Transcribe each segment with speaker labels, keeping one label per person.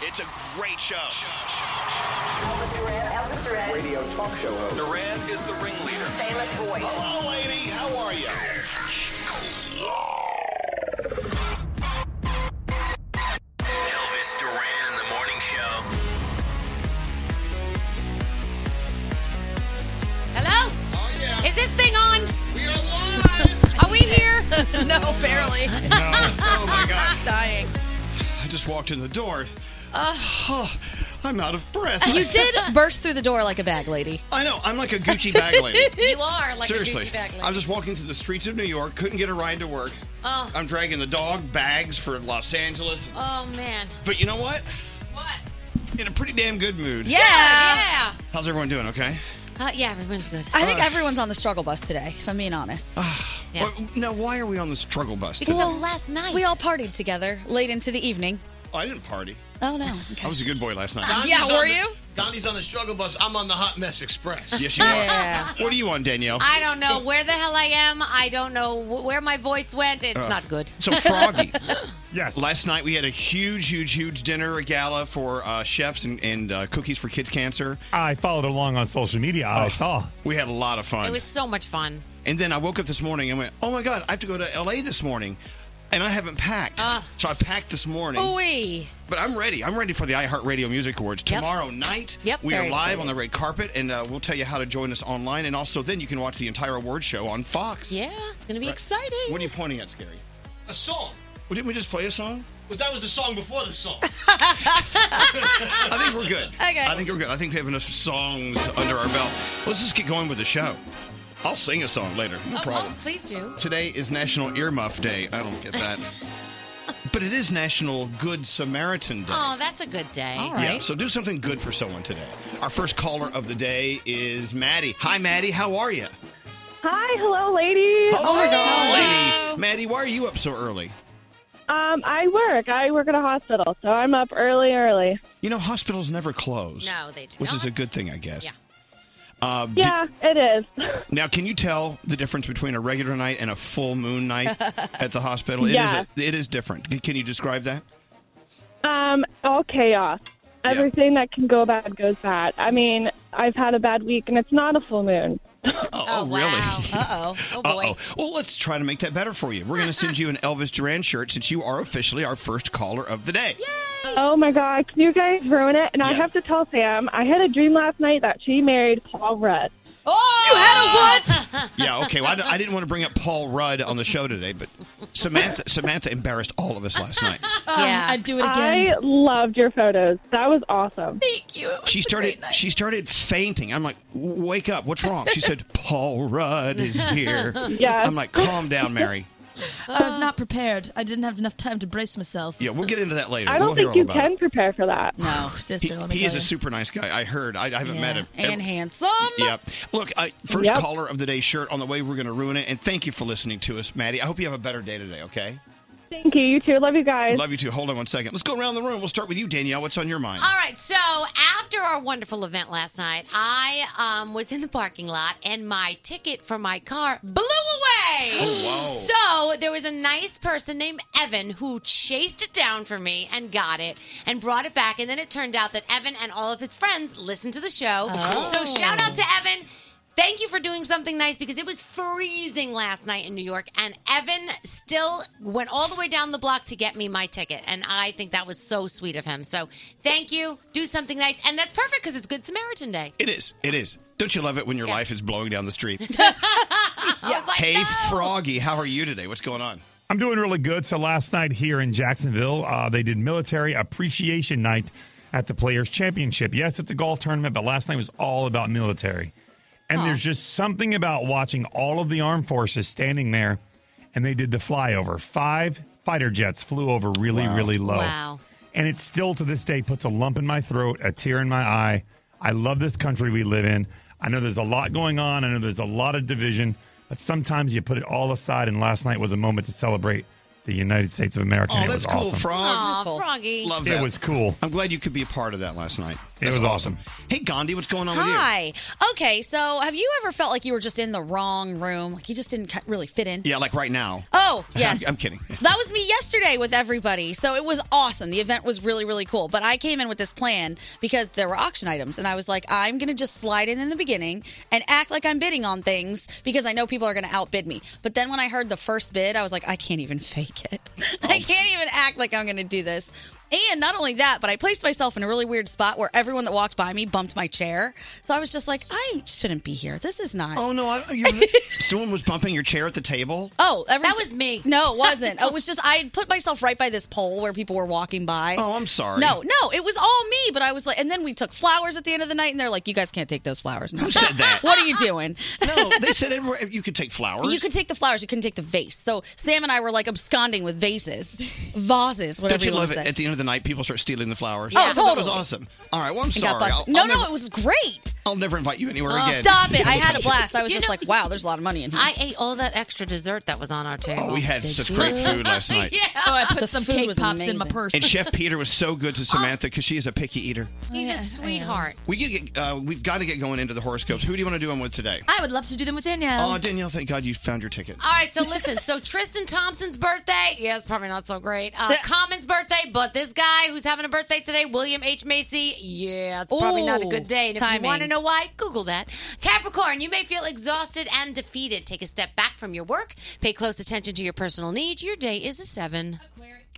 Speaker 1: It's a great show.
Speaker 2: Elvis Duran. Elvis Duran.
Speaker 3: radio talk show host.
Speaker 4: Duran is the ringleader.
Speaker 2: Famous voice.
Speaker 1: Hello, lady. How are you?
Speaker 4: Elvis Duran in the morning show.
Speaker 5: Hello?
Speaker 1: Oh, yeah.
Speaker 5: Is this thing on?
Speaker 1: We are live.
Speaker 5: Are we here?
Speaker 6: No, barely.
Speaker 1: oh, my God.
Speaker 6: Dying.
Speaker 1: I just walked in the door. Oh, I'm out of breath.
Speaker 6: You did burst through the door like a bag lady.
Speaker 1: I know. I'm like a Gucci bag lady.
Speaker 5: You are like a
Speaker 1: Seriously.
Speaker 5: Gucci bag lady.
Speaker 1: I'm just walking through the streets of New York. Couldn't get a ride to work. I'm dragging the dog, bags for Los Angeles.
Speaker 5: Oh man.
Speaker 1: But you know what?
Speaker 5: What?
Speaker 1: In a pretty damn good mood.
Speaker 6: Yeah.
Speaker 5: Yeah.
Speaker 1: How's everyone doing? Okay.
Speaker 5: Uh, yeah, everyone's good.
Speaker 6: I think everyone's on the struggle bus today, if I'm being honest.
Speaker 5: Yeah.
Speaker 1: Well, now, why are we on the struggle bus?
Speaker 5: Because of last night.
Speaker 6: We all partied together late into the evening.
Speaker 1: I didn't party.
Speaker 6: Oh, no. Okay.
Speaker 1: I was a good boy last night.
Speaker 6: Yeah,
Speaker 7: on
Speaker 6: were
Speaker 7: the-
Speaker 6: you?
Speaker 7: Gandhi's on the struggle bus. I'm on the hot mess express.
Speaker 1: yes, you are.
Speaker 6: Yeah.
Speaker 1: What are you on, Danielle?
Speaker 5: I don't know where the hell I am. I don't know wh- where my voice went. It's not good.
Speaker 1: Uh, So froggy.
Speaker 8: Yes.
Speaker 1: Last night we had a huge, huge, huge dinner, a gala for uh, chefs and, and uh, cookies for kids cancer. Oh,
Speaker 8: I followed along on social media. I saw.
Speaker 1: We had a lot of fun.
Speaker 5: It was so much fun.
Speaker 1: and then I woke up this morning and went, "Oh my god, I have to go to L.A. this morning." And I haven't packed,
Speaker 5: Ah.
Speaker 1: so I packed this morning.
Speaker 5: Ooh.
Speaker 1: But I'm ready. I'm ready for the iHeartRadio Music Awards
Speaker 5: Yep.
Speaker 1: tomorrow night.
Speaker 5: Yep.
Speaker 1: we
Speaker 5: Very
Speaker 1: are live
Speaker 5: excited.
Speaker 1: on the red carpet, and uh, we'll tell you how to join us online. And also, then you can watch the entire award show on Fox.
Speaker 5: Yeah, it's gonna be exciting.
Speaker 1: What are you pointing at, Scary?
Speaker 7: A song.
Speaker 1: Well, didn't we just play a song?
Speaker 7: But that was the song before the song.
Speaker 1: I think we're good.
Speaker 6: Okay.
Speaker 1: I think we're good. I think we have enough songs under our belt. Let's just get going with the show. I'll sing a song later. No
Speaker 5: oh,
Speaker 1: problem.
Speaker 5: oh, please do.
Speaker 1: Today is National Earmuff Day. I don't get that. but it is National Good Samaritan Day.
Speaker 5: Oh, that's a good day.
Speaker 6: All right.
Speaker 1: Yeah, so do something good for someone today. Our first caller of the day is Maddie. Hi, Maddie. How are you?
Speaker 9: Hi, hello, ladies.
Speaker 1: Oh, my God, lady. Maddie, why are you up so early?
Speaker 9: Um, I work. I work at a hospital, so I'm up early, early.
Speaker 1: You know, hospitals never close.
Speaker 5: No, they do
Speaker 1: Which is a
Speaker 5: not.
Speaker 1: good thing, I guess.
Speaker 5: Yeah.
Speaker 1: Um, do-
Speaker 9: Yeah, it is.
Speaker 1: Now, can you tell the difference between a regular night and a full moon night at the hospital? It is
Speaker 9: Yeah.
Speaker 1: a- it is different. C- Can you describe that?
Speaker 9: Um, all chaos. Everything that can go bad goes bad. I mean, I've had a bad week, and it's not a full moon.
Speaker 1: Oh,
Speaker 5: Oh, wow.
Speaker 1: really?
Speaker 6: Uh oh.
Speaker 5: Oh boy.
Speaker 1: Uh-oh. Well, let's try to make that better for you. We're going to send you an Elvis Duran shirt since you are officially our first caller of the day.
Speaker 9: Oh my God, can you guys ruin it? And I
Speaker 1: Yeah.
Speaker 9: have to tell Sam, I had a dream last night that she married Paul Rudd.
Speaker 6: You
Speaker 5: Oh.
Speaker 6: had a
Speaker 1: Oh,
Speaker 6: what?
Speaker 1: Yeah, okay. Well, I d- I didn't want to bring up Paul Rudd on the show today, but Samantha Samantha embarrassed all of us last night.
Speaker 6: yeah.
Speaker 10: Um, I'd do it again.
Speaker 9: I loved your photos. That was awesome.
Speaker 10: Thank you. It was
Speaker 1: She
Speaker 10: a
Speaker 1: started
Speaker 10: great night.
Speaker 1: she started fainting. I'm like, "Wake up. What's wrong?" She said, "Paul Rudd is here."
Speaker 9: Yeah.
Speaker 1: I'm like, "Calm down, Mary."
Speaker 10: I was not prepared. I didn't have enough time to brace myself.
Speaker 1: Yeah, we'll get into that later.
Speaker 9: I don't
Speaker 1: we'll hear
Speaker 9: think
Speaker 1: all
Speaker 9: you
Speaker 1: about it.
Speaker 9: can prepare for that.
Speaker 6: No.
Speaker 1: He,
Speaker 10: Sister, let me
Speaker 1: he
Speaker 10: tell
Speaker 1: is
Speaker 10: you.
Speaker 1: a super nice guy. I heard. I, I haven't met him.
Speaker 6: And
Speaker 1: Ev-
Speaker 6: handsome.
Speaker 1: Yep. Look, uh, first
Speaker 9: Yep.
Speaker 1: caller of the day shirt on the way. We're going to ruin it. And thank you for listening to us, Maddie. I hope you have a better day today. Okay.
Speaker 9: Thank you. You too. Love you guys.
Speaker 1: Love you too. Hold on one second. Let's go around the room. We'll start with you, Danielle. What's on your mind?
Speaker 5: All right. So after our wonderful event last night, I um, was in the parking lot and my ticket for my car blew away.
Speaker 1: Oh, wow.
Speaker 5: So there was a nice person named Evan who chased it down for me and got it and brought it back. And then it turned out that Evan and all of his friends listened to the show.
Speaker 10: Oh.
Speaker 5: So shout out to Evan. Thank you for doing something nice because it was freezing last night in New York, and Evan still went all the way down the block to get me my ticket. And I think that was so sweet of him. So thank you. Do something nice. And that's perfect because it's Good Samaritan Day.
Speaker 1: It is. It is. Don't you love it when your
Speaker 5: Yeah.
Speaker 1: life is blowing down the street?
Speaker 5: I was like,
Speaker 1: hey,
Speaker 5: no.
Speaker 1: Froggy, how are you today? What's going on?
Speaker 8: I'm doing really good. So last night here in Jacksonville, uh, they did military appreciation night at the Players Championship. Yes, it's a golf tournament, but last night was all about military. And there's just something about watching all of the armed forces standing there, and they did the flyover. Five fighter jets flew over really, really low.
Speaker 5: Wow.
Speaker 8: and it still to this day puts a lump in my throat, a tear in my eye. I love this country we live in. I know there's a lot going on. I know there's a lot of division, but sometimes you put it all aside. And last night was a moment to celebrate the United States of America.
Speaker 1: Oh,
Speaker 8: and it
Speaker 1: that's
Speaker 8: was
Speaker 1: cool,
Speaker 8: awesome.
Speaker 1: Frog.
Speaker 5: Aw, Froggy.
Speaker 1: Love
Speaker 8: It
Speaker 1: that.
Speaker 8: was cool.
Speaker 1: I'm glad you could be a part of that last night.
Speaker 8: It
Speaker 1: That's
Speaker 8: was awesome.
Speaker 1: Hey, Gandhi, what's going on with
Speaker 6: Hi. Okay, so have you ever felt like you were just in the wrong room? Like you just didn't ki- really fit in?
Speaker 1: you? Yeah, like right now.
Speaker 6: Oh, yes.
Speaker 1: I'm, I'm kidding.
Speaker 6: That was me yesterday with everybody. So it was awesome. The event was really, really cool. But I came in with this plan because there were auction items. And I was like, I'm going to just slide in in the beginning and act like I'm bidding on things because I know people are going to outbid me. But then when I heard the first bid, I was like, I can't even fake it. I can't even act like I'm going to do this. And not only that, but I placed myself in a really weird spot where everyone that walked by me bumped my chair. So I was just like, I shouldn't be here. This is not.
Speaker 1: Oh, no. I, you're, someone was bumping your chair at the table.
Speaker 6: Oh, everyone's-
Speaker 5: That was me.
Speaker 6: No, it wasn't. it was just I had put myself right by this pole where people were walking by.
Speaker 1: Oh, I'm sorry.
Speaker 6: No, no, it was all me. But I was like, and then we took flowers at the end of the night, and they're like, "You guys can't take those flowers." And I
Speaker 1: Who
Speaker 6: was
Speaker 1: said that?
Speaker 6: like, what are you doing?
Speaker 1: No, they said everywhere, you could take flowers.
Speaker 6: You could take the flowers. You couldn't take the vase. So Sam and I were like absconding with vases, vases, whatever
Speaker 1: Don't you
Speaker 6: want
Speaker 1: love
Speaker 6: to
Speaker 1: it?
Speaker 6: say.
Speaker 1: At the end of the night, people start stealing the flowers.
Speaker 6: Oh,
Speaker 1: I thought That was
Speaker 6: totally.
Speaker 1: awesome. All right, well, I'm
Speaker 6: And
Speaker 1: sorry.
Speaker 6: got busted.
Speaker 1: I'll-
Speaker 6: no,
Speaker 1: I'll
Speaker 6: no,
Speaker 1: never-
Speaker 6: it was great. Oh,
Speaker 1: I'll never invite you anywhere again.
Speaker 6: Stop it! I had a blast. I was
Speaker 5: Do you
Speaker 6: just
Speaker 5: know-
Speaker 6: like, wow, there's a lot of money in here.
Speaker 5: I ate all that extra dessert that was on our table.
Speaker 1: Oh, we had such great food last night.
Speaker 10: Oh, I put
Speaker 6: The
Speaker 10: some
Speaker 6: food
Speaker 10: cake
Speaker 6: was
Speaker 10: pops in my
Speaker 6: amazing.
Speaker 10: purse.
Speaker 1: And Chef Peter was so good
Speaker 6: Oh.
Speaker 1: to Samantha because she is a picky eater.
Speaker 10: Oh,
Speaker 5: He's a sweetheart.
Speaker 1: We could get, uh, we've got to get going into the horoscopes. Who do you want to do them with today?
Speaker 10: I would love to do them with Danielle.
Speaker 1: Oh, Danielle, thank God you found your ticket.
Speaker 5: All right, so listen. So Tristan Thompson's birthday, yeah, it's probably not so great. Uh, Common's birthday, but this guy who's having a birthday today, William H Macy, yeah, it's probably not a
Speaker 6: Ooh,
Speaker 5: good day. And if
Speaker 6: timing.
Speaker 5: you want to know why, Google that. Capricorn, you may feel exhausted and defeated. Take a step back from your work. Pay close attention to your personal needs. Your day is a seven.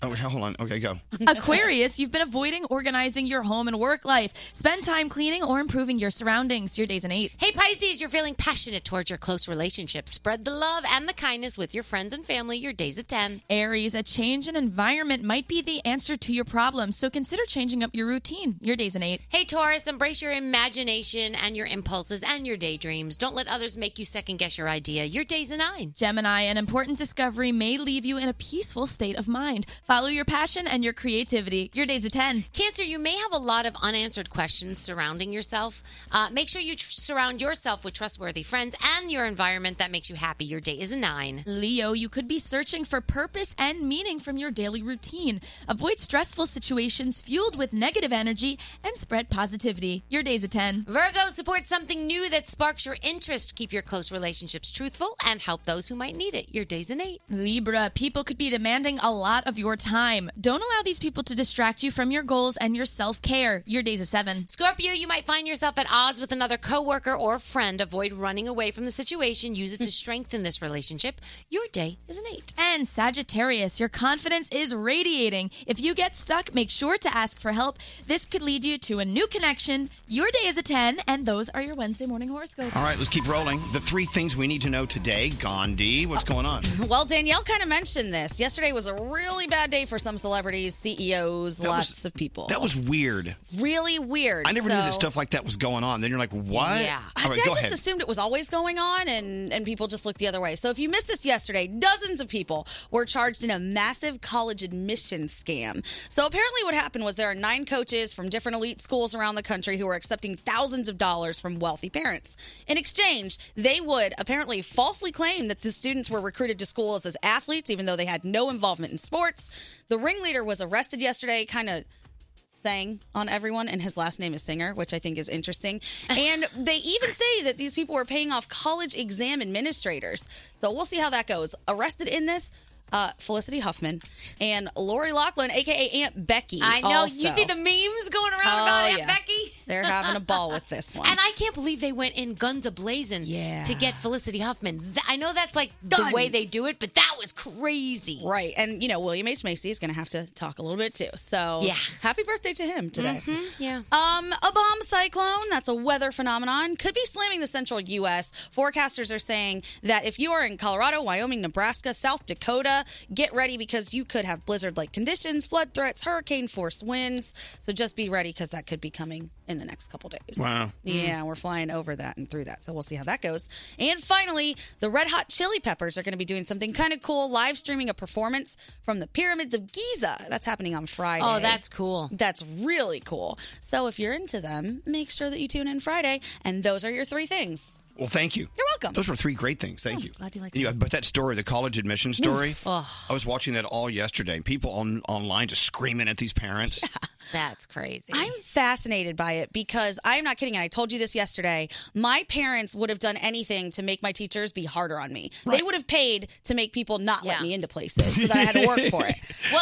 Speaker 1: Oh, hold on. Okay, go.
Speaker 10: Aquarius, you've been avoiding organizing your home and work life. Spend time cleaning or improving your surroundings. Your day's an eight.
Speaker 5: Hey Pisces, you're feeling passionate towards your close relationships. Spread the love and the kindness with your friends and family. Your day's a ten.
Speaker 10: Aries, a change in environment might be the answer to your problem, so consider changing up your routine. Your day's an eight.
Speaker 5: Hey Taurus, embrace your imagination and your impulses and your daydreams. Don't let others make you second guess your idea. Your day's a nine.
Speaker 10: Gemini, an important discovery may leave you in a peaceful state of mind. Follow your passion and your creativity. Your day's a 10.
Speaker 5: Cancer, you may have a lot of unanswered questions surrounding yourself. Uh, make sure you tr- surround yourself with trustworthy friends and your environment that makes you happy. Your day is a nine.
Speaker 10: Leo, you could be searching for purpose and meaning from your daily routine. Avoid stressful situations fueled with negative energy and spread positivity. Your day's a 10.
Speaker 5: Virgo, support something new that sparks your interest. Keep your close relationships truthful and help those who might need it. Your day's an eight.
Speaker 10: Libra, people could be demanding a lot of your time. Don't allow these people to distract you from your goals and your self care. Your day's a 7.
Speaker 5: Scorpio, you might find yourself at odds with another coworker or friend. Avoid running away from the situation. Use it to
Speaker 6: Hmm.
Speaker 5: strengthen this relationship. Your day is an eight.
Speaker 10: And Sagittarius, your confidence is radiating. If you get stuck, make sure to ask for help. This could lead you to a new connection. Your day is a 10, and those are your Wednesday morning horoscopes.
Speaker 1: All right, let's keep rolling. The three things we need to know today. Gandhi, what's going on?
Speaker 6: Well, Danielle kind of mentioned this. Yesterday was a really bad day for some celebrities, CEOs, lots
Speaker 1: was-
Speaker 6: of people.
Speaker 1: That was weird.
Speaker 6: really weird.
Speaker 1: I never knew that
Speaker 6: So-
Speaker 1: stuff like that was going on. Then you're like, what?
Speaker 5: Yeah.
Speaker 1: All right,
Speaker 6: See, I
Speaker 1: go
Speaker 6: just
Speaker 1: ahead.
Speaker 6: assumed it was always going on, and and people just looked the other way. So if you missed this yesterday, dozens of people were charged in a massive college admission scam. So apparently, what happened was there are nine coaches from different elite schools around the country who were accepting thousands of dollars from wealthy parents. In exchange, they would apparently falsely claim that the students were recruited to schools as athletes, even though they had no involvement in sports. The ringleader was arrested yesterday, kind of sang on everyone, and his last name is Singer, which I think is interesting. And they even say that these people were paying off college exam administrators. So we'll see how that goes. Arrested in this. Uh, Felicity Huffman and Lori Lachlan, aka Aunt Becky.
Speaker 5: I know.
Speaker 6: also.
Speaker 5: You see the memes going around about
Speaker 6: Oh,
Speaker 5: Aunt
Speaker 6: yeah.
Speaker 5: Becky?
Speaker 6: They're having a ball with this one.
Speaker 5: And I can't believe they went in guns a blazing
Speaker 6: Yeah.
Speaker 5: to get Felicity Huffman. Th- I know that's like the way they do it, but that was crazy.
Speaker 6: Right. And, you know, William H. Macy is going to have to talk a little bit too. So,
Speaker 5: Yeah. Mm-hmm,
Speaker 6: happy birthday to him today.
Speaker 5: Yeah.
Speaker 6: Um, a bomb cyclone, that's a weather phenomenon, could be slamming the central U.S. Forecasters are saying that if you are in Colorado, Wyoming, Nebraska, South Dakota, get ready because you could have blizzard like conditions, flood threats, hurricane force winds. So just be ready because that could be coming in the next couple days.
Speaker 1: Wow.
Speaker 5: Mm.
Speaker 1: Hmm.
Speaker 6: Yeah, we're flying over that and through that. So we'll see how that goes. And finally, the Red Hot Chili Peppers are going to be doing something kind of cool, live streaming a performance from the Pyramids of Giza. That's happening on Friday.
Speaker 5: Oh, that's cool.
Speaker 6: That's really cool. So if you're into them, make sure that you tune in Friday. And those are your three things.
Speaker 1: Well, thank you. You're
Speaker 6: welcome. Oh,
Speaker 1: Those were three great things. Thank you.
Speaker 6: glad you liked
Speaker 1: And But that story, the college admission story, I was watching that all yesterday. People on online just screaming at these parents.
Speaker 5: That's crazy.
Speaker 6: I'm fascinated by it because I'm not kidding. And I told you this yesterday. My parents would have done anything to make my teachers be harder on me. They would have paid to make people not let me into places so that I had to work for it.
Speaker 5: Well,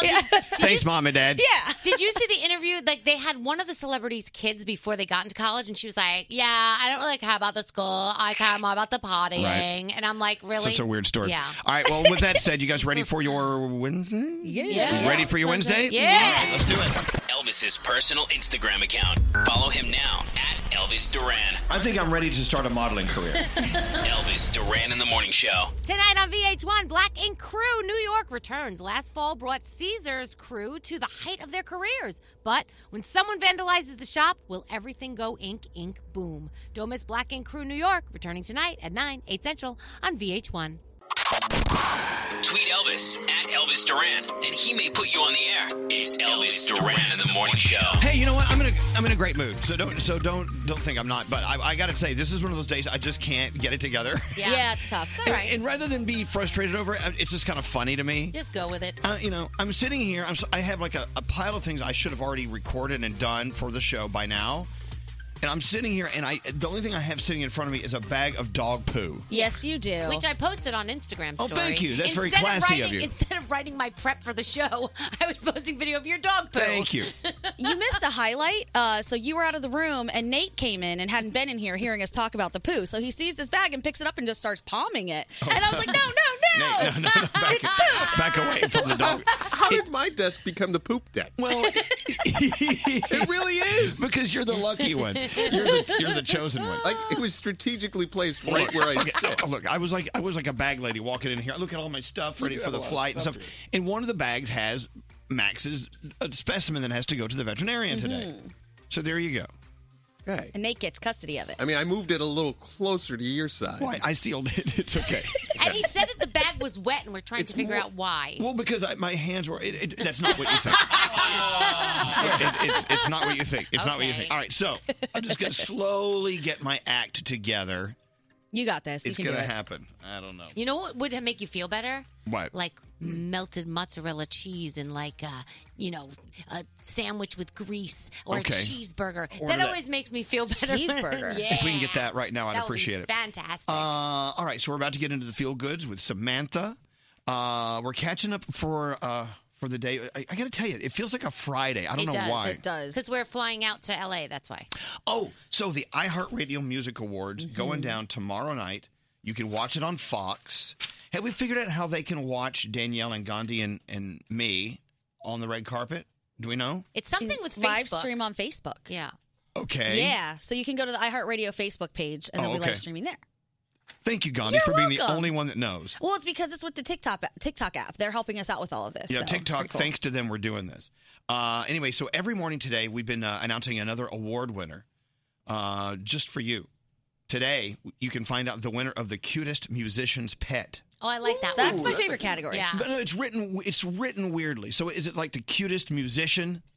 Speaker 1: Thanks, mom and dad.
Speaker 6: Yeah.
Speaker 5: Did you see the interview? Like they had one of the celebrities' kids before they got into college, and she was like, "Yeah, I don't really care about the school. I care more about the partying."
Speaker 1: Right.
Speaker 5: And I'm like, "Really?"
Speaker 1: Such a weird story.
Speaker 5: Yeah.
Speaker 1: All right. Well, with that said, you guys ready for your Wednesday? Yeah. Ready for your Wednesday?
Speaker 5: Yeah.
Speaker 1: All right, let's do it.
Speaker 4: Elvis's personal Instagram account. Follow him now at Elvis Duran.
Speaker 1: I think I'm ready to start a modeling career.
Speaker 4: Elvis Duran in the morning show.
Speaker 5: Tonight on VH1, Black Ink Crew New York returns. Last fall brought Caesar's crew to the height of their careers. But when someone vandalizes the shop, will everything go ink, ink, boom? Don't miss Black Ink Crew New York returning tonight at 9, 8 central on VH1.
Speaker 4: Tweet Elvis at Elvis Duran, and he may put you on the air. It's Elvis Duran in the morning show.
Speaker 1: Hey, you know what? I'm in a I'm in a great mood. So don't so don't don't think I'm not. But I, I got to say, this is one of those days I just can't get it together.
Speaker 6: Yeah, it's tough.
Speaker 1: And, and rather than be frustrated over it, uh, it's just kind of funny to me.
Speaker 5: Just go with it.
Speaker 1: Uh, you know, I'm sitting here. I'm, s- I have like a, a pile of things I should have already recorded and done for the show by now, and I'm sitting here, and I the only thing I have sitting in front of me is a bag of dog poo.
Speaker 6: Yes, you do.
Speaker 5: Which I posted on Instagram
Speaker 1: Oh,
Speaker 5: story.
Speaker 1: thank you. That's very
Speaker 5: Instead
Speaker 1: classy of
Speaker 5: writing,
Speaker 1: you.
Speaker 5: Instead of writing my prep for the show, I was posting video of your dog poo.
Speaker 1: Thank you.
Speaker 6: you missed a highlight. Uh, so you were out of the room, and Nate came in and hadn't been in here hearing us talk about the poo. So he sees this bag and picks it up and just starts palming it. And I was like, no, no, no.
Speaker 1: No, no, no, back, back away from the dog.
Speaker 3: How did my desk become the poop deck?
Speaker 1: Well,
Speaker 3: It really is.
Speaker 1: because you're the lucky one. You're the, you're the chosen one.
Speaker 3: like it was strategically placed right where I
Speaker 1: Okay,
Speaker 3: sit.
Speaker 1: I- look, I was like I was like a bag lady walking in here. I look at all my stuff ready
Speaker 3: do
Speaker 1: for
Speaker 3: have
Speaker 1: the
Speaker 3: a lot of
Speaker 1: flight and
Speaker 3: stuff
Speaker 1: stuff. And one of the bags has Max's uh specimen that has to go to the veterinarian today.
Speaker 5: Mm-hmm.
Speaker 1: So there you go.
Speaker 3: Okay.
Speaker 6: And Nate gets custody of it.
Speaker 3: I mean, I moved it a little closer to your side.
Speaker 1: Well, I, I sealed it. It's okay.
Speaker 5: And he said that the bag was wet, and we're trying to figure out why.
Speaker 1: well, because I, my hands were. It, it, that's not what you think. It- it's, it's not what you think. It's not what you
Speaker 5: Okay.
Speaker 1: think. All right, so I'm just gonna slowly get my act together.
Speaker 6: You got this.
Speaker 1: it's
Speaker 6: you can
Speaker 1: gonna
Speaker 6: do it.
Speaker 1: happen. I don't know.
Speaker 5: You know what would make you feel better?
Speaker 1: What?
Speaker 5: Like melted mozzarella cheese and like uh, you know a sandwich with grease or
Speaker 1: Okay.
Speaker 5: a cheeseburger.
Speaker 1: Order
Speaker 5: that,
Speaker 1: that.
Speaker 5: always makes me feel better.
Speaker 6: Cheeseburger.
Speaker 5: yeah.
Speaker 1: If we can get that right now, I'd
Speaker 5: That would be
Speaker 1: appreciate it.
Speaker 5: Fantastic.
Speaker 1: Uh, all right, so we're about to get into the feel goods with Samantha. Uh, we're catching up for uh, for the day. I, I got to tell you, it feels like a Friday. I don't
Speaker 5: It
Speaker 1: know
Speaker 5: does.
Speaker 1: why.
Speaker 6: It does.
Speaker 5: Because we're flying out to LA, that's why.
Speaker 1: Oh, so the iHeartRadio Music Awards
Speaker 6: Mm-hmm.
Speaker 1: going down tomorrow night. You can watch it on Fox. Have we figured out how they can watch Danielle and Gandhi and, and me on the red carpet? Do we know?
Speaker 5: It's something with Facebook.
Speaker 6: live stream on Facebook.
Speaker 5: Yeah.
Speaker 1: Okay.
Speaker 6: Yeah. So you can go to the iHeartRadio Facebook page and
Speaker 1: Oh,
Speaker 6: they'll be
Speaker 1: okay.
Speaker 6: live streaming there.
Speaker 1: Thank you, Gandhi,
Speaker 6: You're
Speaker 1: for being the
Speaker 6: welcome.
Speaker 1: only one that knows.
Speaker 6: Well, it's because it's with the TikTok TikTok app. They're helping us out with all of this.
Speaker 1: Yeah,
Speaker 6: so
Speaker 1: TikTok.
Speaker 6: pretty cool.
Speaker 1: Thanks to them, we're doing this. Uh, anyway, so every morning today, we've been uh, announcing another award winner uh, just for you. Today, you can find out the winner of the cutest musician's pet.
Speaker 5: Oh, I like that
Speaker 6: That's
Speaker 5: one.
Speaker 6: my favorite category.
Speaker 5: Yeah.
Speaker 1: But no, it's written. It's written weirdly. So is it like the cutest musician?
Speaker 6: Oh,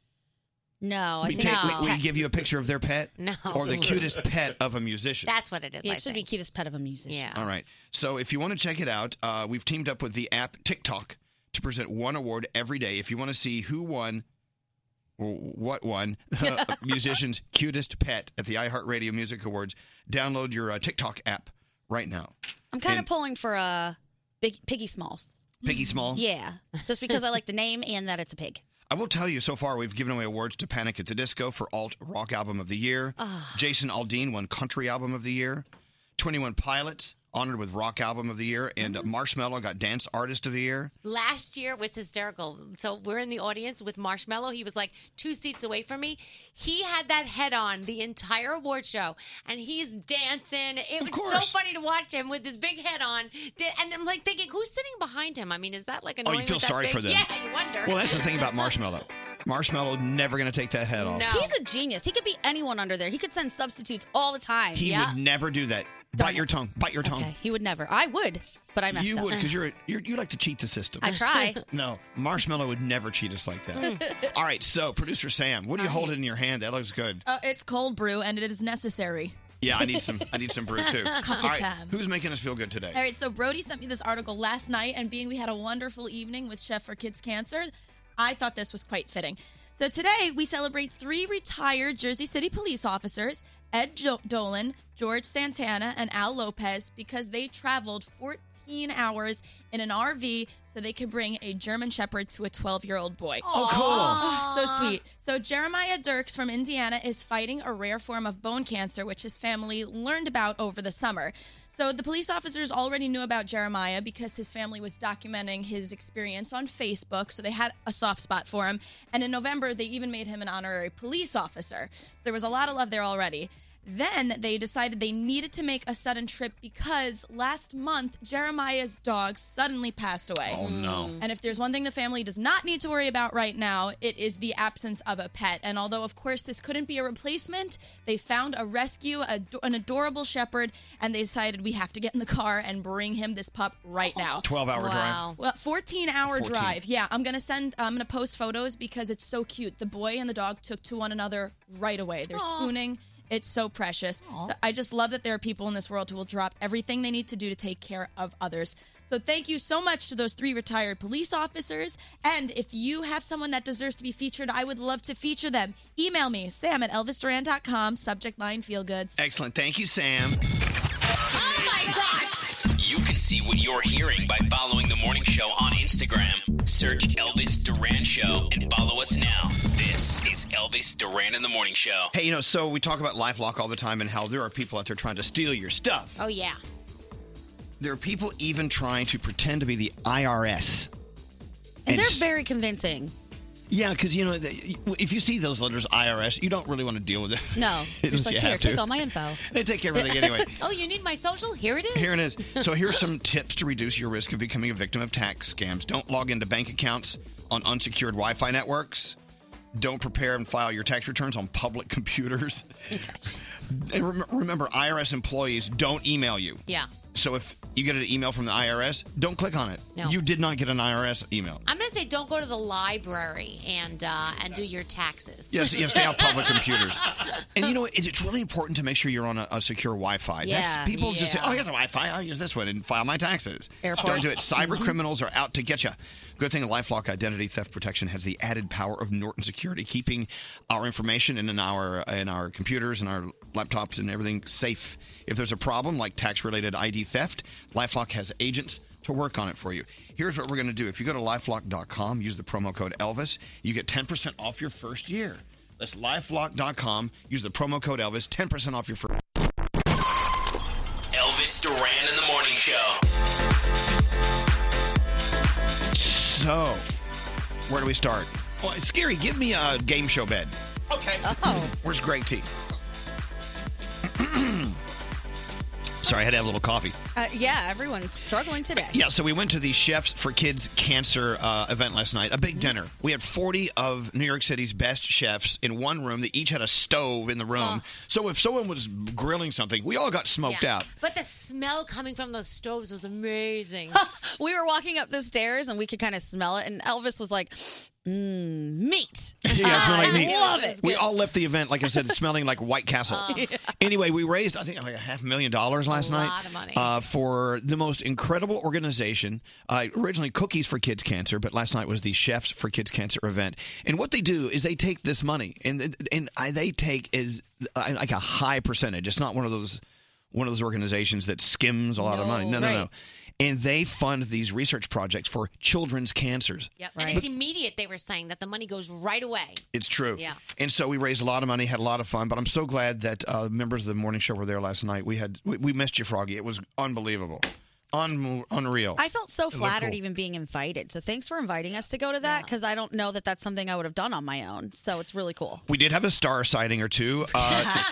Speaker 6: No, I
Speaker 1: We,
Speaker 6: think
Speaker 1: take,
Speaker 5: no.
Speaker 1: we, we give you a picture of their pet.
Speaker 5: No.
Speaker 1: Or the cutest pet of a musician.
Speaker 5: That's what it is.
Speaker 6: yeah,
Speaker 5: I
Speaker 6: it should be
Speaker 5: think.
Speaker 6: cutest pet of a musician.
Speaker 5: Yeah.
Speaker 1: All right. So if you want to check it out, uh, we've teamed up with the app TikTok to present one award every day. If you want to see who won, or what won, uh, musician's cutest pet at the iHeartRadio Music Awards, download your uh, TikTok app right now.
Speaker 6: I'm kind of
Speaker 1: And-
Speaker 6: pulling for uh, big Piggy Smalls.
Speaker 1: Piggy Small.
Speaker 6: Yeah, just because I like the name and that it's a pig.
Speaker 1: I will tell you so far, we've given away awards to Panic at the Disco for Alt Rock Album of the Year. Jason Aldean won Country Album of the Year. 21 Pilots honored with Rock Album of the Year. And Marshmello got Dance Artist of the Year.
Speaker 5: Last year was hysterical. So we're in the audience with Marshmallow. He was like two seats away from me. He had that head on the entire award show, and he's dancing. It was so
Speaker 1: course.
Speaker 5: funny to watch him with his big head on. Da- And I'm like thinking, who's sitting behind him? I mean, is that like annoying?
Speaker 1: Oh, feel
Speaker 5: with that
Speaker 1: sorry
Speaker 5: big-
Speaker 1: for them.
Speaker 5: Yeah, you wonder.
Speaker 1: Well, that's the thing about Marshmallow. Marshmallow never going to take that head off.
Speaker 5: No.
Speaker 6: He's a genius. He could be anyone under there. He could send substitutes all the time.
Speaker 1: He
Speaker 5: Yeah.
Speaker 1: would never do that. Bite your tongue. Bite your tongue.
Speaker 6: okay, he would never. I would, but I messed
Speaker 1: You
Speaker 6: up.
Speaker 1: would because you're, you're you like to cheat the system.
Speaker 6: I try. Mm.
Speaker 1: no, Marshmallow would never cheat us like that. All right, so producer Sam, what do you hold in your hand? That looks good.
Speaker 10: Uh, it's cold brew and it is necessary.
Speaker 1: Yeah, I need some. I need some brew too.
Speaker 10: Coffee
Speaker 1: All right,
Speaker 10: time.
Speaker 1: Who's making us feel good today?
Speaker 10: All right, so Brody sent me this article last night, and being we had a wonderful evening with Chef for Kids Cancer, I thought this was quite fitting. So today we celebrate three retired Jersey City police officers, Ed jo- Dolan, George Santana, and Al Lopez, because they traveled 14 hours in an RV so they could bring a German Shepherd to a 12 year old boy.
Speaker 11: Oh, cool. Aw.
Speaker 10: So sweet. So Jeremiah Dirks from Indiana is fighting a rare form of bone cancer, which his family learned about over the summer. So the police officers already knew about Jeremiah because his family was documenting his experience on Facebook, so they had a soft spot for him. And in November, they even made him an honorary police officer. So there was a lot of love there already. Then they decided they needed to make a sudden trip because last month Jeremiah's dog suddenly passed away.
Speaker 11: Oh, no.
Speaker 10: And if there's one thing the family does not need to worry about right now, it is the absence of a pet. And although, of course, this couldn't be a replacement, they found a rescue, a, an adorable shepherd, and they decided we have to get in the car and bring him this pup right now.
Speaker 1: 12-hour drive. Wow.
Speaker 10: Well, 14 hour
Speaker 1: 14.
Speaker 10: drive. Yeah, I'm going to send, I'm going to post photos because it's so cute. The boy and the dog took to one another right away. They're
Speaker 11: Aw.
Speaker 10: spooning. It's so precious. So I just love that there are people in this world who will drop everything they need to do to take care of others. So thank you so much to those three retired police officers. And if you have someone that deserves to be featured, I would love to feature them. Email me, sam at elvisduran.com, subject line feel goods.
Speaker 1: Excellent. Thank you, Sam.
Speaker 4: You can see what you're hearing by following the morning show on Instagram. Search Elvis Duran Show and follow us now. This is Elvis Duran in the Morning Show.
Speaker 1: Hey, you know, so we talk about LifeLock all the time and how there are people out there trying to steal your stuff.
Speaker 5: Oh, yeah.
Speaker 1: There are people even trying to pretend to be the IRS.
Speaker 6: And they're
Speaker 1: s-
Speaker 6: very convincing.
Speaker 1: yeah, because you know, they- if you see those letters IRS, you don't really want to deal with it.
Speaker 6: No.
Speaker 1: It is,
Speaker 6: Just like,
Speaker 1: you
Speaker 6: here,
Speaker 1: have to.
Speaker 6: take all my info.
Speaker 1: They take everything anyway.
Speaker 5: oh, you need my social? Here it is.
Speaker 1: Here it is. So here's some tips to reduce your risk of becoming a victim of tax scams. Don't log into bank accounts on unsecured Wi-Fi networks. Don't prepare and file your tax returns on public computers. and rem- remember, IRS employees don't email you.
Speaker 5: Yeah.
Speaker 1: So if you get an email from the IRS, don't click on it.
Speaker 5: No.
Speaker 1: You did not get an IRS email.
Speaker 5: I'm gonna say don't go to the library and uh, and do your taxes.
Speaker 1: Yes, yes, stay off public computers. And you know, what? it's it's really important to make sure you're on a, a secure Wi-Fi.
Speaker 5: Yeah.
Speaker 1: That's people just say,
Speaker 5: Yeah.
Speaker 1: "Oh, here's a Wi-Fi. I'll use this one and file my taxes."
Speaker 5: Airports.
Speaker 1: Don't do it. Cyber
Speaker 5: Mhm.
Speaker 1: criminals are out to get you. Good thing LifeLock Identity Theft Protection has the added power of Norton Security, keeping our information and in our in our computers and our laptops and everything safe. If there's a problem like tax-related ID theft, LifeLock has agents to work on it for you. Here's what we're going to do. If you go to lifelock.com, use the promo code Elvis, you get 10% off your first year. That's lifelock.com. Use the promo code Elvis, 10% off your first
Speaker 4: Elvis Duran in the Morning Show.
Speaker 1: So, where do we start? Well, Scary, give me a game show bed.
Speaker 7: Okay.
Speaker 5: Oh.
Speaker 1: Where's Greg T? Sorry, I had to have a little coffee.
Speaker 6: Uh, yeah, everyone's struggling today.
Speaker 1: Yeah, so we went to the Chefs for Kids Cancer uh, event last night, a big dinner. We had 40 of New York City's best chefs in one room. They each had a stove in the room. So if someone was grilling something, we all got smoked
Speaker 5: Yeah.
Speaker 1: out.
Speaker 5: But the smell coming from those stoves was amazing.
Speaker 6: we were walking up the stairs and we could kind of smell it. And Elvis was like, mm, meat.
Speaker 1: Yeah, it's
Speaker 6: Ah,
Speaker 1: really
Speaker 6: I
Speaker 1: neat.
Speaker 6: love it. Uh,
Speaker 1: We all left the event, like I said, smelling like White Castle. Anyway, we raised, I think, like a half million dollars last night.
Speaker 5: lot of money.
Speaker 1: Uh, for the most incredible organization. Uh, originally, Cookies for Kids Cancer, but last night was the Chefs for Kids Cancer event. And what they do is they take this money, and and I, they take is uh, like a high percentage. It's not one of those one of those organizations that skims a lot of money. No, no, no.
Speaker 5: Right.
Speaker 1: And they fund these research projects for children's cancers.
Speaker 5: Yep. And it's immediate. They were saying that the money goes right away.
Speaker 1: It's true.
Speaker 5: Yeah.
Speaker 1: And so we raised a lot of money, had a lot of fun. But I'm so glad that uh, members of the morning show were there last night. We had we, we missed you, Froggy. It was unbelievable, Un- unreal.
Speaker 6: I felt so
Speaker 1: It looked
Speaker 6: flattered
Speaker 1: Oh, cool.
Speaker 6: even being invited. So thanks for inviting us to go to that because I don't know that that's something I would have done on my own. So it's really cool.
Speaker 1: We did have a star sighting or two. Uh,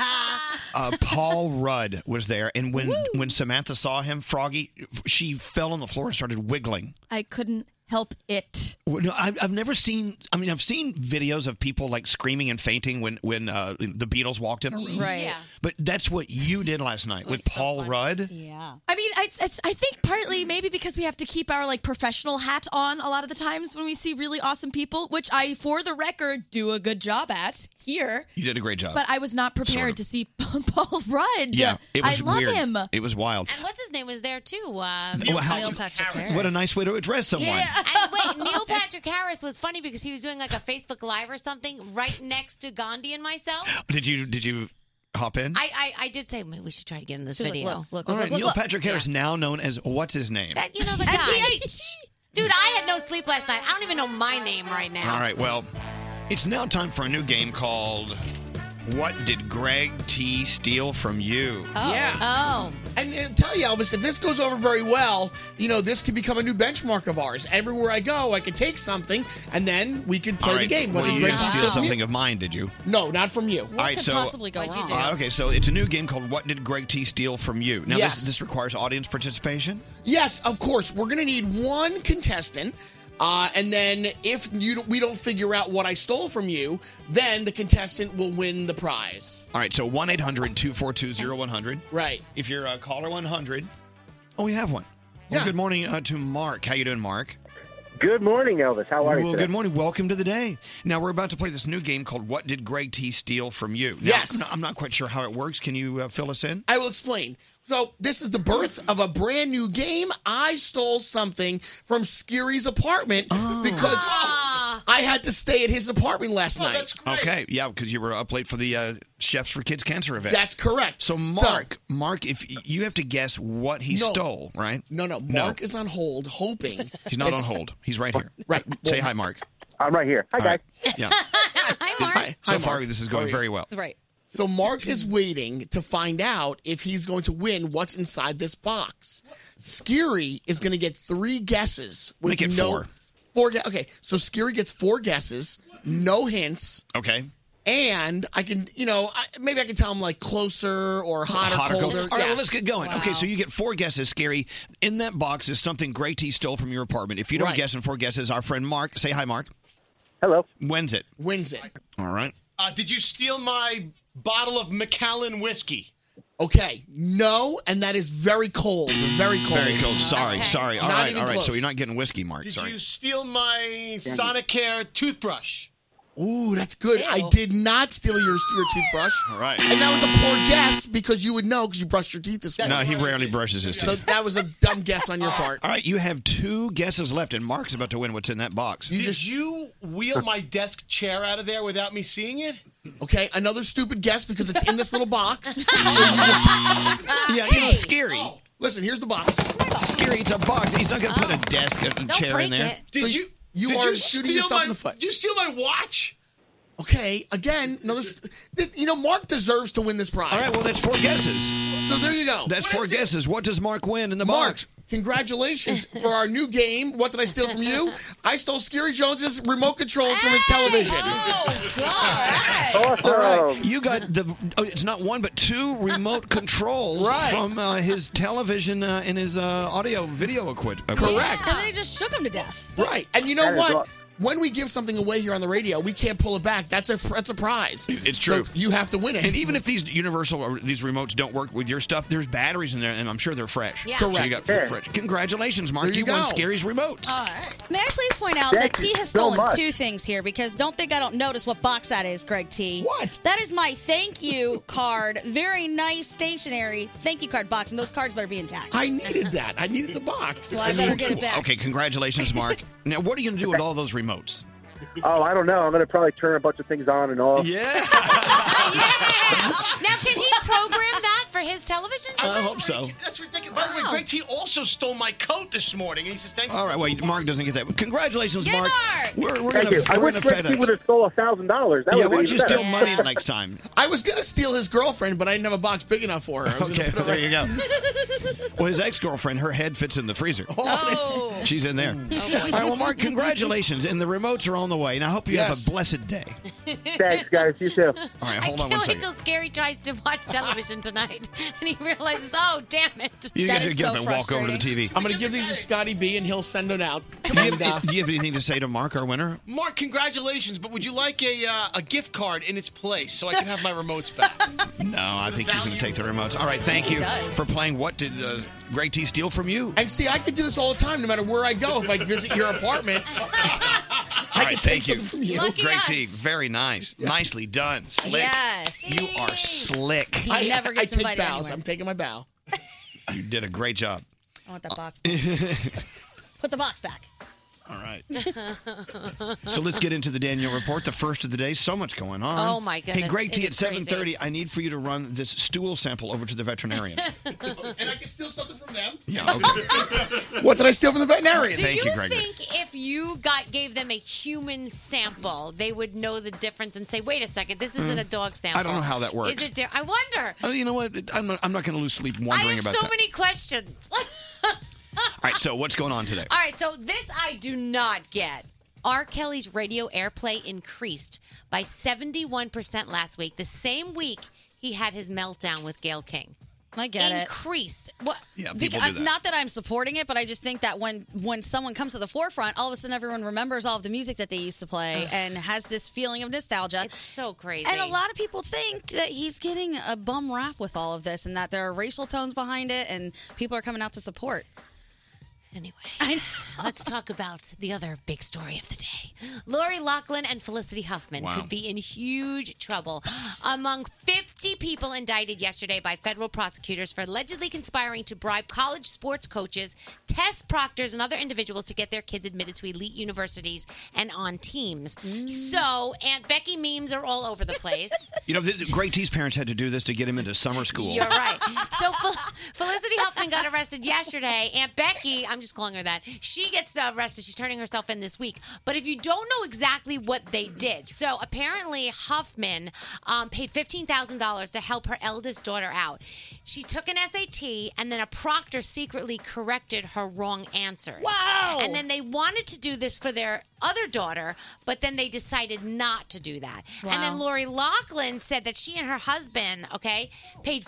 Speaker 1: uh, Paul Rudd was there, and when when Samantha saw him, Froggy, she fell on the floor and started wiggling.
Speaker 10: I couldn't help it.
Speaker 1: Well, No, I've, I've never seen. I mean, I've seen videos of people like screaming and fainting when when uh, the Beatles walked in a room.
Speaker 10: Right. Yeah.
Speaker 1: But that's what you did last night with Paul Rudd.
Speaker 6: Yeah.
Speaker 10: I mean, it's, it's, I think partly maybe because we have to keep our like professional hat on a lot of the times when we see really awesome people, which I, for the record, do a good job at here.
Speaker 1: You did a great job.
Speaker 10: But I was not prepared
Speaker 1: Sort of.
Speaker 10: to see Paul Rudd.
Speaker 1: Yeah, it was
Speaker 10: I love
Speaker 1: weird.
Speaker 10: him.
Speaker 1: It was wild.
Speaker 5: And what's his name was there too? Um,
Speaker 1: Well, how- What a nice way to address someone.
Speaker 5: And wait, Neil Patrick Harris was funny because he was doing like a Facebook Live or something right next to Gandhi and myself.
Speaker 1: Did you did you hop in?
Speaker 5: I, I, I did say maybe we should try to get in this
Speaker 6: She's like,
Speaker 5: video.
Speaker 6: look,
Speaker 1: All right, Neil Patrick Harris, now known as what's his name?
Speaker 5: That- you know the guy. Dude, I had no sleep last night. I don't even know my name right now.
Speaker 1: All right, well, it's now time for a new game called "What Did Greg T Steal from You?"
Speaker 7: Yeah.
Speaker 5: Oh.
Speaker 7: And, and tell you, Elvis, if this goes over very well, you know, this could become a new benchmark of ours. Everywhere I go, I could take something, and then we could play
Speaker 1: All right,
Speaker 7: the game.
Speaker 1: Well,
Speaker 7: whether
Speaker 1: you
Speaker 7: Greg
Speaker 1: didn't steal
Speaker 7: steals from you-
Speaker 1: something of mine, did you?
Speaker 7: No, not from you.
Speaker 1: All right, so Uh, okay, so it's a new game called "What Did Greg T Steal from You?" Now,
Speaker 7: Yes.
Speaker 1: this this requires audience participation.
Speaker 7: Yes, of course. We're going to need one contestant. Uh, and then if you don't- we don't figure out what I stole from you, then the contestant will win the prize.
Speaker 1: All right, so 1 800 242 0100.
Speaker 7: Right.
Speaker 1: If you're a caller 100. Oh, we have one. Well, good morning uh, to Mark. How you doing, Mark?
Speaker 11: Good morning, Elvis. How are you?
Speaker 1: Well,
Speaker 11: today?
Speaker 1: good morning. Welcome to the day. Now, we're about to play this new game called What Did Greg T Steal From You? Now,
Speaker 7: Yes.
Speaker 1: I'm not, I'm not quite sure how it works. Can you uh, fill us in?
Speaker 7: I will explain. So, this is the birth of a brand new game. I stole something from Scary's apartment
Speaker 1: Ah.
Speaker 7: because I had to stay at his apartment last night.
Speaker 1: Okay, yeah, because you were up late for the uh, Chefs for Kids Cancer event.
Speaker 7: That's correct.
Speaker 1: So, Mark, Mark, if y- you have to guess what he
Speaker 7: No.
Speaker 1: stole, right?
Speaker 7: No, no, Mark is on hold, hoping.
Speaker 1: He's not
Speaker 7: it's-
Speaker 1: on hold. He's right here. Right. Say hi, Mark.
Speaker 11: I'm right here. Hi,
Speaker 1: guys. Yeah.
Speaker 5: hi, Mark.
Speaker 1: So far, this is
Speaker 7: How are
Speaker 1: going
Speaker 7: you?
Speaker 1: very well.
Speaker 6: Right.
Speaker 7: So Mark is waiting to find out if he's going to win what's inside this box. Skiri is going to get three guesses with
Speaker 1: Make it
Speaker 7: no
Speaker 1: four.
Speaker 7: four gue- okay, so Skiri gets four guesses, no hints,
Speaker 1: Okay.
Speaker 7: and I can, you know, I, maybe I can tell him like closer or hot or colder.
Speaker 1: All right,
Speaker 7: Yeah.
Speaker 1: well, let's get going. Okay, so you get four guesses, Scary. In that box is something Grey T stole from your apartment. If you don't
Speaker 7: Right.
Speaker 1: guess in four guesses, our friend Mark, say hi, Mark.
Speaker 11: Hello.
Speaker 1: When's it?
Speaker 7: Wins it.
Speaker 1: All right.
Speaker 7: Uh, did you steal my bottle of Macallan whiskey? Okay, no, and that is very cold. Very cold.
Speaker 1: Very cool. Sorry, sorry. All
Speaker 7: Not
Speaker 1: right,
Speaker 7: even
Speaker 1: all right. So
Speaker 7: close.
Speaker 1: you're not getting whiskey, Mark. sorry.
Speaker 7: steal my Sonicare toothbrush? Ooh, that's good. I did not steal your, your toothbrush.
Speaker 1: All right.
Speaker 7: And that was a poor guess because you would know because you brushed your teeth this morning.
Speaker 1: no, he rarely brushes his
Speaker 7: So
Speaker 1: teeth.
Speaker 7: that was a dumb guess on your part.
Speaker 1: All right, you have two guesses left, and Mark's about to win what's in that box.
Speaker 7: Did you wheel my desk chair out of there without me seeing it? Okay, another stupid guess because it's in this little box. Oh,
Speaker 1: yeah, you know, scary.
Speaker 7: Listen, here's the box.
Speaker 1: Scary, it's a box. He's not going to put a desk, a chair in there.
Speaker 7: Did you? You
Speaker 1: did
Speaker 7: are
Speaker 1: you
Speaker 7: shooting
Speaker 1: steal
Speaker 7: yourself
Speaker 1: my-
Speaker 7: in the foot. Did you steal my watch? Okay, again, another. St- th- you know, Mark deserves to win this prize.
Speaker 1: All right, well, that's four guesses.
Speaker 7: So there you go.
Speaker 1: That's four guesses. What does Mark win in the
Speaker 7: Mark,
Speaker 1: box?
Speaker 7: congratulations for our new game. What did I steal from you? I stole Scary Jones's remote controls from his television.
Speaker 1: Oh! All
Speaker 11: Um,
Speaker 1: right, you got the. Oh, it's not one, but two remote controls
Speaker 7: Right.
Speaker 1: from uh, his television uh, and his uh, audio video equipment.
Speaker 7: Correct.
Speaker 6: And they just shook him to death.
Speaker 7: Right. And you know
Speaker 1: That is
Speaker 7: what?
Speaker 1: aw-
Speaker 7: When we give something away here on the radio, we can't pull it back. That's a that's a prize.
Speaker 1: It's true.
Speaker 7: you have to win it.
Speaker 1: And even if these universal or these remotes don't work with your stuff, there's batteries in there, and I'm sure they're fresh.
Speaker 6: Yeah.
Speaker 1: So you
Speaker 6: Correct.
Speaker 1: got
Speaker 6: Sure.
Speaker 1: fresh. Congratulations, Mark.
Speaker 6: There you
Speaker 1: You, won
Speaker 6: go.
Speaker 1: Scary's remotes.
Speaker 6: May I please point out
Speaker 1: Thank
Speaker 6: that T
Speaker 1: you
Speaker 6: has
Speaker 1: so
Speaker 6: stolen
Speaker 1: much.
Speaker 6: two things here because don't think I don't notice what box that is, Greg T. What? That is my thank you card. Very nice stationery thank you card box, and those cards better be intact.
Speaker 7: I needed that. I needed the box.
Speaker 6: Uh, Well, I better get it back.
Speaker 1: Okay, congratulations, Mark. now, what are you going to do with all those remotes?
Speaker 11: Oh, I don't know. I'm going to probably turn a bunch of things on and off.
Speaker 1: Yeah.
Speaker 5: Now, can he program that for his television?
Speaker 1: so.
Speaker 7: That's ridiculous. By the way, Greg T also stole my coat this morning, and he says, "Thank
Speaker 1: All right, well, Mark doesn't get that. Congratulations, Mark. We're, we're
Speaker 11: Thank
Speaker 1: going
Speaker 11: you. I wish
Speaker 1: to
Speaker 11: Greg T
Speaker 1: FedEx.
Speaker 11: would have stole a thousand dollars. That
Speaker 1: Yeah,
Speaker 11: would
Speaker 1: why
Speaker 11: have
Speaker 1: don't you
Speaker 11: been even better.
Speaker 1: steal money next time?
Speaker 7: I was gonna steal his girlfriend, but I didn't have a box big enough for her. I was gonna
Speaker 1: Okay,
Speaker 7: put it
Speaker 1: there
Speaker 7: away.
Speaker 1: you go. Well, his ex girlfriend, her head fits in the freezer.
Speaker 7: Oh.
Speaker 1: She's in there.
Speaker 7: boy.
Speaker 1: All right, well, Mark, congratulations. And the remotes are on the way. And I hope you have a blessed day.
Speaker 11: Thanks, guys. You too.
Speaker 1: All right, hold
Speaker 5: I can't
Speaker 1: on one
Speaker 5: wait
Speaker 1: second.
Speaker 5: till Scary tries to watch television tonight and he realizes, oh, damn it.
Speaker 1: You gotta get up and walk over to the TV.
Speaker 7: I'm going to give these to Scotty B and he'll send it out. uh,
Speaker 1: Do you, have, do you have anything to say to Mark, our winner?
Speaker 12: Mark, congratulations, but would you like a uh, a gift card in its place so I can have my remotes back?
Speaker 1: No, I think he's going to take the remotes. All right, thank
Speaker 7: He
Speaker 1: you
Speaker 7: does.
Speaker 1: for playing. What did uh, Greg T steal from you?
Speaker 7: And see, I could do this all the time, no matter where I go. If I visit your apartment,
Speaker 1: All right, thank you.
Speaker 7: something from you. Lucky
Speaker 1: Greg
Speaker 7: us.
Speaker 1: T, very nice, nicely done, slick.
Speaker 7: Yes.
Speaker 1: you are slick.
Speaker 7: I never get I take bows. I'm taking my bow.
Speaker 1: You did a great job.
Speaker 6: I want that box. Put the box back.
Speaker 1: All right. So let's get into the Daniel report, the first of the day. So much going on.
Speaker 5: Oh, my goodness.
Speaker 1: Hey, Greg T,
Speaker 5: It
Speaker 1: at
Speaker 5: is crazy.
Speaker 1: 7:30, I need for you to run this stool sample over to the veterinarian.
Speaker 7: and I can steal something from them.
Speaker 1: Yeah, okay.
Speaker 7: What did I steal from the veterinarian?
Speaker 5: Do
Speaker 1: Thank
Speaker 5: you
Speaker 1: you, Greg.
Speaker 5: think if you got gave them a human sample, they would know the difference and say, "Wait a second, this isn't
Speaker 1: Mm.
Speaker 5: a dog sample."
Speaker 1: I don't know how that works.
Speaker 5: Is it? Di- I wonder.
Speaker 1: Oh, you know what? I'm not, I'm not going to lose sleep
Speaker 5: I
Speaker 1: wondering
Speaker 5: have
Speaker 1: about
Speaker 5: so
Speaker 1: that.
Speaker 5: many questions.
Speaker 1: All right, so what's going on today?
Speaker 5: All right, so this I do not get. R. Kelly's radio airplay increased by 71% last week, the same week he had his meltdown with Gail King.
Speaker 6: I get it.
Speaker 5: Increased. What?
Speaker 1: Yeah,
Speaker 6: Bec-
Speaker 5: people do
Speaker 6: uh,
Speaker 5: that.
Speaker 6: Not that I'm supporting it, but I just think that when when someone comes to the forefront, all of a sudden everyone remembers all of the music that they used to play and has this feeling of nostalgia. It's
Speaker 5: so crazy.
Speaker 6: And a lot of people think that he's getting a bum rap with all of this, and that there are racial tones behind it, and people are coming out to support.
Speaker 5: Anyway, let's talk about the other big story of the day. Lori Lachlan and Felicity Huffman
Speaker 13: Wow.
Speaker 5: could be in huge trouble. Among 50 people indicted yesterday by federal prosecutors for allegedly conspiring to bribe college sports coaches, test proctors, and other individuals to get their kids admitted to elite universities and on teams. So, Aunt Becky memes are all over the place.
Speaker 1: You know, th- Greg T's parents had to do this to get him into summer school.
Speaker 5: You're right. So Fel- Felicity Huffman got arrested yesterday. Aunt Becky, I'm just calling her that. She gets arrested. She's turning herself in this week. But if you don't know exactly what they did, so apparently Huffman um, paid fifteen thousand dollars to help her eldest daughter out. She took an SAT, and then a proctor secretly corrected her wrong answers. Wow! And then they wanted to do this for their other daughter, but then they decided not to do that. And then
Speaker 13: Wow.
Speaker 5: Lori Lachlan said that she and her husband, okay, paid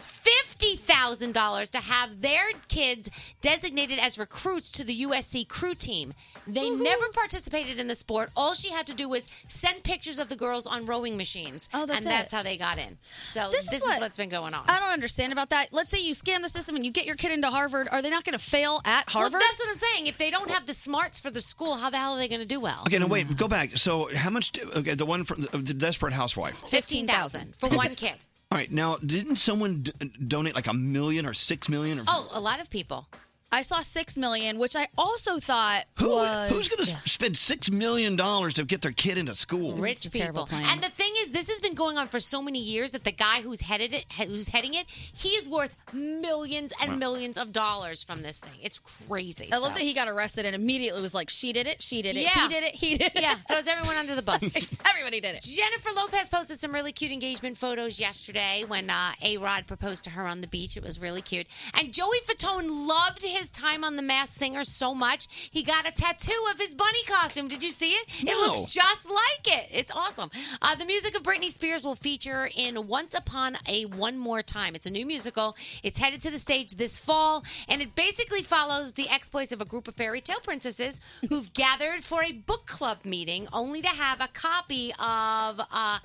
Speaker 5: $50,000 to have their kids designated as recruits to the USC crew team. They never participated in the sport. All she had to do was send pictures of the girls on rowing machines. Oh,
Speaker 6: that's
Speaker 5: and that's
Speaker 6: it.
Speaker 5: how they got in. So
Speaker 6: This
Speaker 5: this,
Speaker 6: is
Speaker 5: is,
Speaker 6: what-
Speaker 5: what's been going on.
Speaker 6: I don't understand about that. Let's say you scam the system and you get your kid into Harvard. Are they not going to fail at Harvard?
Speaker 5: Well, that's what I'm saying. If they don't have the smarts for the school, how the hell are they going to do well?
Speaker 1: Okay, no, wait, go back. So, how much? do- Okay, the one from the, the Desperate Housewife.
Speaker 5: 15000 for one kid.
Speaker 1: All right, now, didn't someone d- donate like a million or six million? Or
Speaker 5: Oh, a lot of people.
Speaker 6: I saw six million, which I also thought
Speaker 1: Who,
Speaker 6: was
Speaker 1: who's going to spend six million dollars to get their kid into school?
Speaker 5: rich people. And the thing is, this has been going on for so many years that the guy who's headed it, who's heading it, he is worth millions and
Speaker 6: Wow.
Speaker 5: millions of dollars from this thing. It's crazy.
Speaker 6: I
Speaker 5: so.
Speaker 6: love that he got arrested and immediately was like, "She did it. She did it. He did it. He did it."
Speaker 5: Yeah, throws everyone under the bus.
Speaker 6: Everybody did it.
Speaker 5: Jennifer Lopez posted some really cute engagement photos yesterday when uh, A Rod proposed to her on the beach. It was really cute. And Joey Fatone loved his time on The Masked Singer so much, he got a tattoo of his bunny costume. Did you see it?
Speaker 13: No.
Speaker 5: It looks just like it. It's awesome. Uh, the music of Britney Spears will feature in Once Upon a One More Time. It's a new musical. It's headed to the stage this fall, and it basically follows the exploits of a group of fairy tale princesses who've gathered for a book club meeting, only to have a copy of. Uh,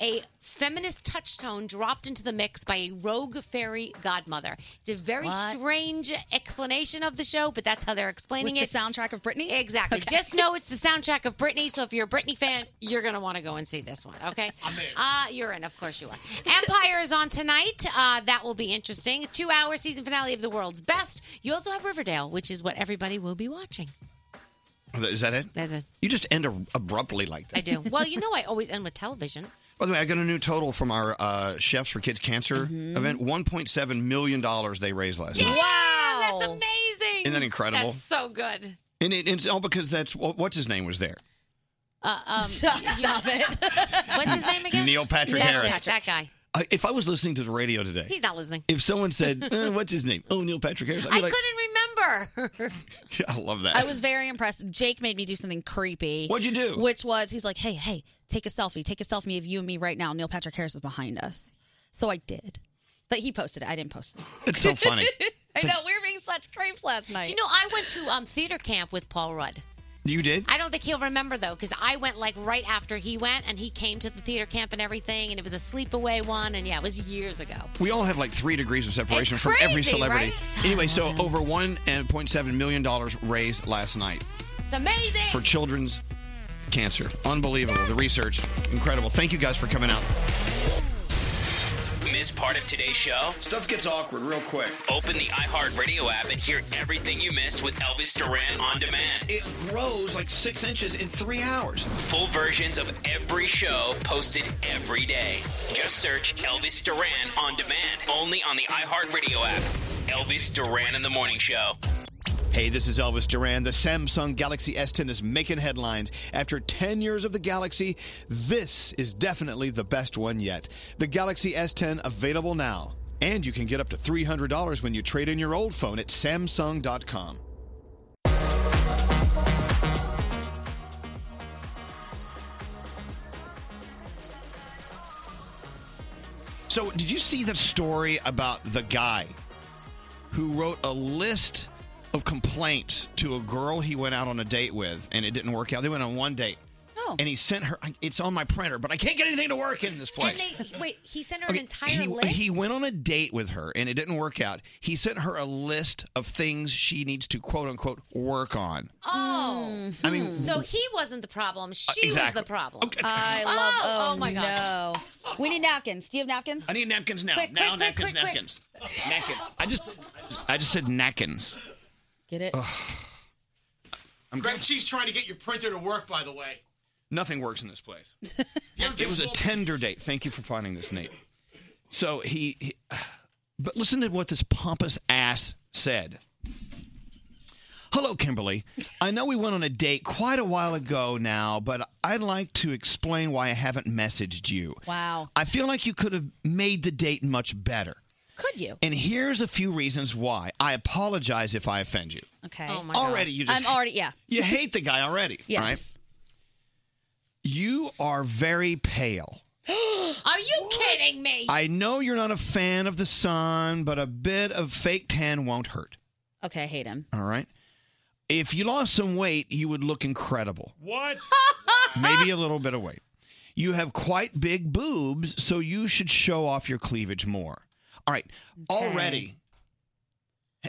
Speaker 5: a feminist touchstone dropped into the mix by a rogue fairy godmother. It's a very
Speaker 6: What?
Speaker 5: strange explanation of the show, but that's how they're explaining
Speaker 6: With
Speaker 5: it.
Speaker 6: the soundtrack of Britney?
Speaker 5: Exactly. Just know it's the soundtrack of Britney, so if you're a Britney fan, you're going to want to go and see this one, okay? I'm in. Uh, you're in, of course you are. Empire is on tonight. Uh, that will be interesting. Two hour season finale of The World's Best. You also have Riverdale, which is what everybody will be watching.
Speaker 1: Is that it?
Speaker 5: That's it.
Speaker 1: You just end ab- abruptly like that.
Speaker 5: I do. well, you know, I always end with television.
Speaker 1: By the way, I got a new total from our uh, Chefs for Kids Cancer
Speaker 5: Mm-hmm.
Speaker 1: event. $1.7 million they raised last night.
Speaker 5: Wow. That's amazing.
Speaker 1: Isn't that incredible?
Speaker 5: That's so good.
Speaker 1: And it, it's all because that's what's his name was there.
Speaker 5: Uh, um, Stop it. What's his name again?
Speaker 1: Neil Patrick
Speaker 5: That's
Speaker 1: Harris.
Speaker 5: it, that guy.
Speaker 1: I, if I was listening to the radio today,
Speaker 5: He's not listening.
Speaker 1: if someone said, eh, "What's his "Uh, name?" Oh, Neil Patrick Harris. I'd be
Speaker 5: I
Speaker 1: like,
Speaker 5: couldn't remember.
Speaker 6: her.
Speaker 1: I love that.
Speaker 6: I was very impressed. Jake made me do something creepy.
Speaker 1: What'd you do?
Speaker 6: Which was he's like, hey, hey, take a selfie. Take a selfie of you and me right now. Neil Patrick Harris is behind us. So I did. But he posted it. I didn't post it.
Speaker 1: It's so funny.
Speaker 6: I know. We were being such creeps last night.
Speaker 5: Do you know, I went to um, theater camp with Paul Rudd.
Speaker 1: You did?
Speaker 5: I don't think he'll remember though, because I went like right after he went, and he came to the theater camp and everything, and it was a sleepaway one, and yeah, it was years ago.
Speaker 1: We all have like three degrees of separation
Speaker 5: It's
Speaker 1: from every
Speaker 5: crazy,
Speaker 1: celebrity.
Speaker 5: right?
Speaker 1: Anyway, so over one and point seven million dollars raised last night
Speaker 5: It's amazing.
Speaker 1: for children's cancer. Unbelievable. The research, incredible. Thank you guys for coming out.
Speaker 4: Miss part of today's show?
Speaker 1: Stuff gets awkward real quick.
Speaker 4: Open the iHeartRadio app and hear everything you missed with Elvis Duran on demand.
Speaker 12: It grows like six inches in three hours.
Speaker 4: Full versions of every show posted every day. Just search Elvis Duran on demand only on the iHeartRadio app. Elvis Duran in the Morning Show.
Speaker 1: Hey, this is Elvis Duran. The Samsung Galaxy S10 is making headlines. After 10 years of the Galaxy, this is definitely the best one yet. The Galaxy S10 available now. And you can get up to $300 when you trade in your old phone at Samsung.com. So, did you see the story about the guy who wrote a list of complaints to a girl he went out on a date with and it didn't work out? They went on one date.
Speaker 6: Oh.
Speaker 1: And he sent her, I- it's on my printer, but I can't get anything to work in this place.
Speaker 5: And they, wait, he sent her
Speaker 1: Okay,
Speaker 5: an entire
Speaker 1: he,
Speaker 5: list.
Speaker 1: he went on a date with her and it didn't work out. He sent her a list of things she needs to quote unquote work on.
Speaker 5: Oh,
Speaker 1: I mean- Uh,
Speaker 5: so he wasn't the problem; she
Speaker 1: exactly.
Speaker 5: was the problem.
Speaker 6: I love.
Speaker 5: Oh,
Speaker 6: Oh,
Speaker 5: oh my
Speaker 6: my god. No. We need napkins. Do you have napkins?
Speaker 1: I need napkins now.
Speaker 6: Quick,
Speaker 1: now
Speaker 6: quick,
Speaker 1: napkins,
Speaker 6: quick, quick,
Speaker 1: napkins. Napkin. I just I just said napkins.
Speaker 6: Get it?
Speaker 12: Greg Cheese trying to get your printer to work, by the way.
Speaker 1: Nothing works in this place.
Speaker 12: Yeah,
Speaker 1: It was a tender date. Thank you for finding this, Nate. So he, he- but listen to what this pompous ass said. Hello, Kimberly. I know we went on a date quite a while ago now, but I'd like to explain why I haven't messaged you.
Speaker 6: Wow.
Speaker 1: I feel like you could have made the date much better.
Speaker 6: Could you?
Speaker 1: And here's a few reasons why. I apologize if I offend you.
Speaker 6: Okay.
Speaker 1: Oh, my Already, gosh. you just-
Speaker 6: I'm already. Yeah.
Speaker 1: You hate the guy already,
Speaker 6: Yes.
Speaker 1: right? You are very pale.
Speaker 5: Are you kidding me?
Speaker 1: I know you're not a fan of the sun, but a bit of fake tan won't hurt.
Speaker 6: Okay. I hate him.
Speaker 1: All right. If you lost some weight, you would look incredible.
Speaker 8: What?
Speaker 1: Maybe a little bit of weight. You have quite big boobs, so you should show off your cleavage more. All right. Already,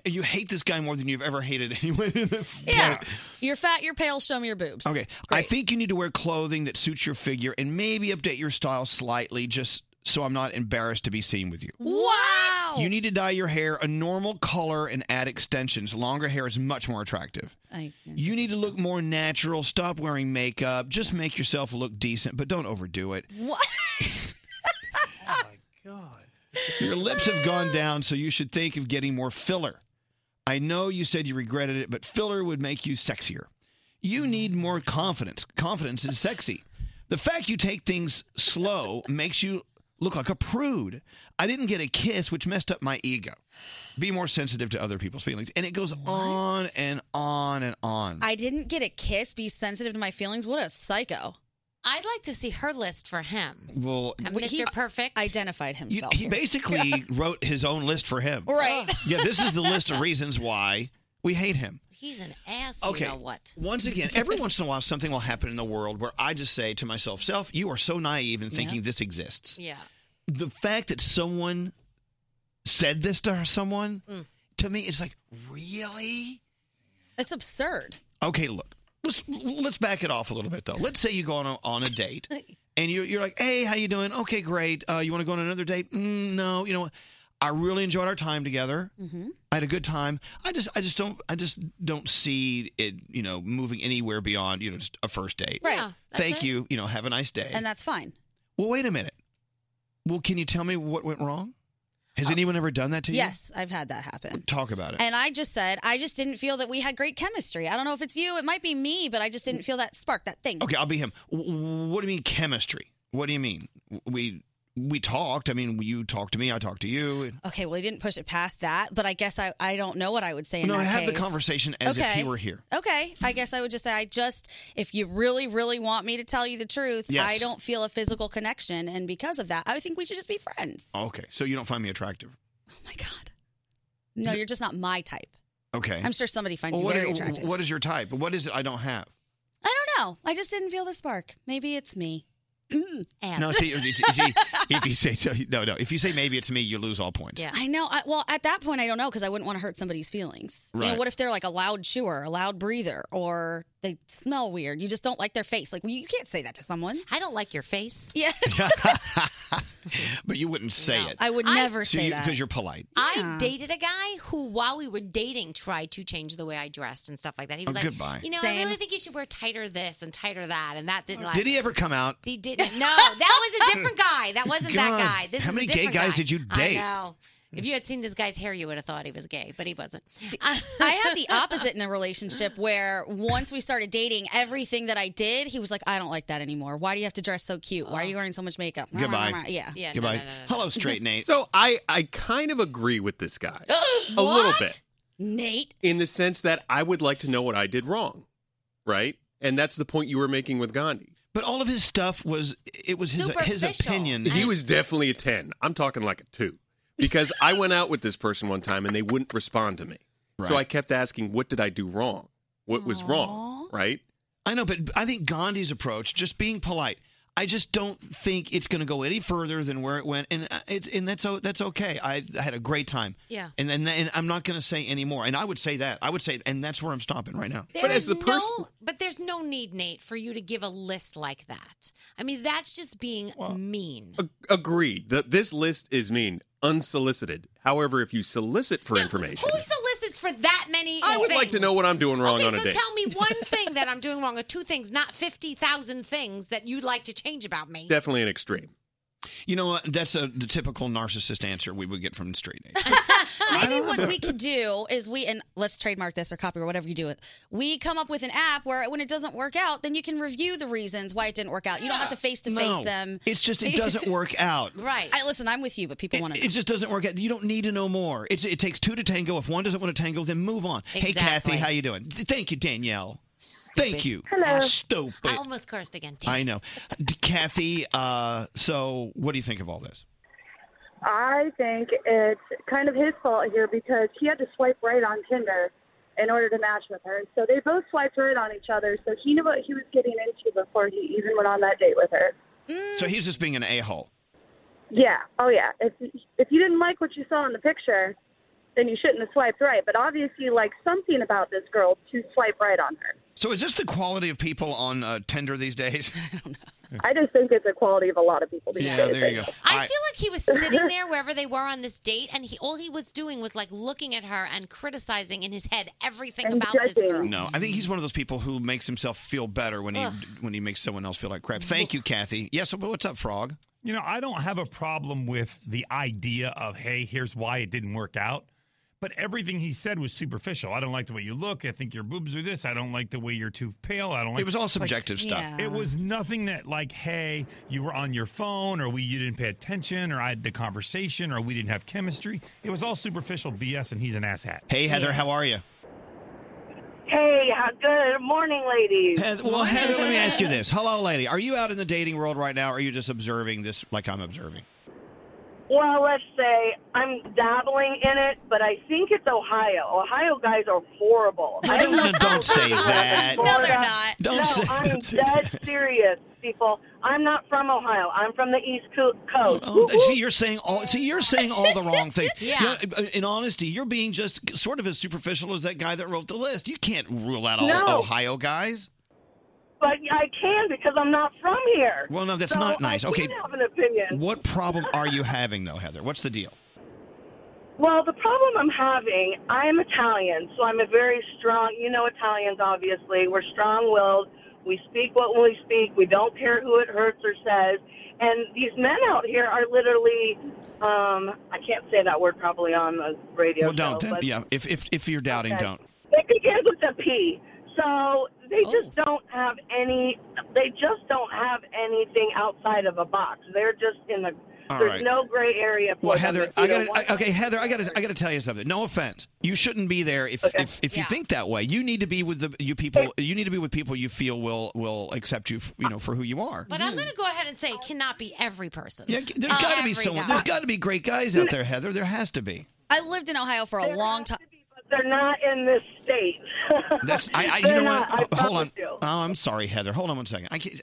Speaker 1: you hate this guy more than you've ever hated anyone. in the-
Speaker 6: Yeah. You're fat. You're pale. Show me your boobs.
Speaker 1: Okay. I think you need to wear clothing that suits your figure and maybe update your style slightly just so I'm not embarrassed to be seen with you.
Speaker 6: Wow.
Speaker 1: You need to dye your hair a normal color and add extensions. Longer hair is much more attractive.
Speaker 6: I,
Speaker 1: You need to look more natural. Stop wearing makeup. Just make yourself look decent, but don't overdo it.
Speaker 6: what?
Speaker 1: Oh Your lips have gone down, so you should think of getting more filler. I know you said you regretted it, but filler would make you sexier. You
Speaker 6: Mm-hmm.
Speaker 1: need more confidence. Confidence is sexy. The fact you take things slow makes you look like a prude. I didn't get a kiss, which messed up my ego. Be more sensitive to other people's feelings. And it goes on and on and on.
Speaker 6: I didn't get a kiss. Be sensitive to my feelings. What a psycho.
Speaker 5: I'd like to see her list for him.
Speaker 1: well,
Speaker 5: Mr. Perfect
Speaker 6: identified
Speaker 1: you-
Speaker 6: himself.
Speaker 1: he basically wrote his own list for him.
Speaker 6: Right.
Speaker 1: Yeah, this is the list of reasons why we hate him.
Speaker 5: He's an ass.
Speaker 1: Okay.
Speaker 5: You know what?
Speaker 1: Once again, every once in a while, something will happen in the world where I just say to myself, "Self, you are so naive in thinking this exists."
Speaker 5: Yeah.
Speaker 1: The fact that someone said this to someone,
Speaker 5: Mm.
Speaker 1: to me, it's like, really?
Speaker 6: It's absurd.
Speaker 1: Okay, look, let's let's back it off a little bit though. Let's say you go on a, on a date, and you're you're like, "Hey, how you doing? Okay, great. Uh, you want to go on another date? Mm, no, you know, what? I really enjoyed our time together.
Speaker 5: Mm-hmm.
Speaker 1: I had a good time. I just I just don't I just don't see it. You know, moving anywhere beyond you know just a first date.
Speaker 6: Right. Yeah, that's
Speaker 1: Thank
Speaker 6: it.
Speaker 1: you. You know, have a nice day.
Speaker 6: And that's fine.
Speaker 1: well, wait a minute. Well, can you tell me what went wrong? Has anyone ever done that to you?
Speaker 6: Yes, I've had that happen.
Speaker 1: Talk about it.
Speaker 6: Uh, And I just said, I just didn't feel that we had great chemistry. I don't know if it's you, it might be me, but I just didn't feel that spark, that thing.
Speaker 1: Okay, I'll be him. W- What do you mean chemistry? What do you mean? We we talked. I mean, you talked to me, I talked to you.
Speaker 6: Okay, well, he didn't push it past that, but I guess I, I don't know what I would say in
Speaker 1: no,
Speaker 6: that
Speaker 1: I had the
Speaker 6: case.
Speaker 1: conversation as if
Speaker 6: Okay.
Speaker 1: he were here.
Speaker 6: Okay, I guess I would just say I just if you really really want me to tell you the truth,
Speaker 1: Yes.
Speaker 6: I don't feel a physical connection and because of that, I think we should just be friends.
Speaker 1: Okay, so you don't find me attractive.
Speaker 6: No, you're just not my type.
Speaker 1: Okay.
Speaker 6: I'm sure somebody finds
Speaker 1: Well,
Speaker 6: you
Speaker 1: what
Speaker 6: very
Speaker 1: i-
Speaker 6: attractive.
Speaker 1: What is your type? What is it I don't have?
Speaker 6: I don't know. I just didn't feel the spark. Maybe it's me.
Speaker 1: No, see, you see- see, if you say so, no, no. If you say maybe it's me, you lose all points.
Speaker 6: I know. I, well, at that point, I don't know because I wouldn't want to hurt somebody's feelings. You know,
Speaker 1: Right.
Speaker 6: what if they're like a loud chewer, a loud breather, or they smell weird? You just don't like their face. Like, you can't say that to someone.
Speaker 5: I don't like your face.
Speaker 6: Yeah.
Speaker 1: But you wouldn't say it.
Speaker 6: I would never say that.
Speaker 1: because you're polite.
Speaker 5: I dated a guy who, while we were dating, tried to change the way I dressed and stuff like that. He was
Speaker 1: Oh,
Speaker 5: like,
Speaker 1: goodbye.
Speaker 5: "You know, I
Speaker 1: Same.
Speaker 5: really think you should wear tighter this and tighter that," and that didn't. like
Speaker 1: Did he ever come out?
Speaker 5: He didn't. No, that was a different guy. That wasn't
Speaker 1: God,
Speaker 5: that guy. This
Speaker 1: how
Speaker 5: is a
Speaker 1: many gay
Speaker 5: different
Speaker 1: guys
Speaker 5: guy.
Speaker 1: did you date?
Speaker 5: I know. If you had seen this guy's hair, you would have thought he was gay, but he wasn't. Uh,
Speaker 6: I had the opposite in a relationship where once we started dating, everything that I did, he was like, I don't like that anymore. Why do you have to dress so cute? Why are
Speaker 5: Oh.
Speaker 6: you wearing so much makeup?
Speaker 3: Goodbye.
Speaker 6: Yeah.
Speaker 3: Goodbye.
Speaker 1: Hello, straight Nate.
Speaker 3: So I, I kind of agree with this guy a little bit
Speaker 6: Nate.
Speaker 3: in the sense that I would like to know what I did wrong, right? And that's the point you were making with Gandhi.
Speaker 1: But all of his stuff was it was his his
Speaker 3: Superficial.
Speaker 1: opinion.
Speaker 3: He was definitely a 10. I'm talking like a 2 because I went out with this person one time and they wouldn't respond to me. So I kept asking, what did I do wrong? What was wrong, right?
Speaker 1: I know, but I think Gandhi's approach, just being polite. I just don't think it's going to go any further than where it went, and uh, it's and that's o- that's okay. I had a great time.
Speaker 5: Yeah.
Speaker 1: and then and I'm not going to say any more. And I would say that I would say, and that's where I'm stopping right now.
Speaker 5: There is no, but there's no need, Nate, for you to give a list like that. I mean, that's just being mean.
Speaker 3: Agreed. The, this list is mean, unsolicited. However, if you solicit for information,
Speaker 5: Who solicits for that many?
Speaker 3: I would like to know what I'm doing wrong
Speaker 5: Okay,
Speaker 3: on a
Speaker 5: so
Speaker 3: date.
Speaker 5: tell me one thing that I'm doing wrong, or two things, not fifty thousand things that you'd like to change about me.
Speaker 3: Definitely an extreme.
Speaker 1: You know what? That's a the typical narcissist answer we would get from straight Nate.
Speaker 6: Maybe what we could do is we and let's trademark this or copy or whatever you do it. We come up with an app where when it doesn't work out, then you can review the reasons why it didn't work out. You don't have to face to face
Speaker 1: No.
Speaker 6: them.
Speaker 1: It's just it doesn't work out.
Speaker 5: Right.
Speaker 6: I listen, I'm with you, but people want to
Speaker 1: It just doesn't work out. You don't need to know more. It's, it takes two to tango. If one doesn't want to tango, then move on. Hey,
Speaker 5: Exactly.
Speaker 1: Kathy, how you doing? Th- Thank you, Danielle. Thank you.
Speaker 5: Hello.
Speaker 1: Stupid.
Speaker 5: I almost cursed again.
Speaker 1: I know. D- Kathy, uh, so what do you think of all this?
Speaker 13: I think it's kind of his fault here because he had to swipe right on Tinder in order to match with her. And so they both swiped right on each other. So he knew what he was getting into before he even went on that date with her.
Speaker 1: So he's just being an a hole.
Speaker 13: Yeah. Oh, yeah. If if you didn't like what you saw in the picture, then you shouldn't have swiped right. But obviously, you like something about this girl to swipe right on her.
Speaker 1: So is this the quality of people on uh, Tinder these days?
Speaker 13: I just think it's a quality of a lot of people. These
Speaker 1: yeah,
Speaker 13: days.
Speaker 1: there you go.
Speaker 5: I
Speaker 1: All right.
Speaker 5: feel like he was sitting there wherever they were on this date, and he all he was doing was like looking at her and criticizing in his head everything about this girl.
Speaker 1: No, I think he's one of those people who makes himself feel better when he
Speaker 5: Ugh.
Speaker 1: when he makes someone else feel like crap. Thank you, Kathy. Yes, but what's up, Frog?
Speaker 8: You know, I don't have a problem with the idea of, hey, here's why it didn't work out. But everything he said was superficial. I don't like the way you look. I think your boobs are this. I don't like the way you're too pale. I don't like
Speaker 1: It was all
Speaker 8: like,
Speaker 1: subjective stuff. Yeah.
Speaker 8: It was nothing that like, hey, you were on your phone or we you didn't pay attention or I had the conversation or we didn't have chemistry. It was all superficial BS and he's an asshat.
Speaker 1: Hey Heather, how are you?
Speaker 14: Hey, uh, good morning, ladies.
Speaker 1: Heather, well, Heather, let me ask you this. Hello, lady. Are you out in the dating world right now, or are you just observing this like I'm observing?
Speaker 14: Well, let's say I'm dabbling in it, but I think it's Ohio. Ohio guys are horrible. I don't know
Speaker 1: Don't say that.
Speaker 14: No, they're not.
Speaker 1: Don't
Speaker 14: no,
Speaker 1: say-
Speaker 14: I'm
Speaker 1: don't say
Speaker 14: dead serious, people. I'm not from Ohio. I'm from the East Co- Coast.
Speaker 1: Oh, see, you're saying all. See, you're saying all the wrong things.
Speaker 14: Yeah.
Speaker 1: You know, uh, in honesty, you're being just sort of as superficial as that guy that wrote the list. You can't rule out all
Speaker 14: No.
Speaker 1: Ohio guys.
Speaker 14: But I can because I'm not from here.
Speaker 1: Well, no, that's
Speaker 14: So uh,
Speaker 1: not nice.
Speaker 14: I
Speaker 1: Okay.
Speaker 14: can't have an opinion.
Speaker 1: What problem are you having though, Heather? What's the deal?
Speaker 14: Well, the problem I'm having, I'm Italian, so I'm a very strong, you know, Italians, obviously. We're strong willed. We speak what we speak. We don't care who it hurts or says. And these men out here are literally, um, I can't say that word probably on the radio.
Speaker 1: well, don't.
Speaker 14: show,
Speaker 1: Then,
Speaker 14: but
Speaker 1: yeah. If if if you're doubting,
Speaker 14: Okay.
Speaker 1: don't.
Speaker 14: It begins with a P. So they
Speaker 1: Oh.
Speaker 14: just don't have any. They just don't have anything outside of a box. They're just in the.
Speaker 1: All
Speaker 14: there's
Speaker 1: right.
Speaker 14: no gray area. For
Speaker 1: Well,
Speaker 14: them.
Speaker 1: Heather,
Speaker 14: If you
Speaker 1: I
Speaker 14: don't
Speaker 1: got
Speaker 14: want-
Speaker 1: to okay, Heather, I got to I got to tell you something. No offense, you shouldn't be there if if, if you think that way. You need to be with the you people. You need to be with people you feel will will accept you. f- You know for who you are.
Speaker 5: But I'm going to go ahead and say it cannot be every person. Oh,
Speaker 1: Yeah, there's got to be someone. There's got to be great guys out there, Heather. There has to be.
Speaker 6: I lived in Ohio for a long time.
Speaker 14: They're not in this state.
Speaker 1: That's I. I you know what? Ho- Hold on. Oh, I'm sorry, Heather. Hold on one second. I can't.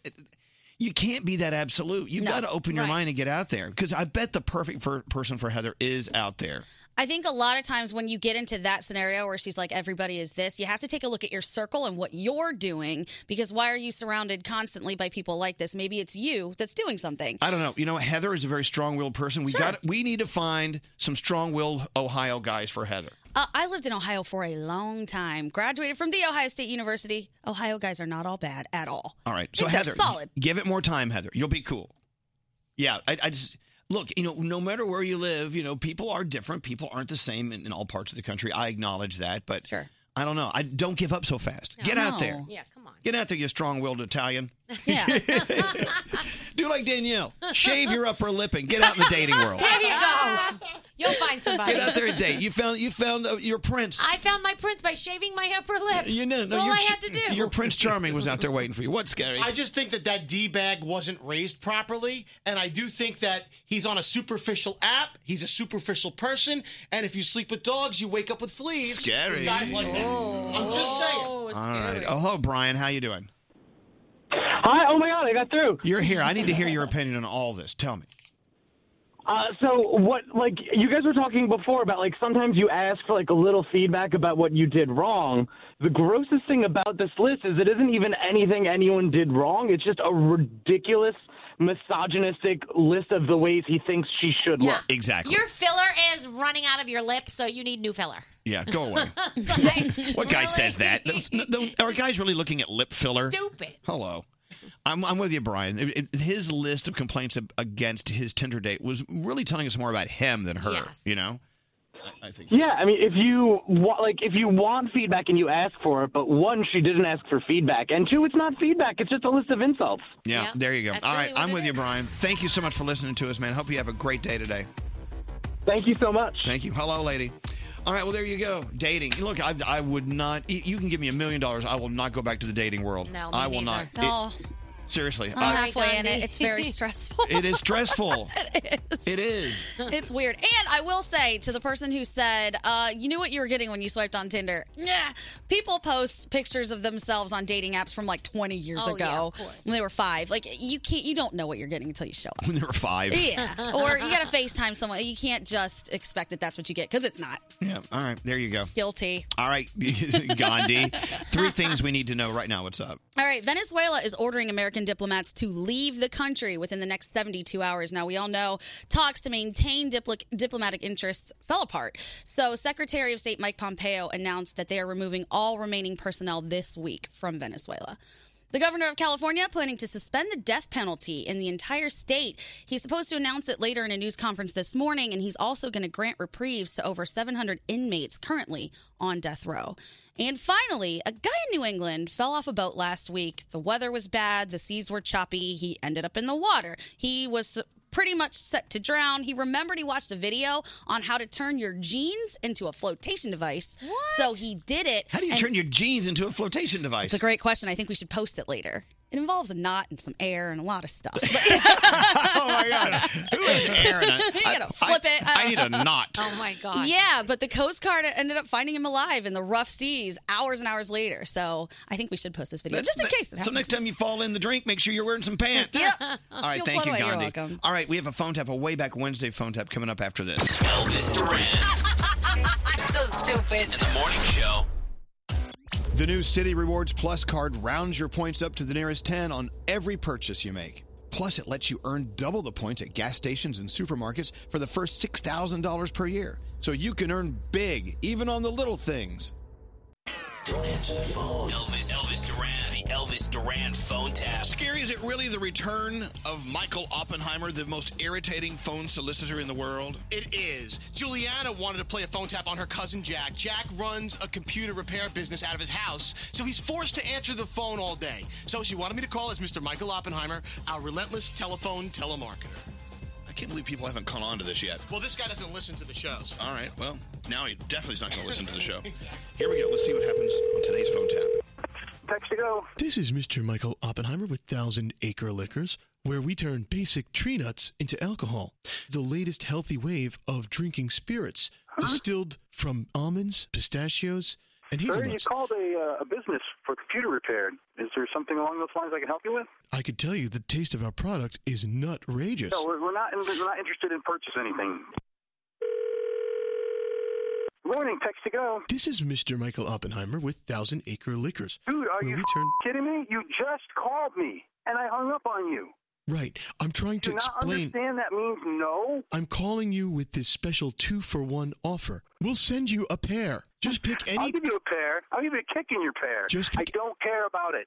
Speaker 1: You can't be that absolute. You've got to open your mind and get out there because I bet the perfect for, person for Heather is out there.
Speaker 6: I think a lot of times when you get into that scenario where she's like, everybody is this, you have to take a look at your circle and what you're doing because why are you surrounded constantly by people like this? Maybe it's you that's doing something.
Speaker 1: I don't know. You know, Heather is a very strong-willed person. We got. We need to find some strong-willed Ohio guys for Heather.
Speaker 6: Uh, I lived in Ohio for a long time, graduated from The Ohio State University. Ohio guys are not all bad at all.
Speaker 1: All right. So
Speaker 6: Think they're
Speaker 1: Heather,
Speaker 6: solid.
Speaker 1: g- give it more time, Heather. You'll be cool. Yeah. I, I just look. You know, no matter where you live, you know, people are different. People aren't the same in, in all parts of the country. I acknowledge that, but I don't know. I don't give up so fast. Get out there.
Speaker 5: Yeah, come on.
Speaker 1: Get out there, you strong-willed Italian. Yeah. Do like Danielle. Shave your upper lip and get out in the dating world.
Speaker 5: There you go. You'll find somebody.
Speaker 1: Get out there and date. You found you found uh, your prince.
Speaker 5: I found my prince by shaving my upper lip.
Speaker 1: you know,
Speaker 5: That's
Speaker 1: no,
Speaker 5: all
Speaker 1: your
Speaker 5: I
Speaker 1: ch-
Speaker 5: had to do.
Speaker 1: Your prince charming was out there waiting for you. What's scary?
Speaker 12: I just think that that d bag wasn't raised properly, and I do think that he's on a superficial app. He's a superficial person, and if you sleep with dogs, you wake up with fleas.
Speaker 1: Scary.
Speaker 12: Guys like that.
Speaker 6: Oh.
Speaker 12: I'm just saying.
Speaker 1: All right. Oh, hello, Brian. How you doing?
Speaker 15: Hi. Oh my God, I got through.
Speaker 1: You're here. I need to hear your opinion on all this. Tell me.
Speaker 15: Uh, so what? Like you guys were talking before about like sometimes you ask for like a little feedback about what you did wrong. The grossest thing about this list is it isn't even anything anyone did wrong. It's just a ridiculous misogynistic list of the ways he thinks she should look.
Speaker 1: Exactly.
Speaker 5: Your filler is running out of your lip, so you need new filler.
Speaker 1: Yeah, go away. what guy says that? Those- no, those- Are guys really looking at lip filler?
Speaker 5: Stupid.
Speaker 1: Hello. I'm, I'm with you, Brian. It- it- His list of complaints ab- against his Tinder date was really telling us more about him than her. You know? I, I think.
Speaker 15: Yeah, I mean, if you wa- like, if you want feedback and you ask for it, but one, she didn't ask for feedback, and two, it's not feedback; it's just a list of insults.
Speaker 1: Yeah, there you go.
Speaker 15: That's
Speaker 1: All
Speaker 15: really
Speaker 1: right,
Speaker 15: what
Speaker 1: I'm
Speaker 15: it
Speaker 1: with you,
Speaker 15: is.
Speaker 1: Brian. Thank you so much for listening to us, man. Hope you have a great day today.
Speaker 15: Thank you so much.
Speaker 1: Thank you. Hello, lady. All right, well, there you go. Dating. Look, I, I would not. y- You can give me a million dollars. I will not go back to the dating world.
Speaker 6: No, me
Speaker 1: I will
Speaker 6: neither.
Speaker 1: not. It-
Speaker 6: No.
Speaker 1: seriously,
Speaker 6: I'm
Speaker 1: I-
Speaker 6: halfway in it. It's very stressful.
Speaker 1: it is stressful. it is. It is.
Speaker 6: it's weird. And I will say to the person who said, uh, you knew what you were getting when you swiped on Tinder. Yeah. People post pictures of themselves on dating apps from like 20 years
Speaker 5: Oh,
Speaker 6: ago
Speaker 5: yeah, of course.
Speaker 6: when they were five. Like you can't, you don't know what you're getting until you show up.
Speaker 1: When there were five.
Speaker 6: Yeah. or you got to FaceTime someone. You can't just expect that that's what you get because it's not.
Speaker 1: Yeah. All right. There you go.
Speaker 6: Guilty.
Speaker 1: All right, Gandhi. Three things we need to know right now. What's up?
Speaker 6: All right, Venezuela is ordering American diplomats to leave the country within the next 72 hours. Now, we all know talks to maintain dipl- diplomatic interests fell apart. So, Secretary of State Mike Pompeo announced that they are removing all remaining personnel this week from Venezuela. The governor of California planning to suspend the death penalty in the entire state. He's supposed to announce it later in a news conference this morning, and he's also going to grant reprieves to over 700 inmates currently on death row. And finally, a guy in New England fell off a boat last week. The weather was bad, the seas were choppy, he ended up in the water. He was pretty much set to drown. He remembered he watched a video on how to turn your jeans into a flotation device. So he did it.
Speaker 1: How do you
Speaker 6: and-
Speaker 1: turn your jeans into a flotation device?
Speaker 6: it's a great question. I think we should post it later. It involves a knot and some air and a lot of stuff. But
Speaker 1: Who is Aaron? I,
Speaker 6: you
Speaker 1: I-
Speaker 6: gotta flip it. Uh,
Speaker 1: I need a knot.
Speaker 5: Oh my god.
Speaker 6: Yeah, but the Coast Guard ended up finding him alive in the rough seas hours and hours later. So I think we should post this video just in case. It
Speaker 1: So
Speaker 6: happens.
Speaker 1: next time you fall in the drink, make sure you're wearing some pants.
Speaker 6: Yep.
Speaker 1: All right,
Speaker 6: You'll
Speaker 1: thank you,
Speaker 6: float away. You're
Speaker 1: Gandhi.
Speaker 6: welcome.
Speaker 1: All right, we have a phone tap, a way back Wednesday phone tap coming up after this.
Speaker 4: Elvis
Speaker 5: I'm so stupid.
Speaker 4: In the morning show.
Speaker 1: The new City Rewards Plus card rounds your points up to the nearest 10 on every purchase you make. Plus, it lets you earn double the points at gas stations and supermarkets for the first $6,000 per year. So you can earn big, even on the little things.
Speaker 4: Don't answer the phone. Elvis, Elvis Duran, the Elvis Duran phone tap.
Speaker 1: Scary is it really the return of Michael Oppenheimer, the most irritating phone solicitor in the world?
Speaker 16: It is. Juliana wanted to play a phone tap on her cousin Jack. Jack runs a computer repair business out of his house, so he's forced to answer the phone all day. So she wanted me to call as Mr. Michael Oppenheimer, our relentless telephone telemarketer.
Speaker 1: I can't believe people haven't caught on to this yet.
Speaker 16: Well, this guy doesn't listen to the shows.
Speaker 1: All right, well, now he definitely is not going to listen to the show. Here we go. Let's see what happens on today's phone tap.
Speaker 15: This is Mr. Michael Oppenheimer with Thousand Acre Liquors, where we turn basic tree nuts into alcohol. The latest healthy wave of drinking spirits, distilled from almonds, pistachios, and
Speaker 17: Sir, you
Speaker 15: hazelnuts.
Speaker 17: called a, uh, a business for computer repair. Is there something along those lines I can help you with?
Speaker 15: I could tell you the taste of our product is nutrageous.
Speaker 17: No, we're, we're not. In, we're not interested in purchase anything. Morning, text to go.
Speaker 15: This is Mr. Michael Oppenheimer with Thousand Acre Liquors.
Speaker 17: Dude, are
Speaker 15: where
Speaker 17: you
Speaker 15: we turn
Speaker 17: kidding me? You just called me, and I hung up on you.
Speaker 15: right. I'm trying to
Speaker 17: Do not
Speaker 15: explain.
Speaker 17: understand that means no.
Speaker 15: I'm calling you with this special two for one offer. We'll send you a pair. Just pick any.
Speaker 17: I'll give you a pair. I'll give you a kick in your pair.
Speaker 15: Just
Speaker 17: I don't care about it.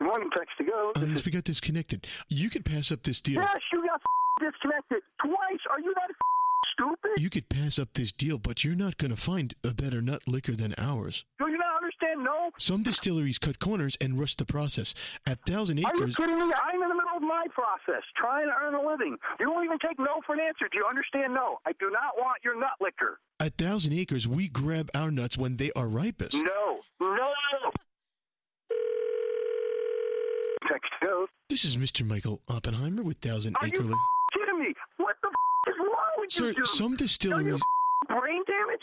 Speaker 17: Morning, text to go.
Speaker 15: Uh, yes, we got disconnected. You could pass up this deal.
Speaker 17: Yes, you got disconnected twice. Are you that stupid?
Speaker 15: You could pass up this deal, but you're not going to find a better nut liquor than ours.
Speaker 17: Do you not understand? No.
Speaker 15: Some distilleries cut corners and rush the process. At Thousand
Speaker 17: Are you
Speaker 15: Acres,
Speaker 17: kidding me? I'm in the middle of my process, trying to earn a living. You won't even take no for an answer. Do you understand? No. I do not want your nut liquor.
Speaker 15: at Thousand Acres, we grab our nuts when they are ripest.
Speaker 17: No. No. Text goes.
Speaker 15: This is Mr. Michael Oppenheimer with Thousand
Speaker 17: Are
Speaker 15: Acre.
Speaker 17: you
Speaker 15: Li-
Speaker 17: kidding me? What the f- is wrong with
Speaker 15: Sir,
Speaker 17: you? dude?
Speaker 15: some
Speaker 17: Are you
Speaker 15: distilleries.
Speaker 17: f- brain damaged?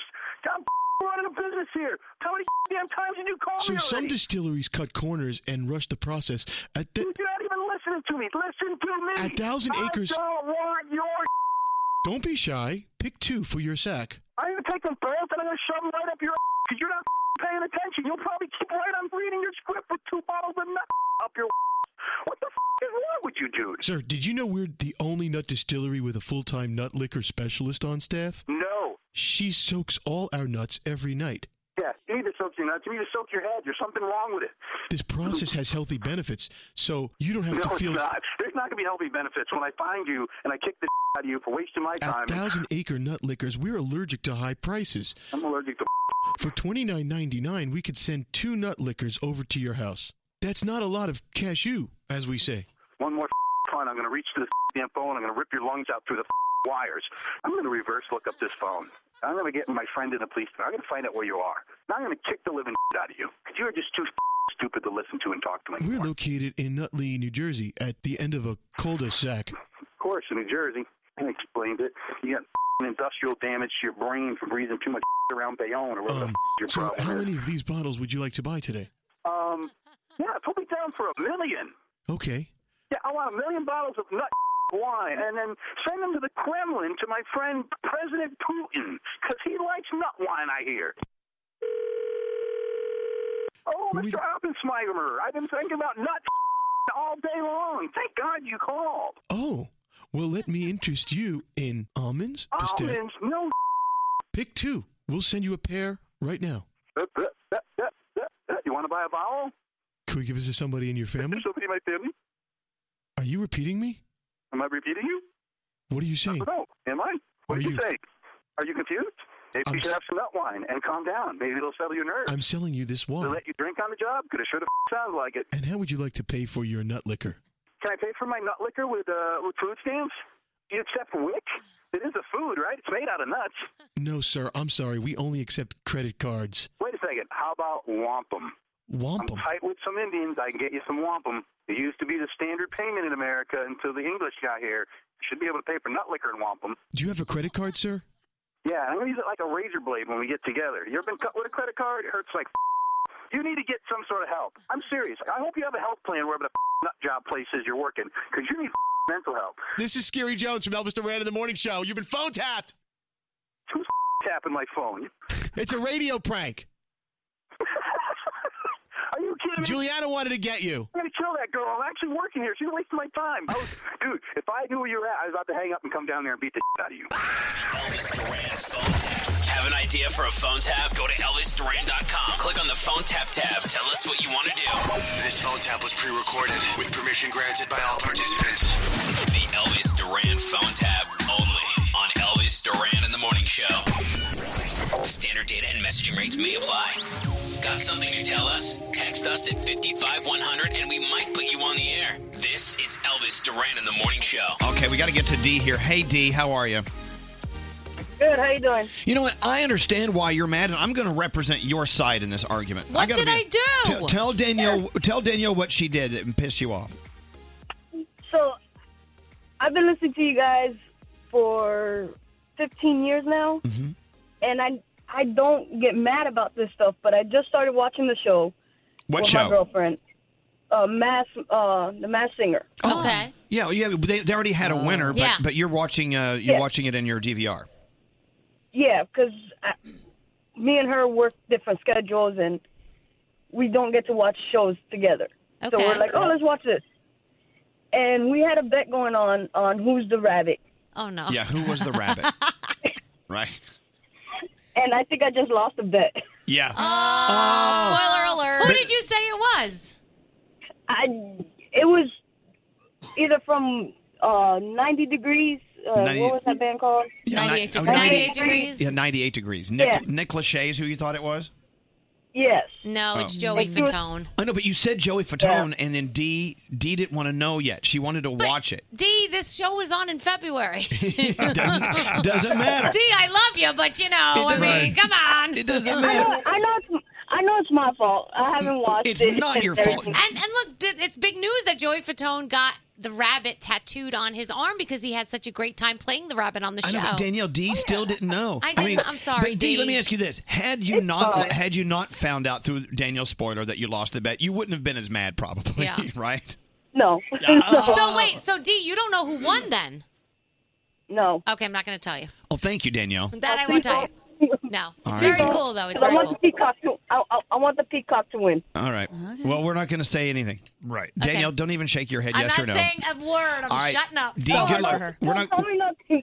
Speaker 17: I'm f- running a business here. How many f- damn times did you call
Speaker 15: So
Speaker 17: me already?
Speaker 15: some distilleries cut corners and rush the process. Uh, At th-
Speaker 17: You're not even listening to me. Listen to me.
Speaker 15: At Thousand Acres-
Speaker 17: I don't want your. s***.
Speaker 15: don't be shy. Pick two for your sack.
Speaker 17: I'm gonna take them both and I'm gonna shove them right up your. s***, Cause you're not f***ing paying attention. You'll probably keep right on reading your script with two bottles of nut up your. s***. What the f- is wrong with you, dude?
Speaker 15: Sir, did you know we're the only nut distillery with a full-time nut liquor specialist on staff?
Speaker 17: No.
Speaker 15: She soaks all our nuts every night.
Speaker 17: Yeah, you need to soak your nuts. You need to soak your head. There's something wrong with it.
Speaker 15: This process has healthy benefits, so you don't have
Speaker 17: no,
Speaker 15: to feel
Speaker 17: it's not. There's not gonna be healthy benefits when I find you and I kick the out of you for wasting my time.
Speaker 15: at Thousand Acre Nut Liquors, we're allergic to high prices.
Speaker 17: I'm allergic to.
Speaker 15: For twenty nine ninety nine, we could send two nut liquors over to your house. That's not a lot of cashew, as we say.
Speaker 17: One more fun. I'm going to reach to the damn phone. I'm going to rip your lungs out through the wires. I'm going to reverse look up this phone. I'm going to get my friend in the police. I'm going to find out where you are. And I'm going to kick the living out of you because you are just too stupid to listen to and talk to me.
Speaker 15: We're located in Nutley, New Jersey, at the end of a cul-de-sac.
Speaker 17: Of course, in New Jersey, that explains it. You got industrial damage to your brain from breathing too much around Bayonne or whatever the your
Speaker 15: Um, So,
Speaker 17: problem
Speaker 15: how
Speaker 17: is.
Speaker 15: many of these bottles would you like to buy today?
Speaker 17: Um, yeah, put me down for a million.
Speaker 15: Okay.
Speaker 17: Yeah, I want a million bottles of nut wine, and then send them to the Kremlin to my friend President Putin, because he likes nut wine, I hear. Oh, Mr. Oppenheimer, I've been thinking about nut all day long. Thank God you called.
Speaker 15: Oh, well, let me interest you in almonds. pista-
Speaker 17: Almonds, no.
Speaker 15: Pick two. We'll send you a pair right now.
Speaker 17: Uh, uh, uh, uh, uh, uh, You want to buy a bottle?
Speaker 15: Could we give this to somebody in your family?
Speaker 17: Somebody in my family?
Speaker 15: Are you repeating me?
Speaker 17: Am I repeating you?
Speaker 15: What are you saying?
Speaker 17: No, am I? What
Speaker 15: Are
Speaker 17: did you
Speaker 15: you-
Speaker 17: say? Are you confused? Maybe
Speaker 15: I'm
Speaker 17: you should
Speaker 15: s-
Speaker 17: have some nut wine and calm down. Maybe it'll settle your nerves.
Speaker 15: I'm selling you this
Speaker 17: They
Speaker 15: wine.
Speaker 17: let you drink on the job? Could have sure the f- sounds like it.
Speaker 15: And how would you like to pay for your nut liquor?
Speaker 17: Can I pay for my nut liquor with uh with food stamps? Do you accept wick? It is a food, right? It's made out of nuts.
Speaker 15: No, sir. I'm sorry. We only accept credit cards.
Speaker 17: Wait a second. How about wampum?
Speaker 15: Wampum.
Speaker 17: I'm tight with some Indians. I can get you some wampum. It used to be the standard payment in America until the English got here. You should be able to pay for nut liquor and wampum.
Speaker 15: Do you have a credit card, sir?
Speaker 17: Yeah, and I'm gonna use it like a razor blade when we get together. You ever been cut with a credit card? It hurts like. f- You need to get some sort of help. I'm serious. I hope you have a health plan wherever the f- nut job place is you're working, because you need f- mental help.
Speaker 1: This is Scary Jones from Elvis Duran in the Morning Show. You've been phone tapped.
Speaker 17: Who's f- tapping my phone?
Speaker 1: It's a radio prank.
Speaker 17: Are you kidding me?
Speaker 1: Juliana wanted to get you.
Speaker 17: I'm gonna kill tell that girl I'm actually working here. She's wasting my time. I was, dude, if I knew where you were at, I was about to hang up and come down there and beat the shit out of you.
Speaker 4: Have an idea for a phone tap? Go to ElvisDuran.com. Click on the phone tap tab. Tell us what you want to do.
Speaker 18: This phone tap was pre-recorded with permission granted by all participants.
Speaker 4: The Elvis Duran phone tap only on Elvis Duran in the Morning Show. Standard data and messaging rates may apply. Got something to tell us? Text us at 55100 and we might put you on the air. This is Elvis Duran in the Morning Show.
Speaker 1: Okay, we got to get to D here. Hey, D, how are you?
Speaker 14: Good. How you doing?
Speaker 1: You know what? I understand why you're mad, and I'm going to represent your side in this argument.
Speaker 14: What
Speaker 1: gotta
Speaker 14: did I do?
Speaker 1: Tell- tell Danielle. Tell Danielle what she did that pissed you off.
Speaker 14: So, I've been listening to you guys for 15 years now,
Speaker 1: Mm-hmm.
Speaker 14: and I I don't get mad about this stuff, but I just started watching the show.
Speaker 1: What
Speaker 14: with
Speaker 1: show?
Speaker 14: My girlfriend, uh, Mass, uh, the Mass Singer.
Speaker 5: Okay.
Speaker 1: Yeah, yeah. but They, they already had a winner, but,
Speaker 14: Yeah.
Speaker 1: but you're watching. Uh, you're
Speaker 14: Yeah.
Speaker 1: watching it in your DVR.
Speaker 14: Yeah, because me and her work different schedules, and we don't get to watch shows together. So
Speaker 5: Okay.
Speaker 14: we're like, oh, let's watch this. And we had a bet going on on who's the rabbit.
Speaker 5: Oh no.
Speaker 1: Yeah, who was the rabbit? right.
Speaker 14: And I think I just lost a bet.
Speaker 1: Yeah.
Speaker 5: Oh, spoiler alert. Who
Speaker 14: But-
Speaker 5: did you say it was?
Speaker 14: I it was either from uh, 90 degrees. Uh,
Speaker 1: 90
Speaker 14: what was that band called?
Speaker 1: Yeah, ni- oh, Yeah, 98 degrees. Nick,
Speaker 14: Yeah.
Speaker 1: Nick Lachey is who you thought it was.
Speaker 14: Yes.
Speaker 5: No,
Speaker 1: Oh.
Speaker 5: it's Joey
Speaker 14: Like, you-
Speaker 5: Fatone.
Speaker 1: I know, but you said Joey Fatone, and then D D didn't want to know yet. She wanted to watch it.
Speaker 5: D, this show was on in February.
Speaker 1: doesn't, doesn't matter.
Speaker 5: D, I love you, but you know, I mean, come on. It
Speaker 1: doesn't
Speaker 14: I know, I know, it's, I know it's my fault. I haven't watched
Speaker 5: It's
Speaker 14: it.
Speaker 5: not your
Speaker 14: since
Speaker 5: fault. And and look, th- it's big news that Joey Fatone got the rabbit tattooed on his arm because he had such a great time playing the rabbit on the
Speaker 1: I
Speaker 5: show. Oh,
Speaker 1: know, but Danielle D still didn't know.
Speaker 5: I didn't- I'm sorry,
Speaker 1: But D,
Speaker 5: D.
Speaker 1: let me ask you this: Had you
Speaker 5: It's
Speaker 1: not
Speaker 5: fine.
Speaker 1: had you not found out through Danielle's spoiler that you lost the bet, you wouldn't have been as mad, probably.
Speaker 5: Yeah.
Speaker 1: right?
Speaker 14: No.
Speaker 5: So wait, so D, you don't know who won then?
Speaker 14: No.
Speaker 5: Okay, I'm not going to tell you.
Speaker 1: Oh, thank you, Danielle.
Speaker 5: That I won't tell you. No,
Speaker 1: All
Speaker 5: it's
Speaker 1: right.
Speaker 5: very cool though. It's
Speaker 14: I
Speaker 5: very
Speaker 14: want
Speaker 5: cool.
Speaker 14: the peacock to. I, I, I want the peacock to win.
Speaker 1: All right. Well, we're not going to say anything. Right.
Speaker 14: Okay.
Speaker 1: Danielle, don't even shake your head.
Speaker 14: I'm
Speaker 1: yes
Speaker 14: not
Speaker 1: or no?
Speaker 14: saying-
Speaker 5: A word. I'm
Speaker 1: All right.
Speaker 5: shutting up.
Speaker 1: D,
Speaker 5: Sorry
Speaker 1: good luck.
Speaker 5: for her.
Speaker 1: We're not.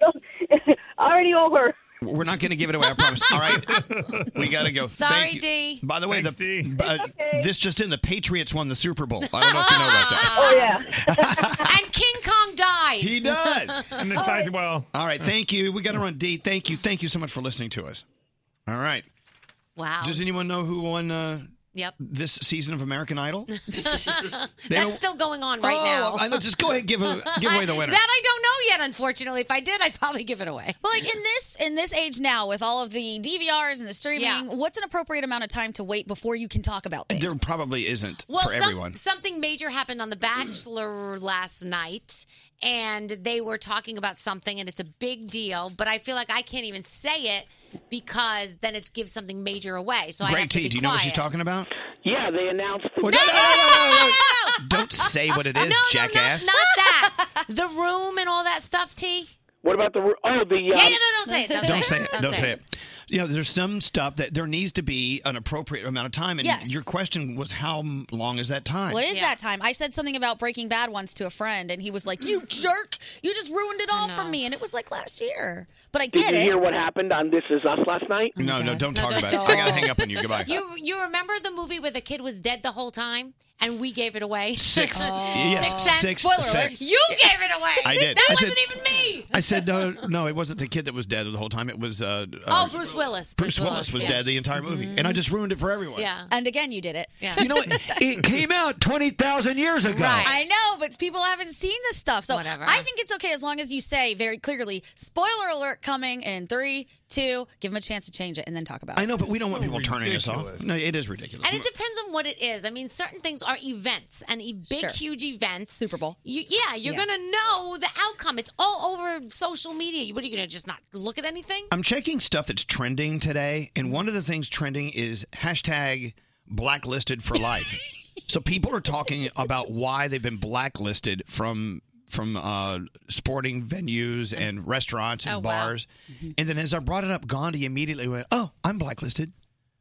Speaker 14: I already owe her.
Speaker 1: We're not going to give it away. I promise. All right. We got to go.
Speaker 5: Sorry,
Speaker 1: Thank you.
Speaker 5: D.
Speaker 1: By the way, the uh, this just in: the Patriots won the Super Bowl. I don't know if you know about that. Oh
Speaker 14: yeah.
Speaker 5: Um, and King Kong dies.
Speaker 1: He does. well. All right. Thank you. We got to run. D. Thank you. Thank you so much for listening to us. All right.
Speaker 5: Wow.
Speaker 1: Does anyone know who won uh,
Speaker 5: Yep.
Speaker 1: this season of American Idol? don't-
Speaker 5: That's still going on right
Speaker 1: oh,
Speaker 5: now.
Speaker 1: I know. Just go ahead and give, a, give away the winner.
Speaker 5: That I don't know yet, unfortunately. If I did, I'd probably give it away.
Speaker 6: But like in this in this age now, with all of the DVRs and the streaming, what's an appropriate amount of time to wait before you can talk about things?
Speaker 1: there probably isn't
Speaker 5: Well,
Speaker 1: for
Speaker 5: some-
Speaker 1: everyone.
Speaker 5: something major happened on The Bachelor last night, and they were talking about something, and it's a big deal. But I feel like I can't even say it because then it gives something major away. So I
Speaker 1: Greg
Speaker 5: have to
Speaker 1: T,
Speaker 5: be
Speaker 1: do you know what she's
Speaker 5: quiet.
Speaker 1: talking about?
Speaker 19: Yeah, they announced
Speaker 1: the. Don't say what it is, jackass.
Speaker 5: Not that the room and all that stuff. T.
Speaker 19: What about the ru- oh the
Speaker 1: um,
Speaker 19: uh,
Speaker 5: Yeah, yeah, no, don't say it. Don't,
Speaker 1: Don't
Speaker 5: say
Speaker 1: say
Speaker 5: it.
Speaker 1: it. Don't say it. You know, there's some stuff that there needs to be an appropriate amount of time. And
Speaker 6: Yes.
Speaker 1: your question was how m- long is that time?
Speaker 6: What is that time? I said something about Breaking Bad once to a friend, and he was like, "You jerk! You just ruined it all for me." And it was like last year, but I
Speaker 19: Did
Speaker 6: get
Speaker 19: you
Speaker 6: it.
Speaker 19: hear what happened on This Is Us last night?
Speaker 1: No, no, don't talk about
Speaker 19: don't.
Speaker 1: it. I got to hang up on you. Goodbye.
Speaker 5: You you remember the movie where the kid was dead the whole time and we gave it away?
Speaker 1: Sixth- yes,
Speaker 5: Sixth Sense?
Speaker 1: Sixth Spoiler alert. Sense.
Speaker 5: You gave it away.
Speaker 1: I did.
Speaker 5: That
Speaker 1: I said-
Speaker 5: wasn't even me.
Speaker 1: I said no, no. It wasn't the kid that was dead the whole time. It was uh, uh,
Speaker 5: oh, Bruce Willis.
Speaker 1: Bruce Willis was
Speaker 5: yeah.
Speaker 1: dead the entire movie, and I just ruined it for everyone.
Speaker 5: Yeah.
Speaker 6: And again, you did it.
Speaker 5: Yeah.
Speaker 1: You know what? It came out twenty thousand years ago.
Speaker 6: I know, but people haven't seen this stuff. So I think it's okay as long as you say very clearly, spoiler alert coming in three, two, give them a chance to change it and then talk about it.
Speaker 1: I know, but we don't want people turning us off. No, it is ridiculous.
Speaker 5: And it depends on what it is. I mean, certain things are events and e- big,
Speaker 6: Sure.
Speaker 5: huge events. Super
Speaker 6: Bowl.
Speaker 5: You, yeah, you're
Speaker 6: Yeah.
Speaker 5: going to know the outcome. It's all over social media. What are you going to just not look at anything?
Speaker 1: I'm checking stuff that's trending today, and one of the things trending is hashtag blacklisted for life. so people are talking about why they've been blacklisted from from uh, sporting venues and restaurants and
Speaker 20: Oh, wow.
Speaker 1: bars. And then as I brought it up, Gandhi immediately went, "Oh, I'm blacklisted."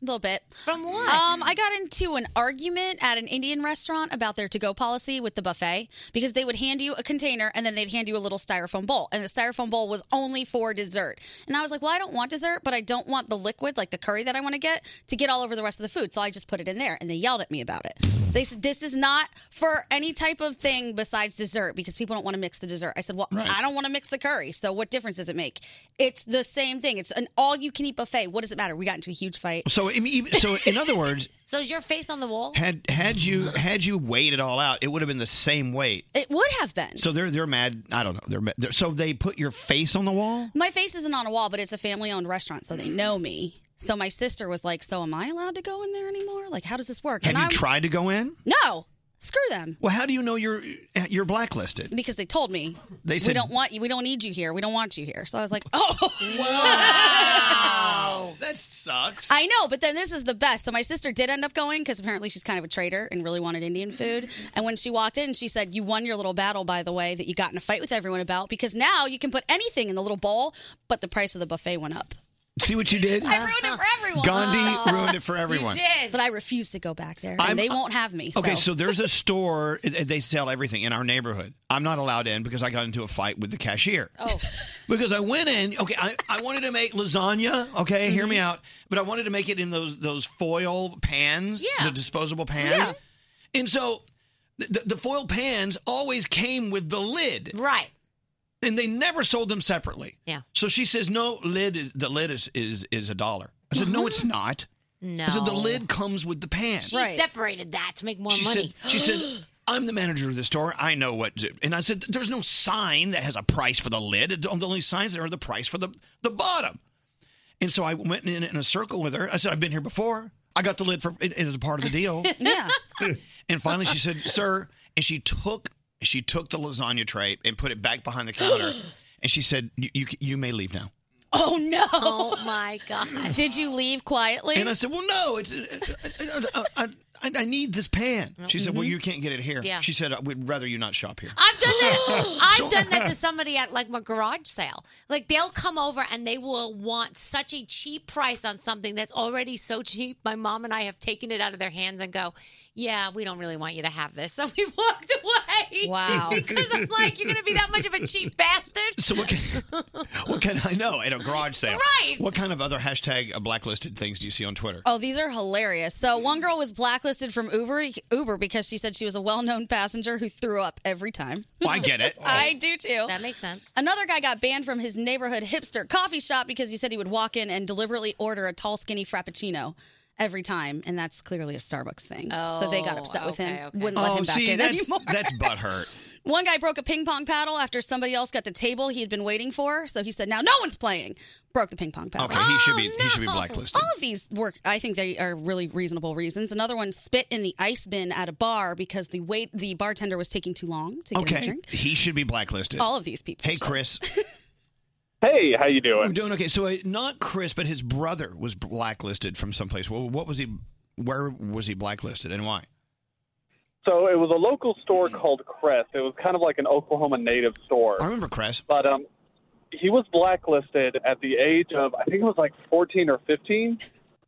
Speaker 6: A little bit.
Speaker 5: From what?
Speaker 6: Um, I got into an argument at an Indian restaurant about their to-go policy with the buffet because they would hand you a container and then they'd hand you a little styrofoam bowl, and the styrofoam bowl was only for dessert. And I was like, well, I don't want dessert, but I don't want the liquid, like the curry that I want to get, to get all over the rest of the food, so I just put it in there. And they yelled at me about it. They said this is not for any type of thing besides dessert because people don't want to mix the dessert. I said, well,
Speaker 1: Right.
Speaker 6: I don't want to mix the curry, so what difference does it make? It's the same thing. It's an all-you-can-eat buffet. What does it matter? We got into a huge fight.
Speaker 1: So, I mean, even- so in other words,
Speaker 5: So is your face on the wall?
Speaker 1: had had you had you weighed it all out, it would have been the same weight.
Speaker 6: It would have been.
Speaker 1: So they're they're mad. I don't know. They're, mad. they're so they put your face on the wall.
Speaker 6: My face isn't on a wall, but it's a family owned restaurant, so they know me. So my sister was like, So am I allowed to go in there anymore? Like, how does this work?
Speaker 1: Have
Speaker 6: and
Speaker 1: you
Speaker 6: I
Speaker 1: tried to go in?
Speaker 6: No. Screw them.
Speaker 1: Well, how do you know you're you're blacklisted?
Speaker 6: Because they told me
Speaker 1: They
Speaker 6: we
Speaker 1: said-
Speaker 6: don't want you. We don't need you here. We don't want you here. So I was like, oh,
Speaker 1: Wow, that sucks.
Speaker 6: I know. But then this is the best. So my sister did end up going because apparently she's kind of a traitor and really wanted Indian food. And when she walked in, she said, "You won your little battle, by the way, that you got in a fight with everyone about because now you can put anything in the little bowl, but the price of the buffet went up."
Speaker 1: See what you did?
Speaker 6: I ruined it for everyone.
Speaker 1: Gandhi ruined it for everyone.
Speaker 6: But I refuse to go back there, and
Speaker 1: I'm-
Speaker 6: they won't have me.
Speaker 1: Okay, so there's a store and they sell everything in our neighborhood. I'm not allowed in because I got into a fight with the cashier.
Speaker 6: Oh.
Speaker 1: Because I went in, okay, I, I wanted to make lasagna, okay, hear me out, but I wanted to make it in those those foil pans, yeah. the disposable pans. And so the, the foil pans always came with the lid.
Speaker 5: Right.
Speaker 1: And they never sold them separately.
Speaker 5: Yeah.
Speaker 1: So she says, "No, lid is, the lid is is is a dollar." I said, "No, it's not."
Speaker 5: No.
Speaker 1: I said, "The lid comes with the pan."
Speaker 5: She separated that to make more
Speaker 1: She
Speaker 5: money.
Speaker 1: said, she said, I'm the manager of the store. I know what to. And I said, there's no sign that has a price for the lid. The only signs that are the price for the, the bottom. And so I went in in a circle with her. I said, I've been here before. I got the lid for it, it is a part of the deal.
Speaker 6: yeah.
Speaker 1: And finally she said, sir. And she took she took the lasagna tray and put it back behind the counter. and she said, you, you, you may leave now.
Speaker 6: Oh no!
Speaker 5: Oh my god!
Speaker 6: Did you leave quietly?
Speaker 1: And I said, well, no, it's I, I, I, I need this pan. She said, well, you can't get it here.
Speaker 5: Yeah.
Speaker 1: She said, we'd rather you not shop here.
Speaker 5: I've done that. I've done that to somebody at like my garage sale. Like they'll come over and they will want such a cheap price on something that's already so cheap. My mom and I have taken it out of their hands and go, "Yeah, we don't really want you to have this," so we walked away.
Speaker 6: Wow.
Speaker 5: because I'm like, you're gonna be that much of a cheap bastard.
Speaker 1: So what can, what can I know at a garage sale?
Speaker 6: Right.
Speaker 1: What kind of other hashtag uh, blacklisted things do you see on Twitter?
Speaker 6: Oh, these are hilarious. So one girl was blacklisted from Uber Uber because she said she was a well-known passenger who threw up every time.
Speaker 1: Well, I get it.
Speaker 6: I do too. That
Speaker 5: makes sense.
Speaker 6: Another guy got banned from his neighborhood hipster coffee shop because he said he would walk in and deliberately order a tall, skinny frappuccino every time, and that's clearly a Starbucks thing. so they got
Speaker 5: Oh,
Speaker 6: upset with him,
Speaker 5: okay, okay.
Speaker 6: wouldn't let
Speaker 1: oh,
Speaker 6: him back
Speaker 1: see,
Speaker 6: in
Speaker 1: that's
Speaker 6: anymore.
Speaker 1: that's butthurt.
Speaker 6: One guy broke a ping pong paddle after somebody else got the table he had been waiting for, so he said, "Now no one's playing." Broke the ping pong paddle.
Speaker 1: Okay, he should be he should be blacklisted.
Speaker 6: All of these work. I think they are really reasonable reasons. Another one spit in the ice bin at a bar because the wait the bartender was taking too long to get him a
Speaker 1: Okay,
Speaker 6: drink.
Speaker 1: he should be blacklisted.
Speaker 6: All of these people.
Speaker 1: Hey, Chris.
Speaker 11: Hey, how you
Speaker 1: I'm
Speaker 11: doing?
Speaker 1: doing okay. So uh, not Chris, but his brother was blacklisted from someplace. Well, what was he? Where was he blacklisted, and why?
Speaker 11: So it was a local store called Crest. It was kind of like an Oklahoma native store. I
Speaker 1: remember Crest.
Speaker 11: But um, he was blacklisted at the age of I think it was like 14 or 15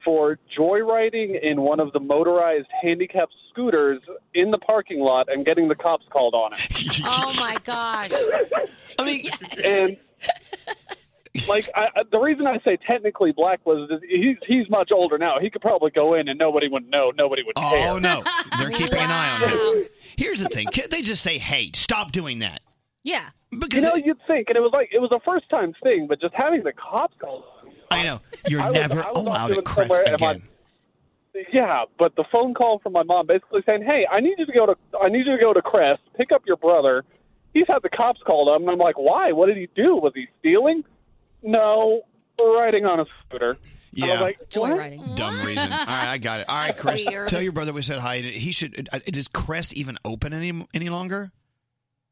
Speaker 11: for joyriding in one of the motorized handicapped scooters in the parking lot and getting the cops called on him.
Speaker 5: Oh my gosh!
Speaker 1: I mean,
Speaker 11: and like I, I- the reason I say technically blacklisted is he's he's much older now. He could probably go in and nobody would know. Nobody would care.
Speaker 1: Oh no, they're keeping an eye on him. Here's the thing: can't they just say, "Hey, stop doing that"?
Speaker 6: Yeah.
Speaker 1: Because
Speaker 11: you know, you'd think, and it was like it was a first time thing, but just having the cops call.
Speaker 1: I know you're
Speaker 11: I was-
Speaker 1: never
Speaker 11: I was off
Speaker 1: allowed
Speaker 11: doing
Speaker 1: at Crest
Speaker 11: somewhere, and my-
Speaker 1: again.
Speaker 11: Yeah, but the phone call from my mom basically saying, "Hey, I need you to go to I need you to go to Crest, pick up your brother. He's had the cops called on him." And I'm like, "Why? What did he do? Was he stealing?" No, riding on a scooter. And I
Speaker 1: Yeah.
Speaker 11: was like, "What?"
Speaker 1: Dumb reason. All right, I got it. All right,
Speaker 11: That's
Speaker 1: Chris.
Speaker 11: weird.
Speaker 1: Tell your brother we said hi. He should. uh, Does Crest even open any any longer?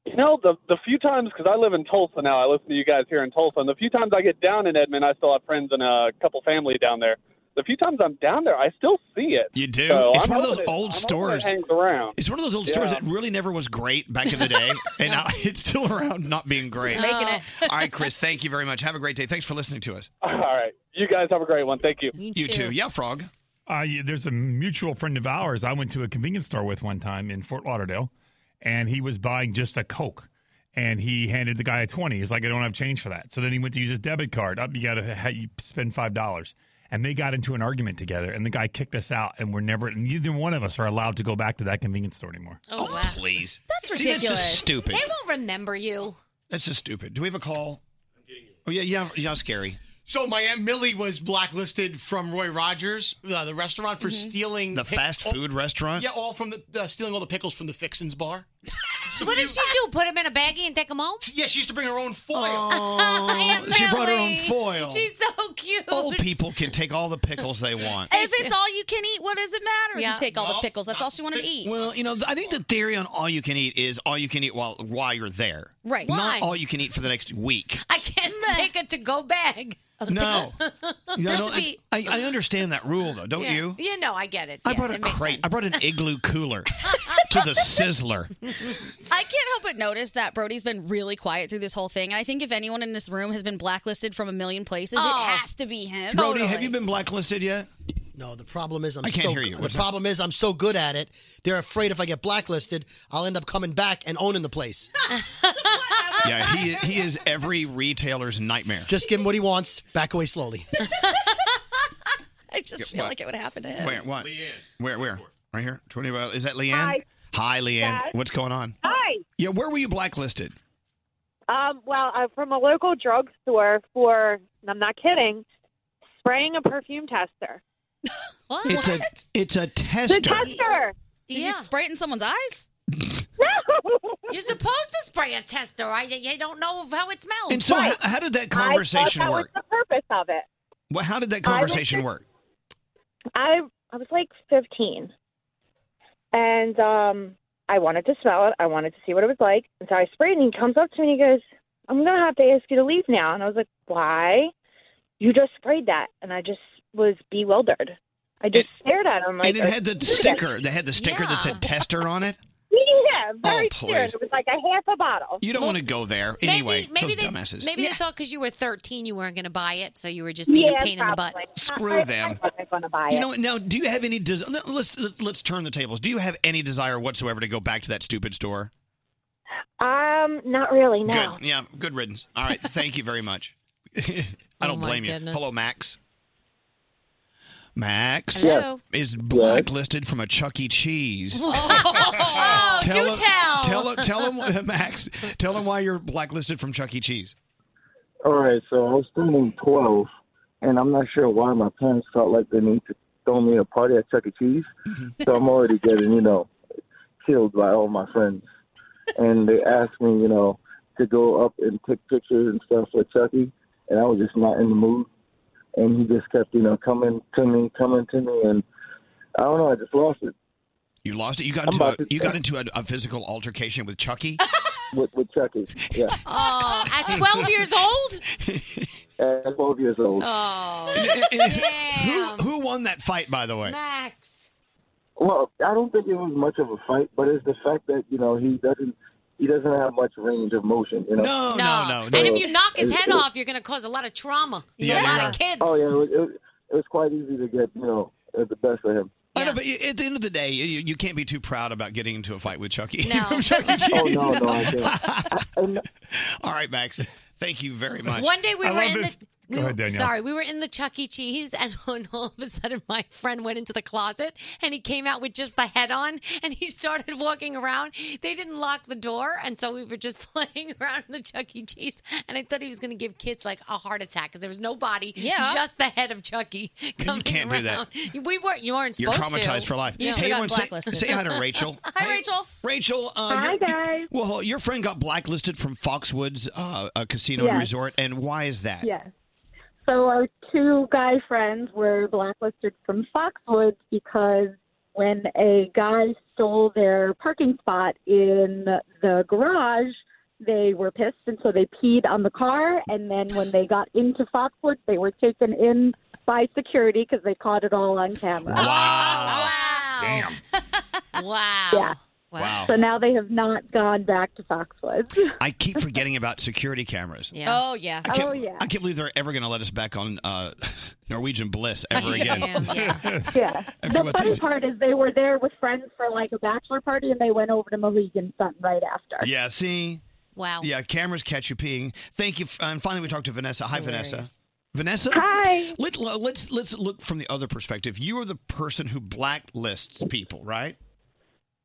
Speaker 11: You know, the the few times because I live in Tulsa now, I listen to you guys here in Tulsa. And the few times I get down in Edmond, I still have friends and a couple family down there. The few times I'm down there, I still see it.
Speaker 1: You do.
Speaker 11: So
Speaker 1: it's
Speaker 11: I'm
Speaker 1: one of
Speaker 11: hoping
Speaker 1: those
Speaker 11: it-
Speaker 1: old
Speaker 11: I'm hoping
Speaker 1: stores.
Speaker 11: It hangs around.
Speaker 1: It's one of those old
Speaker 11: Yeah.
Speaker 1: stores that really never was great back in the day, and now it's still around, not being great.
Speaker 11: Just making it.
Speaker 1: All right, Chris. Thank you very much. Have a great day. Thanks for listening to us.
Speaker 11: All right, you guys have a great one. Thank you.
Speaker 1: You too. Yeah, Frog.
Speaker 8: Uh, you- there's a mutual friend of ours I went to a convenience store with one time in Fort Lauderdale, and he was buying just a Coke. And he handed the guy a 20. He's like, I don't have change for that. So then he went to use his debit card. Up, you got to ha- you spend $5. And they got into an argument together, and the guy kicked us out, and we're never, neither one of us are allowed to go back to that convenience store anymore.
Speaker 5: Oh, wow.
Speaker 1: Please.
Speaker 5: That's
Speaker 1: See, that's just ridiculous. stupid.
Speaker 5: They won't remember you.
Speaker 1: That's just stupid. Do we have a call? Oh yeah, yeah, yeah, scary.
Speaker 16: So my aunt Millie was blacklisted from Roy Rogers, uh, the restaurant, for stealing
Speaker 1: Mm-hmm. The
Speaker 16: pic-
Speaker 1: fast
Speaker 16: all-
Speaker 1: food restaurant?
Speaker 16: Yeah, all from the uh, stealing all the pickles from the Fixins bar.
Speaker 5: what did she do? Put him in a baggie and take him home?
Speaker 16: Yeah, she used to bring her own foil.
Speaker 5: Oh,
Speaker 1: she brought her own foil.
Speaker 5: She's so cute.
Speaker 11: Oh,
Speaker 1: Old people can take all the pickles they want.
Speaker 6: If it's all you can eat, what does it matter? if
Speaker 5: Yeah.
Speaker 6: You take all
Speaker 5: Well,
Speaker 6: the pickles. That's all she wanted to eat.
Speaker 1: Well, you know, th- I think the theory on all you can eat is all you can eat while while you're there.
Speaker 6: Right. Why?
Speaker 1: Not all you can eat for the next week.
Speaker 5: I can't take a to go bag.
Speaker 1: No. You know,
Speaker 5: there
Speaker 1: I
Speaker 5: should
Speaker 1: don't-
Speaker 5: be.
Speaker 1: I, I understand that rule though, don't
Speaker 5: yeah.
Speaker 1: you?
Speaker 5: Yeah, no, I get it.
Speaker 1: I
Speaker 5: Yeah,
Speaker 1: brought a
Speaker 5: it makes
Speaker 1: crate. I brought an igloo cooler to the sizzler.
Speaker 6: I can't help but notice that Brody's been really quiet through this whole thing. And I think if anyone in this room has been blacklisted from a million places,
Speaker 5: Oh.
Speaker 6: it has to be him.
Speaker 1: Brody, have you been blacklisted yet?
Speaker 21: No, the problem is I'm
Speaker 1: I can't
Speaker 21: so
Speaker 1: hear you.
Speaker 21: the
Speaker 1: What's that?
Speaker 21: problem is I'm so good at it. They're afraid if I get blacklisted, I'll end up coming back and owning the place.
Speaker 1: Yeah, he he is every retailer's nightmare.
Speaker 21: Just give him what he wants. Back away slowly.
Speaker 6: I just feel
Speaker 1: What?
Speaker 6: like it would happen to him.
Speaker 1: Where? What? Where? Where? Right here. Twenty. well, Is that Leanne?
Speaker 22: Hi.
Speaker 1: Hi, Leanne.
Speaker 22: Yes.
Speaker 1: What's going on?
Speaker 22: Hi.
Speaker 1: Yeah. Where were you blacklisted?
Speaker 22: Um, well, I'm from a local drugstore for, and I'm not kidding, spraying a perfume tester.
Speaker 5: what?
Speaker 1: It's a it's a
Speaker 22: The
Speaker 1: tester.
Speaker 22: tester.
Speaker 6: Did you spray it in someone's eyes?
Speaker 5: No. You're supposed to spray a tester. I, you don't know how it smells.
Speaker 1: And so, how, how did that conversation
Speaker 22: I thought
Speaker 1: work?
Speaker 22: That was the purpose of it.
Speaker 1: Well, how did that
Speaker 22: I was
Speaker 1: conversation
Speaker 22: just-
Speaker 1: work?
Speaker 22: I I was like 15, and um, I wanted to smell it. I wanted to see what it was like, and so I sprayed. And he comes up to me and he goes, "I'm gonna have to ask you to leave now." And I was like, "Why? You just sprayed that," and I just was bewildered. I just stared at him like.
Speaker 1: and it
Speaker 22: "Are
Speaker 1: had
Speaker 22: you
Speaker 1: the
Speaker 22: serious?"
Speaker 1: sticker. They had the sticker that said tester on it.
Speaker 22: Yeah, very
Speaker 1: Oh,
Speaker 22: clear.
Speaker 1: please.
Speaker 22: It was like a half a bottle.
Speaker 1: You don't want to go there
Speaker 22: maybe-
Speaker 1: anyway.
Speaker 5: maybe
Speaker 1: those
Speaker 5: they
Speaker 1: dumbasses.
Speaker 5: maybe they thought because you were 13 you weren't going to buy it, so you were just being
Speaker 22: Yeah,
Speaker 5: a pain in the
Speaker 22: probably.
Speaker 5: butt.
Speaker 1: Screw I- I them.
Speaker 22: wasn't going to buy
Speaker 1: You know, what, now do you have any? Des- let's let's turn the tables. Do you have any desire whatsoever to go back to that stupid store?
Speaker 22: Um, not really. No.
Speaker 1: Good. Yeah. Good riddance. All right. Thank you very much. I
Speaker 22: Oh
Speaker 1: don't
Speaker 22: my
Speaker 1: blame
Speaker 22: goodness.
Speaker 1: you. Hello, Max. Max
Speaker 5: Hello.
Speaker 1: is blacklisted from a Chuck E. Cheese.
Speaker 5: oh, do
Speaker 1: him-
Speaker 5: tell.
Speaker 1: Tell tell him, Max. Tell him why you're blacklisted from Chuck E. Cheese.
Speaker 23: All right, so I was turning 12, and I'm not sure why my parents felt like they need to throw me a party at Chuck E. Cheese.
Speaker 1: Mm-hmm.
Speaker 23: so I'm already getting, you know, killed by all my friends. And they asked me, you know, to go up and take pictures and stuff with Chucky, and I was just not in the mood. And he just kept, you know, coming to me, coming to me, and I don't know, I just lost it
Speaker 1: You lost it. You got
Speaker 23: I'm
Speaker 1: into a,
Speaker 23: about to-
Speaker 1: you got into a, a physical altercation with Chucky.
Speaker 23: with, with Chucky. Yeah,
Speaker 5: Oh, at 12 years old?
Speaker 23: at 12 years old.
Speaker 5: Oh,
Speaker 1: Who who won that fight? By the way,
Speaker 5: Max.
Speaker 23: Well, I don't think it was much of a fight, but it's the fact that you know he doesn't he doesn't have much range of motion. You know?
Speaker 1: No,
Speaker 5: No. And if you knock his head off, you're going to cause a lot of trauma. a lot of kids.
Speaker 23: Oh yeah, it was, it, was, it was quite easy to get you know uh, the best of him.
Speaker 1: I know, but you- at the end of the day, you, you can't be too proud about getting into a fight with Chucky.
Speaker 5: No.
Speaker 1: From Chuck E. Cheese.
Speaker 23: Oh, no, no, I
Speaker 1: All right, Max. Thank you very much.
Speaker 5: One day we were in the. We
Speaker 1: Go
Speaker 5: were,
Speaker 1: ahead, Danielle.
Speaker 5: sorry, we were in the Chuck E. Cheese, and all of a sudden, my friend went into the closet, and he came out with just the head on, and he started walking around. They didn't lock the door, and so we were just playing around in the Chuck E. Cheese, and I thought he was going to give kids like a heart attack because there was no body,
Speaker 6: Yeah.
Speaker 5: just the head of Chucky coming
Speaker 1: can't do that.
Speaker 5: around. We weren't, you weren't
Speaker 1: You're
Speaker 5: supposed to.
Speaker 1: traumatized for life.
Speaker 5: Yeah.
Speaker 1: Hey, everyone, say- say hi to Rachel.
Speaker 6: Hi, Rachel.
Speaker 1: Rachel. Uh, Hi, guys. Well, your friend got blacklisted from Foxwoods uh, a casino and
Speaker 13: Yes.
Speaker 1: resort, and why is that?
Speaker 13: Yes. So our two guy friends were blacklisted from Foxwoods because when a guy stole their parking spot in the garage, they were pissed and so they peed on the car and then when they got into Foxwoods, they were taken in by security because they caught it all on camera.
Speaker 5: Wow.
Speaker 13: Yeah.
Speaker 1: Wow.
Speaker 13: So now they have not gone back to Foxwoods.
Speaker 1: I keep forgetting about security cameras.
Speaker 6: Oh yeah.
Speaker 1: I can't, I can't believe they're ever going to let us back on uh, Norwegian Bliss ever again.
Speaker 13: yeah. The
Speaker 1: Everyone
Speaker 13: funny
Speaker 1: thinks-
Speaker 13: part is they were there with friends for like a bachelor party, and they went over to Mohegan Sun right after.
Speaker 1: Yeah, see?
Speaker 5: Wow.
Speaker 1: Yeah, cameras catch you peeing. Thank you. f- And finally, we talked to Vanessa. Hi, Vanessa. Vanessa?
Speaker 13: Hi.
Speaker 1: Let, let's, let's look from the other perspective. You are the person who blacklists people, right?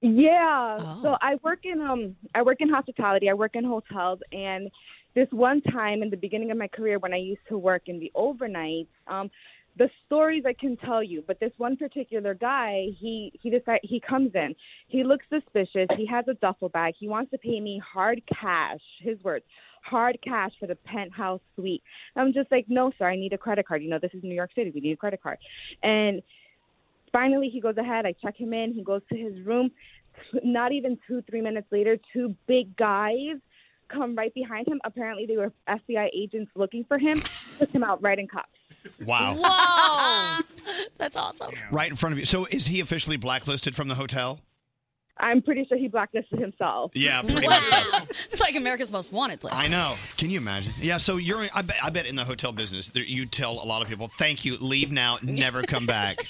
Speaker 24: Yeah. So I work in um I work in hospitality. I work in hotels and this one time in the beginning of my career when I used to work in the overnight, um the stories I can tell you, but this one particular guy, he he decide he comes in. He looks suspicious. He has a duffel bag. He wants to pay me hard cash, his words, hard cash for the penthouse suite. I'm just like, "No, sir, I need a credit card. You know, this is New York City. We need a credit card." And finally he goes ahead i check him in he goes to his room not even two three minutes later two big guys come right behind him apparently they were fbi agents looking for him took him out right in cuffs
Speaker 1: Wow.
Speaker 6: Whoa. That's awesome.
Speaker 1: Right in front of you. So is he officially blacklisted from the hotel?
Speaker 24: i'm pretty sure he blacklisted himself
Speaker 1: Yeah, pretty much. so.
Speaker 6: it's like America's Most Wanted list.
Speaker 1: I know. Can you imagine? Yeah, so you're, I bet, I bet in the hotel business, there, you tell a lot of people, thank you, leave now, never come back.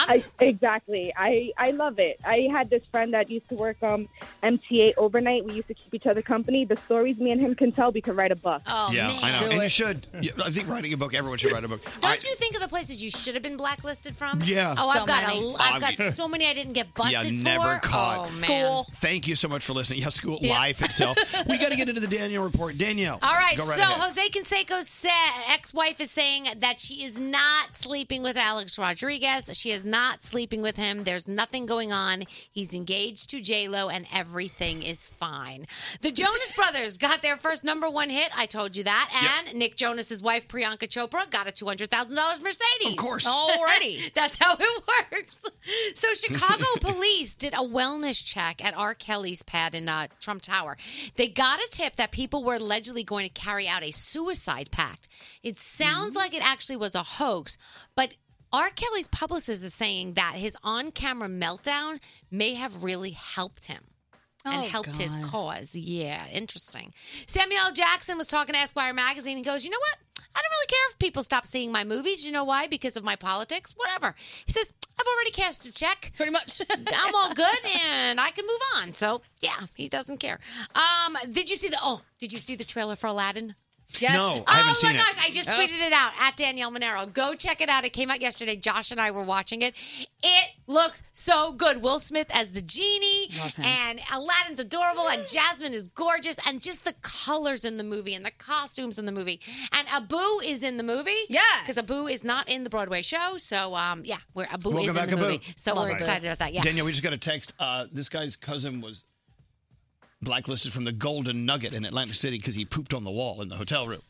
Speaker 24: I, exactly. I I love it. I had this friend that used to work um MTA overnight. We used to keep each other company. The stories me and him can tell. We could write a book.
Speaker 6: Oh,
Speaker 5: Oh,
Speaker 1: yeah, I know.
Speaker 5: Do
Speaker 1: and
Speaker 5: it.
Speaker 1: you should. Yeah, I think writing a book, everyone should write a book.
Speaker 5: Don't you think of the places you should have been blacklisted from?
Speaker 1: Yeah.
Speaker 5: Oh,
Speaker 1: So
Speaker 5: I've got
Speaker 1: many.
Speaker 5: a, I've got
Speaker 1: Obvious.
Speaker 5: so many I didn't get busted
Speaker 1: yeah,
Speaker 5: for.
Speaker 1: never caught.
Speaker 5: Oh, man.
Speaker 1: Thank you so much for listening. Yeah, school
Speaker 5: Yeah.
Speaker 1: life itself. we got to get into the Danielle report. Danielle.
Speaker 5: All right,
Speaker 1: go
Speaker 5: so oh,
Speaker 1: ahead.
Speaker 5: Jose Canseco's sa- ex-wife is saying that she is not sleeping with Alex Rodriguez. She is not sleeping with him. There's nothing going on. He's engaged to J Lo, and everything is fine. The Jonas Brothers got their first number one hit. I told you that. And Nick Jonas's wife Priyanka Chopra got a two hundred thousand dollars Mercedes. Of
Speaker 6: course. Alrighty.
Speaker 5: that's how it works. So Chicago police did a wellness check at R. Kelly's pad in uh, Trump Tower. They got a tip that people were allegedly going to carry out a suicide pact. It
Speaker 6: Mm-hmm.
Speaker 5: sounds like it actually was a hoax, but R. Kelly's publicist is saying that his on-camera meltdown may have really helped him and
Speaker 6: Oh,
Speaker 5: helped his
Speaker 6: God.
Speaker 5: cause. Yeah, interesting. Samuel L. Jackson was talking to Esquire magazine. He goes, "You know what? I don't really care if people stop seeing my movies. You know why? Because of my politics. Whatever." He says, "I've already cashed a check. Pretty
Speaker 6: much.
Speaker 5: I'm all good, and I can move on." So yeah, he doesn't care. Um, did you see the? Oh, did you see the trailer for Aladdin?
Speaker 6: Yes.
Speaker 1: No, I haven't
Speaker 5: Oh my
Speaker 1: seen it.
Speaker 5: gosh, I just
Speaker 1: Oh.
Speaker 5: tweeted it out at Danielle Monero. Go check it out. It came out yesterday. Josh and I were watching it. It looks so good. Will Smith as the genie, and Aladdin's adorable, and Jasmine is gorgeous, and just the colors in the movie and the costumes in the movie. And Abu is in the movie. Yeah. Because Abu is not in the Broadway show. So, um, yeah, where Abu
Speaker 1: Welcome
Speaker 5: is
Speaker 1: back,
Speaker 5: in the
Speaker 1: Abu.
Speaker 5: movie. So we're excited about that. Yeah.
Speaker 1: Danielle, we just got a text. Uh, this guy's cousin was blacklisted from the Golden Nugget in Atlantic City because he pooped on the wall in the hotel room.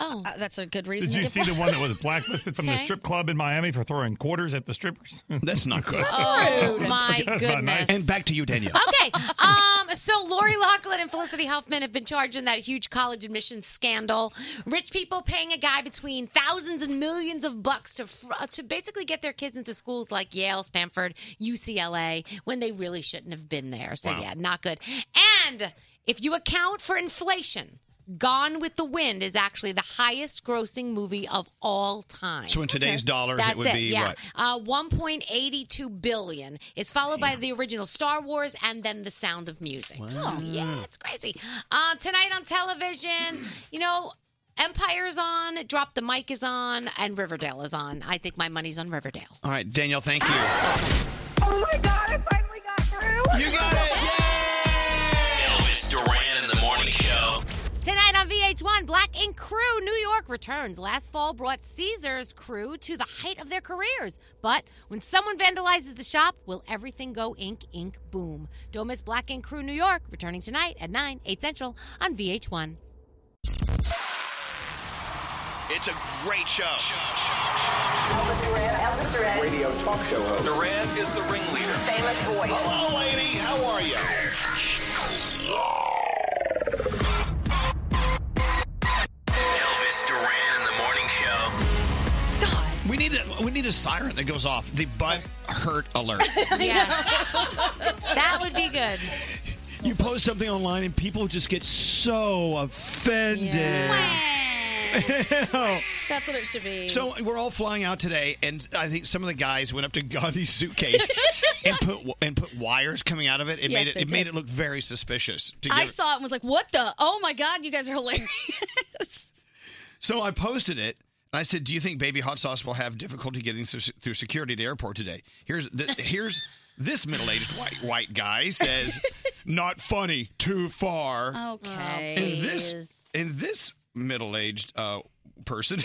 Speaker 5: Oh,
Speaker 6: uh, that's a good reason.
Speaker 8: Did
Speaker 6: to
Speaker 8: you
Speaker 6: get
Speaker 8: see the one that was blacklisted from the
Speaker 6: Okay.
Speaker 8: strip club in Miami for throwing quarters at the strippers?
Speaker 1: That's not good.
Speaker 5: Oh, my goodness.
Speaker 1: And back to you, Danielle.
Speaker 5: Okay. Um, so Lori Loughlin and Felicity Huffman have been charged in that huge college admissions scandal. Rich people paying a guy between thousands and millions of bucks to fr- to basically get their kids into schools like Yale, Stanford, UCLA when they really shouldn't have been there. So
Speaker 25: Wow.
Speaker 5: yeah, not good. And if you account for inflation, Gone with the Wind is actually the highest grossing movie of all time.
Speaker 1: So in today's dollars,
Speaker 5: That's
Speaker 1: it would be
Speaker 5: yeah.
Speaker 1: what?
Speaker 5: Uh, 1.82 billion. It's followed by the original Star Wars and then The Sound of Music. So, yeah, it's crazy. Um, tonight on television, you know, Empire is on, Drop the Mic is on, and Riverdale is on. I think my money's on Riverdale.
Speaker 1: All right, Danielle, thank you.
Speaker 5: Oh my God, I finally got through.
Speaker 1: You got it.
Speaker 4: Elvis Duran in the morning show.
Speaker 5: Tonight on VH1, Black Ink Crew New York returns. Last fall brought Caesar's crew to the height of their careers. But when someone vandalizes the shop, will everything go ink, ink, boom? Don't miss Black Ink Crew New York returning tonight at 9, 8 central on VH1.
Speaker 1: It's a great show.
Speaker 12: Radio talk show host. Duran is the ringleader. Famous voice. Hello, lady. How are you?
Speaker 4: Elvis Duran in the morning show.
Speaker 1: We need a, we need a siren that goes off. The butt hurt alert.
Speaker 5: Yes. that would be good.
Speaker 25: You post something online and people just get so offended. Ew.
Speaker 6: That's what it should be.
Speaker 1: So uh, we're all flying out today, and I think some of the guys went up to Gandhi's suitcase and put and put wires coming out of it. It
Speaker 6: Yes,
Speaker 1: made it
Speaker 6: they
Speaker 1: it made
Speaker 6: did.
Speaker 1: it look very suspicious. to
Speaker 6: I
Speaker 1: give-
Speaker 6: saw it and was like, what the? Oh my God, you guys are hilarious.
Speaker 1: So I posted it. And I said, "Do you think Baby Hot Sauce will have difficulty getting through through security at the airport today?" Here's th- here's this middle-aged white white guy says, "Not funny, too far."
Speaker 6: Okay.
Speaker 1: And this and this middle-aged uh, person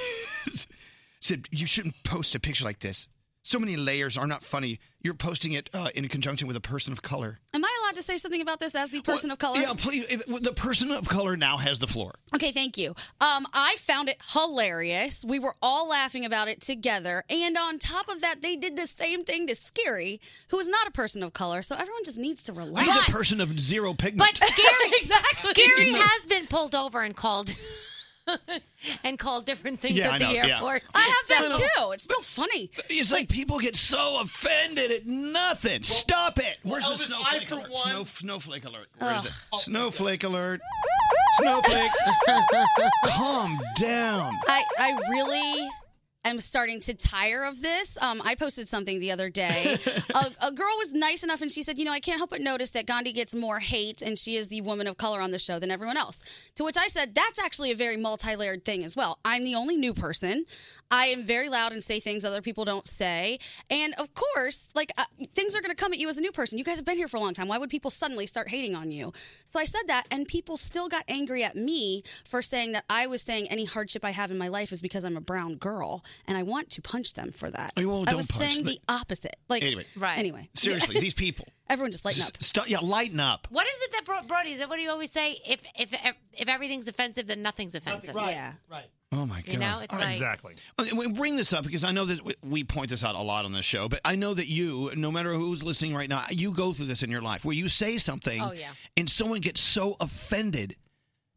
Speaker 1: said, "You shouldn't post a picture like this. So many layers are not funny. You're posting it uh, in conjunction with a person of color."
Speaker 6: Am I allowed to say something about this as the person of color?
Speaker 1: Yeah, please. if- The person of color now has the floor.
Speaker 6: Okay, thank you. Um, I found it hilarious. We were all laughing about it together. And on top of that, they did the same thing to Scary, who is not a person of color. So everyone just needs to relax.
Speaker 25: He's a person of zero pigment.
Speaker 5: Scary, Scary
Speaker 25: Isn't it-
Speaker 5: has been pulled over and called. and called different things
Speaker 25: Yeah,
Speaker 5: at
Speaker 25: I
Speaker 5: the
Speaker 25: know, yeah.
Speaker 5: airport.
Speaker 6: I have that
Speaker 5: So-
Speaker 6: too. It's still funny.
Speaker 25: uh, It's like people get so offended at nothing. Stop it. Where's
Speaker 1: well,
Speaker 25: the
Speaker 1: Elvis,
Speaker 25: snowflake
Speaker 1: I, for
Speaker 25: alert?
Speaker 1: one-
Speaker 25: Snow- snowflake alert. Where is
Speaker 1: Ugh.
Speaker 25: it?
Speaker 1: Snowflake alert. Snowflake. Calm down.
Speaker 6: I, I really am starting to tire of this. Um, I posted something the other day. a, a girl was nice enough and she said, You know, I can't help but notice that Gandhi gets more hate and she is the woman of color on the show than everyone else. To which I said, That's actually a very multi layered thing as well. I'm the only new person. I am very loud and say things other people don't say. And of course, like uh, things are going to come at you as a new person. You guys have been here for a long time. Why would people suddenly start hating on you? So I said that, and people still got angry at me for saying that I was saying any hardship I have in my life is because I'm a brown girl, and I want to punch them for that.
Speaker 25: Oh, well,
Speaker 6: I
Speaker 25: don't
Speaker 6: was
Speaker 25: punch
Speaker 6: saying
Speaker 25: them.
Speaker 6: the opposite. Like
Speaker 25: Anyway.
Speaker 5: Right.
Speaker 6: Anyway,
Speaker 25: Seriously,
Speaker 6: Yeah.
Speaker 25: these people.
Speaker 6: Everyone just lighten up.
Speaker 25: Just Stop, yeah, lighten up.
Speaker 5: What is it that bro- Brody? Is it what do you always say? If if if everything's offensive, then nothing's offensive.
Speaker 25: right,
Speaker 5: Yeah.
Speaker 21: Right.
Speaker 25: Oh my
Speaker 5: You know, it's like- Exactly.
Speaker 1: We bring this up because I know that we- we point this out a lot on the show, but I know that you, no matter who's listening right now, you go through this in your life where you say something
Speaker 25: Oh, yeah.
Speaker 1: and someone gets so offended.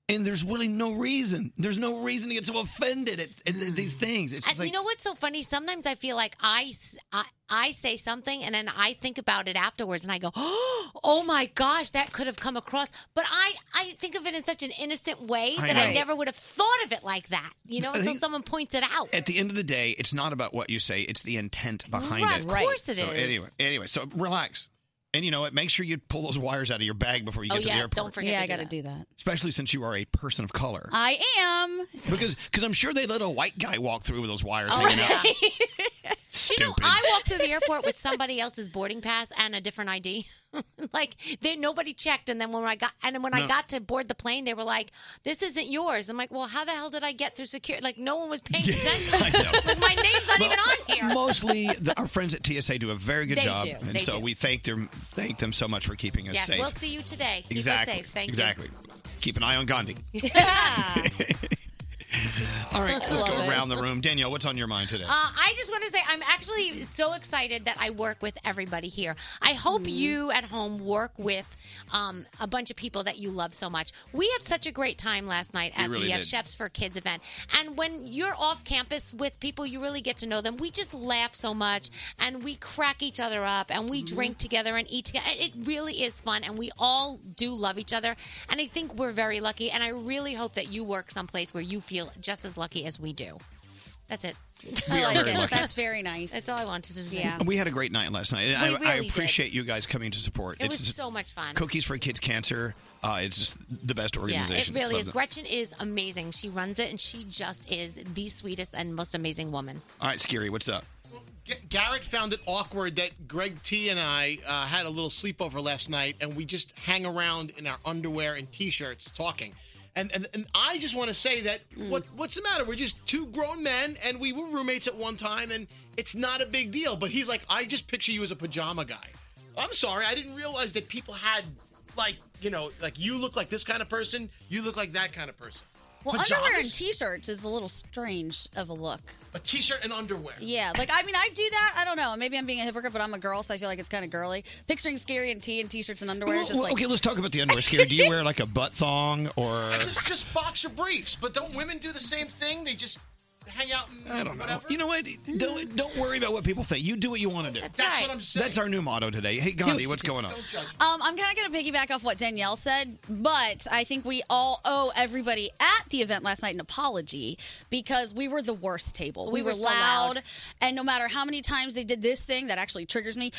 Speaker 1: And there's really no reason. There's no reason to get so offended at, at th- these things. It's
Speaker 5: I-
Speaker 1: just
Speaker 5: Uh,
Speaker 1: like,
Speaker 5: you know what's so funny? Sometimes I feel like I, s- I- I say something and then I think about it afterwards and I go, oh my gosh, that could have come across. But I, I think of it in such an innocent way
Speaker 1: I
Speaker 5: that
Speaker 1: know.
Speaker 5: I never would have thought of it like that, you know,
Speaker 1: I
Speaker 5: until
Speaker 1: think-
Speaker 5: someone points it out.
Speaker 1: at the end of the day, it's not about what you say; it's the intent behind
Speaker 5: Right,
Speaker 1: it.
Speaker 5: of course it
Speaker 1: so
Speaker 5: is.
Speaker 1: Anyway, anyway, so relax, and you know what? Make sure you pull those wires out of your bag before you
Speaker 5: Oh,
Speaker 1: get to the airport.
Speaker 6: Oh, Yeah, I got Uh, to do that.
Speaker 1: Especially since you are a person of color.
Speaker 6: I am.
Speaker 1: Because because I'm sure they let a white guy walk through with those wires
Speaker 5: Oh,
Speaker 1: hanging out.
Speaker 5: You know, I walked through the airport with somebody else's boarding pass and a different ID. like they nobody checked, and then when I got and then when I
Speaker 9: No.
Speaker 5: got to board the plane, they were like, "This isn't yours." I'm like, "Well, how the hell did I get through security?" Like no one was paying attention. like my name's not even on here.
Speaker 1: Mostly the, our friends at TSA do a very good
Speaker 5: They
Speaker 1: job,
Speaker 5: do,
Speaker 1: and
Speaker 5: they
Speaker 1: so
Speaker 5: do.
Speaker 1: we thank them thank them so much for keeping us
Speaker 5: Yes,
Speaker 1: safe.
Speaker 5: we'll see you today.
Speaker 1: exactly.
Speaker 5: Keep us safe. Thank
Speaker 1: exactly. Keep an eye on Gandhi.
Speaker 5: you.
Speaker 1: All right, let's go
Speaker 5: Love it.
Speaker 1: around the room. Danielle, what's on your mind today?
Speaker 5: Uh, I just want to say I'm actually so excited that I work with everybody here. I
Speaker 9: Mm-hmm.
Speaker 5: hope you at home work with um, a bunch of people that you love so much. We had such a great time last night
Speaker 9: We
Speaker 5: at
Speaker 9: really
Speaker 5: the uh,
Speaker 9: did.
Speaker 5: Chefs for Kids event. And when you're off campus with people, you really get to know them. We just laugh so much and we crack each other up and
Speaker 9: Mm-hmm.
Speaker 5: we drink together and eat together. It really is fun and we all do love each other. And I think we're very lucky. And I really hope that you work someplace where you feel just as lucky as we do. That's it.
Speaker 1: We I are like very it. lucky.
Speaker 6: That's very nice.
Speaker 5: That's all I wanted to say.
Speaker 1: We had a great night last night, and I,
Speaker 5: We
Speaker 1: I
Speaker 5: really did.
Speaker 1: appreciate you guys coming to support.
Speaker 5: It
Speaker 1: It's
Speaker 5: was
Speaker 1: just-
Speaker 5: so much fun.
Speaker 1: Cookies for Kids Cancer. Uh, it's just the best
Speaker 5: Yeah, it
Speaker 1: organization.
Speaker 5: really
Speaker 1: Love
Speaker 5: is.
Speaker 1: them.
Speaker 5: Gretchen is amazing. She runs it, and she just is the sweetest and most amazing woman.
Speaker 1: All right, Scary, what's up?
Speaker 10: G- Garrett found it awkward that Greg T and I uh, had a little sleepover last night, and we just hang around in our underwear and t-shirts talking. And and, and I just want to say that
Speaker 6: Hmm.
Speaker 10: what what's the matter? We're just two grown men, and we were roommates at one time, and it's not a big deal. But he's like, I just picture you as a pajama guy. I'm sorry, I didn't realize that people had like you know like you look like this kind of person, you look like that kind of person.
Speaker 6: Well,
Speaker 10: Pajamas?
Speaker 6: underwear and t-shirts is a little strange of a look.
Speaker 10: a t-shirt and underwear.
Speaker 6: Yeah, like I mean, I do that. I don't know. Maybe I'm being a hypocrite, but I'm a girl, so I feel like it's kind of girly. Picturing scary and tea and t-shirts and underwear, is just
Speaker 1: Well,
Speaker 6: like
Speaker 1: okay, let's talk about the underwear, Scary. Do you wear like a butt thong or?
Speaker 10: Just just boxer briefs, but don't women do the same thing? They just
Speaker 16: hang out and
Speaker 1: I don't know. You know what? Don't don't worry about what people think. You do what you want to do.
Speaker 6: That's That's right. what I'm saying.
Speaker 1: That's our new motto today. Hey
Speaker 6: Do what
Speaker 1: Gandhi,
Speaker 6: you
Speaker 1: what's
Speaker 6: do.
Speaker 1: going on?
Speaker 6: Um, I'm kind of going to piggyback off what Danielle said, but I think we all owe everybody at the event last night an apology because we were the worst table.
Speaker 5: We were so loud.
Speaker 6: and no matter how many times they did this thing that actually triggers me,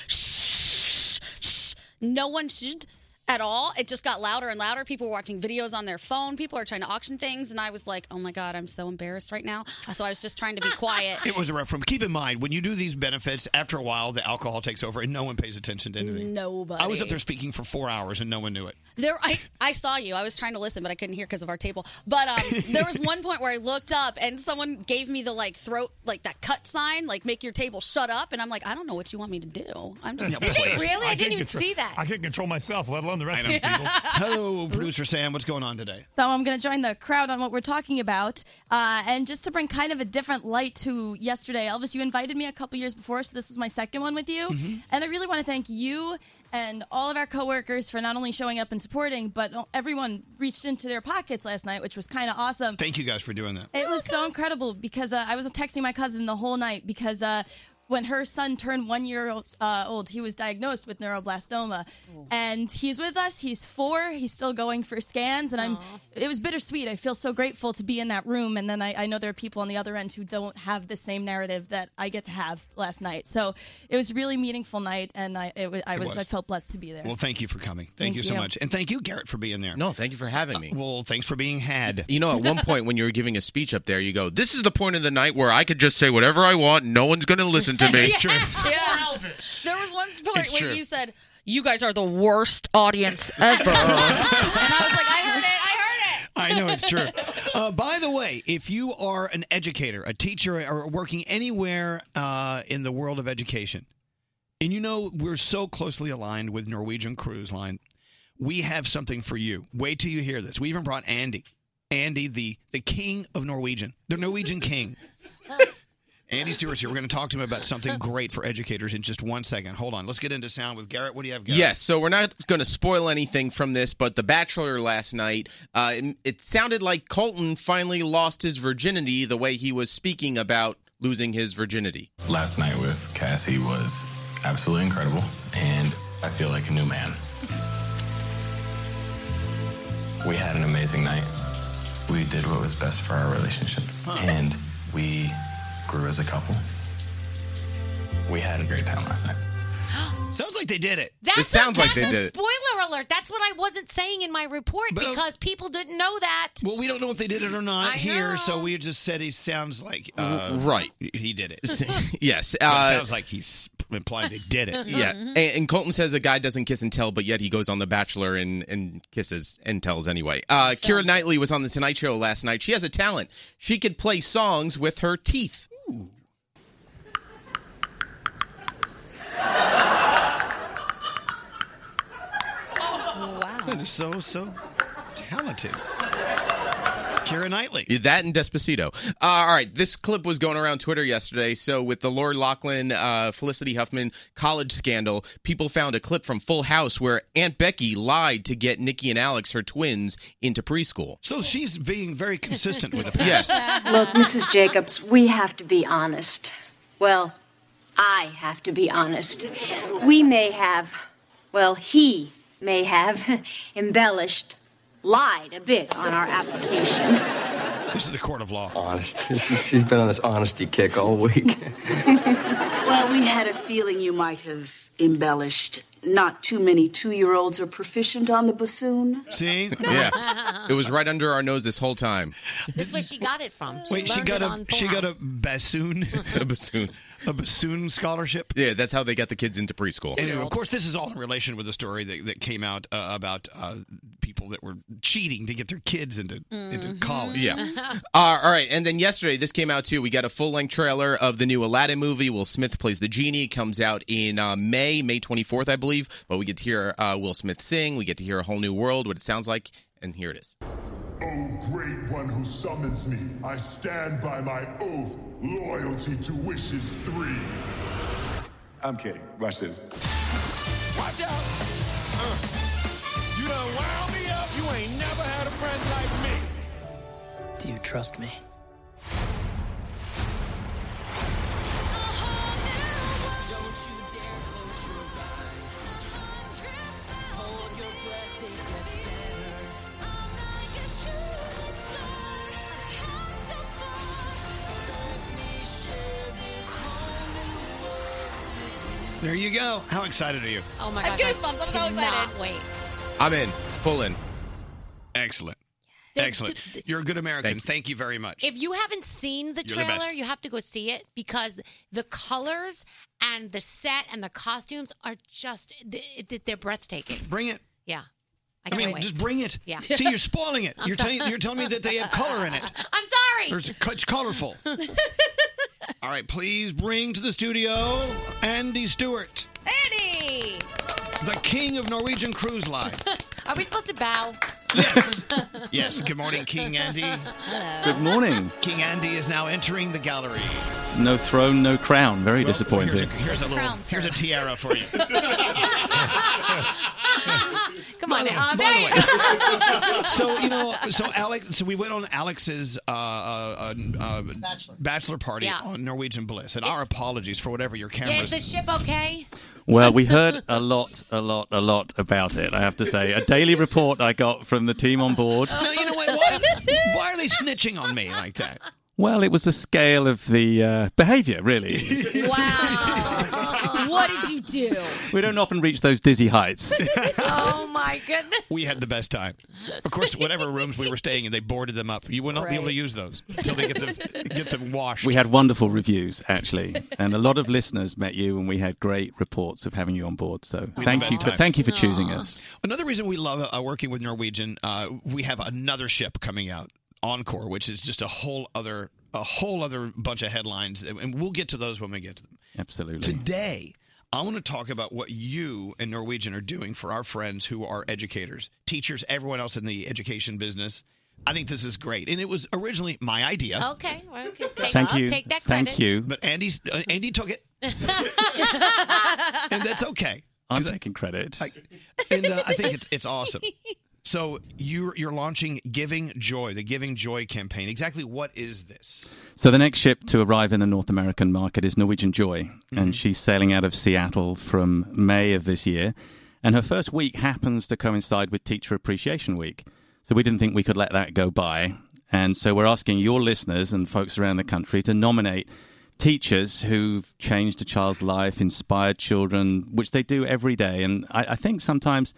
Speaker 6: shh, shh, no one should at all. It just got louder and louder. People were watching videos on their phone. People are trying to auction things, and I was like, "Oh my god, I'm so embarrassed right now." So I was just trying to be quiet.
Speaker 1: It was a rough room. Keep in mind, when you do these benefits, after a while, the alcohol takes over and no one pays attention to anything.
Speaker 6: Nobody.
Speaker 1: I was up there speaking for four hours and no one knew it.
Speaker 6: There, I, I saw you. I was trying to listen, but I couldn't hear because of our table. But um, there was one point where I looked up and someone gave me the like throat, like that cut sign, like make your table shut up. And I'm like, I don't know what you want me to do. I'm just
Speaker 26: couldn't control- I couldn't control myself, let alone the rest of
Speaker 1: know.
Speaker 26: the people.
Speaker 1: Hello, producer Sam. What's going on today?
Speaker 10: So I'm going to join the crowd on what we're talking about. Uh, and just to bring kind of a different light to yesterday, Elvis, you invited me a couple years before, so this was my second one with you.
Speaker 27: Mhm.
Speaker 10: And I really want to thank you and all of our coworkers for not only showing up and supporting, but everyone reached into their pockets last night, which was kind of awesome.
Speaker 1: Thank you guys for doing that.
Speaker 10: It was so incredible because uh, I was texting my cousin the whole night because uh, when her son turned one year old, uh, old, he was diagnosed with neuroblastoma, and he's with us. He's four. He's still going for scans, and I'm. It was bittersweet. I feel so grateful to be in that room, and then I, I know there are people on the other end who don't have the same narrative that I get to have last night. So it was a really meaningful night, and I it, wa- I
Speaker 1: It
Speaker 10: was,
Speaker 1: was.
Speaker 10: I felt blessed to be there.
Speaker 1: Well, thank you for coming. Thank,
Speaker 10: Thank
Speaker 1: you so
Speaker 10: you.
Speaker 1: much. And thank you, Garrett, for being there. Uh,
Speaker 28: No, thank you for having me.
Speaker 1: well, thanks for being had.
Speaker 28: You know, at one point when you were giving a speech up there, you go, "This is the point of the night where I could just say whatever I want. No one's going to listen to
Speaker 6: yeah.
Speaker 28: me."
Speaker 6: There was one point
Speaker 28: It's
Speaker 6: where
Speaker 28: true.
Speaker 6: you said, "You guys are the worst audience ever," and I was like, "I heard it. I heard it."
Speaker 1: I know it's true. Uh, by the way, if you are an educator, a teacher, or working anywhere uh, in the world of education, and you know we're so closely aligned with Norwegian Cruise Line, we have something for you. Wait till you hear this. We even brought Andy, Andy, the the king of Norwegian, the Norwegian king. Andy Stewart's here. We're going to talk to him about something great for educators in just one second. Hold on. Let's get into sound with Garrett. What do you have, Garrett?
Speaker 28: Yes, so we're not going to spoil anything from this, but The Bachelor last night, uh, it, it sounded like Colton finally lost his virginity the way he was speaking about losing his virginity.
Speaker 29: Last night with Cassie was absolutely incredible, and I feel like a new man. We had an amazing night. We did what was best for our relationship, and we grew as a couple. We had a great time last night.
Speaker 1: Sounds like they did it.
Speaker 5: That's
Speaker 29: It sounds
Speaker 5: a,
Speaker 29: like
Speaker 5: that's
Speaker 29: they
Speaker 5: a
Speaker 29: did it.
Speaker 5: spoiler alert. That's what I wasn't saying in my report because people didn't know that.
Speaker 1: uh, Well, we don't know if they did it or not here, so we just said he sounds like uh,
Speaker 28: right.
Speaker 1: He did it.
Speaker 28: yes,
Speaker 1: Well,
Speaker 28: uh,
Speaker 1: it sounds like he's implied they did it.
Speaker 28: Yeah, and, and Colton says a guy doesn't kiss and tell, but yet he goes on The Bachelor and, and kisses and tells anyway. Uh, Kira Knightley was on The Tonight Show last night. She has a talent. She could play songs with her teeth.
Speaker 1: Wow. That is so, so talented. Kira Knightley.
Speaker 28: That and Despacito. Uh, all right, this clip was going around Twitter yesterday. So with the Lori Lachlan, uh, Felicity Huffman college scandal, people found a clip from Full House where Aunt Becky lied to get Nikki and Alex, her twins, into preschool.
Speaker 1: So she's being very consistent with the
Speaker 28: Yes.
Speaker 25: Look, Mrs. Jacobs, we have to be honest. Well, I have to be honest. We may have, well, he may have embellished, lied a bit on our application.
Speaker 1: This is the court of law.
Speaker 29: Honest. She's been on this honesty kick all week.
Speaker 30: Well, we had a feeling you might have embellished. Not too many two year olds are proficient on the bassoon.
Speaker 1: See?
Speaker 28: yeah. It was right under our nose this whole time.
Speaker 5: That's where she got it from. She
Speaker 1: Wait, she
Speaker 5: learned
Speaker 1: got
Speaker 5: it
Speaker 1: a
Speaker 5: on Full
Speaker 1: she got a
Speaker 5: House.
Speaker 1: bassoon,
Speaker 28: a bassoon,
Speaker 1: a bassoon scholarship.
Speaker 28: Yeah, that's how they got the kids into preschool.
Speaker 1: And of course, this is all in relation with the story that, that came out uh, about uh, people that were cheating to get their kids into
Speaker 5: Mm-hmm.
Speaker 1: into college.
Speaker 28: Oh, Yeah. Uh, all right. And then yesterday, this came out too. We got a full length trailer of the new Aladdin movie. Will Smith plays the genie. It Comes out in uh, May, May 24th, I believe. But we get to hear uh, Will Smith sing. We get to hear a whole new world, what it sounds like. And here it is.
Speaker 31: O great one who summons me, I stand by my oath, loyalty to wishes three. I'm kidding. Watch this.
Speaker 32: Watch out! Uh, you done wound me up. You ain't never had a friend like me.
Speaker 33: Do you trust me?
Speaker 1: There you go. How excited are you?
Speaker 5: Oh my
Speaker 6: I have
Speaker 5: gosh.
Speaker 6: goosebumps. I'm so excited.
Speaker 5: Wait.
Speaker 28: I'm in. Full in.
Speaker 1: Excellent. Excellent. You're a good American. Thank you, very much.
Speaker 5: If you haven't seen the
Speaker 1: You're the best.
Speaker 5: trailer, you have to go see it because the colors and the set and the costumes are just th- th- they're breathtaking.
Speaker 1: Bring it.
Speaker 5: Yeah. I
Speaker 1: I
Speaker 5: can't
Speaker 1: mean,
Speaker 5: wait.
Speaker 1: just bring it.
Speaker 5: Yeah.
Speaker 1: See, you're spoiling it.
Speaker 5: I'm
Speaker 1: You're,
Speaker 5: sorry.
Speaker 1: telling you're telling me that they have color in it.
Speaker 5: I'm sorry.
Speaker 1: There's, it's colorful. All right, please bring to the studio Andy Stewart,
Speaker 5: Annie.
Speaker 1: the king of Norwegian Cruise Line.
Speaker 5: Are we supposed to bow?
Speaker 1: Yes, good morning, King Andy.
Speaker 3: Good morning.
Speaker 1: King Andy is now entering the gallery.
Speaker 3: No throne, no crown. Very
Speaker 1: Here's a,
Speaker 3: disappointing.
Speaker 1: here's a little, here's a tiara for you.
Speaker 5: Come on now.
Speaker 1: by the way, so you know, so Alex, so we went on Alex's uh, uh, uh, bachelor. party
Speaker 5: Yeah.
Speaker 1: on Norwegian Bliss, and our apologies for whatever your
Speaker 5: Yeah,
Speaker 1: cameras.
Speaker 5: is the ship okay?
Speaker 3: Well, we heard a lot, a lot, a lot about it, I have to say. A daily report I got from the team on board.
Speaker 1: no, you know what? Why, why are they snitching on me like that?
Speaker 3: Well, it was the scale of the uh, behaviour, really.
Speaker 6: Wow. what did you do?
Speaker 3: We don't often reach those dizzy heights.
Speaker 6: Oh my goodness.
Speaker 1: We had the best time. Of course, whatever rooms we were staying in, they boarded them up. You will not be able to
Speaker 3: Right.
Speaker 1: use those until they get the get them washed.
Speaker 3: We had wonderful reviews, actually, and a lot of listeners met you, and we had great reports of having you on board. So
Speaker 1: We had the
Speaker 3: thank you,
Speaker 1: best
Speaker 3: for,
Speaker 1: time.
Speaker 3: thank you for choosing us.
Speaker 1: Another reason we love uh, working with Norwegian, uh, we have another ship coming out, Encore, which is just a whole other a whole other bunch of headlines, and we'll get to those when we get to them.
Speaker 3: Absolutely.
Speaker 1: Today, I want to talk about what you and Norwegian are doing for our friends who are educators, teachers, everyone else in the education business. I think this is great, and it was originally my idea.
Speaker 5: Okay. well, okay. Take,
Speaker 3: Thank you.
Speaker 5: Take that
Speaker 3: Thank
Speaker 5: credit.
Speaker 3: you.
Speaker 1: But Andy's uh, Andy took it, and that's okay.
Speaker 3: I'm taking credit.
Speaker 1: and uh, I think it's it's awesome. So you're you're launching Giving Joy, the Giving Joy campaign. Exactly what is this?
Speaker 3: So the next ship to arrive in the North American market is Norwegian Joy, and she's sailing out of Seattle from May of this year. And her first week happens to coincide with Teacher Appreciation Week. So we didn't think we could let that go by. And so we're asking your listeners and folks around the country to nominate teachers who've changed a child's life, inspired children, which they do every day. And I, I think sometimes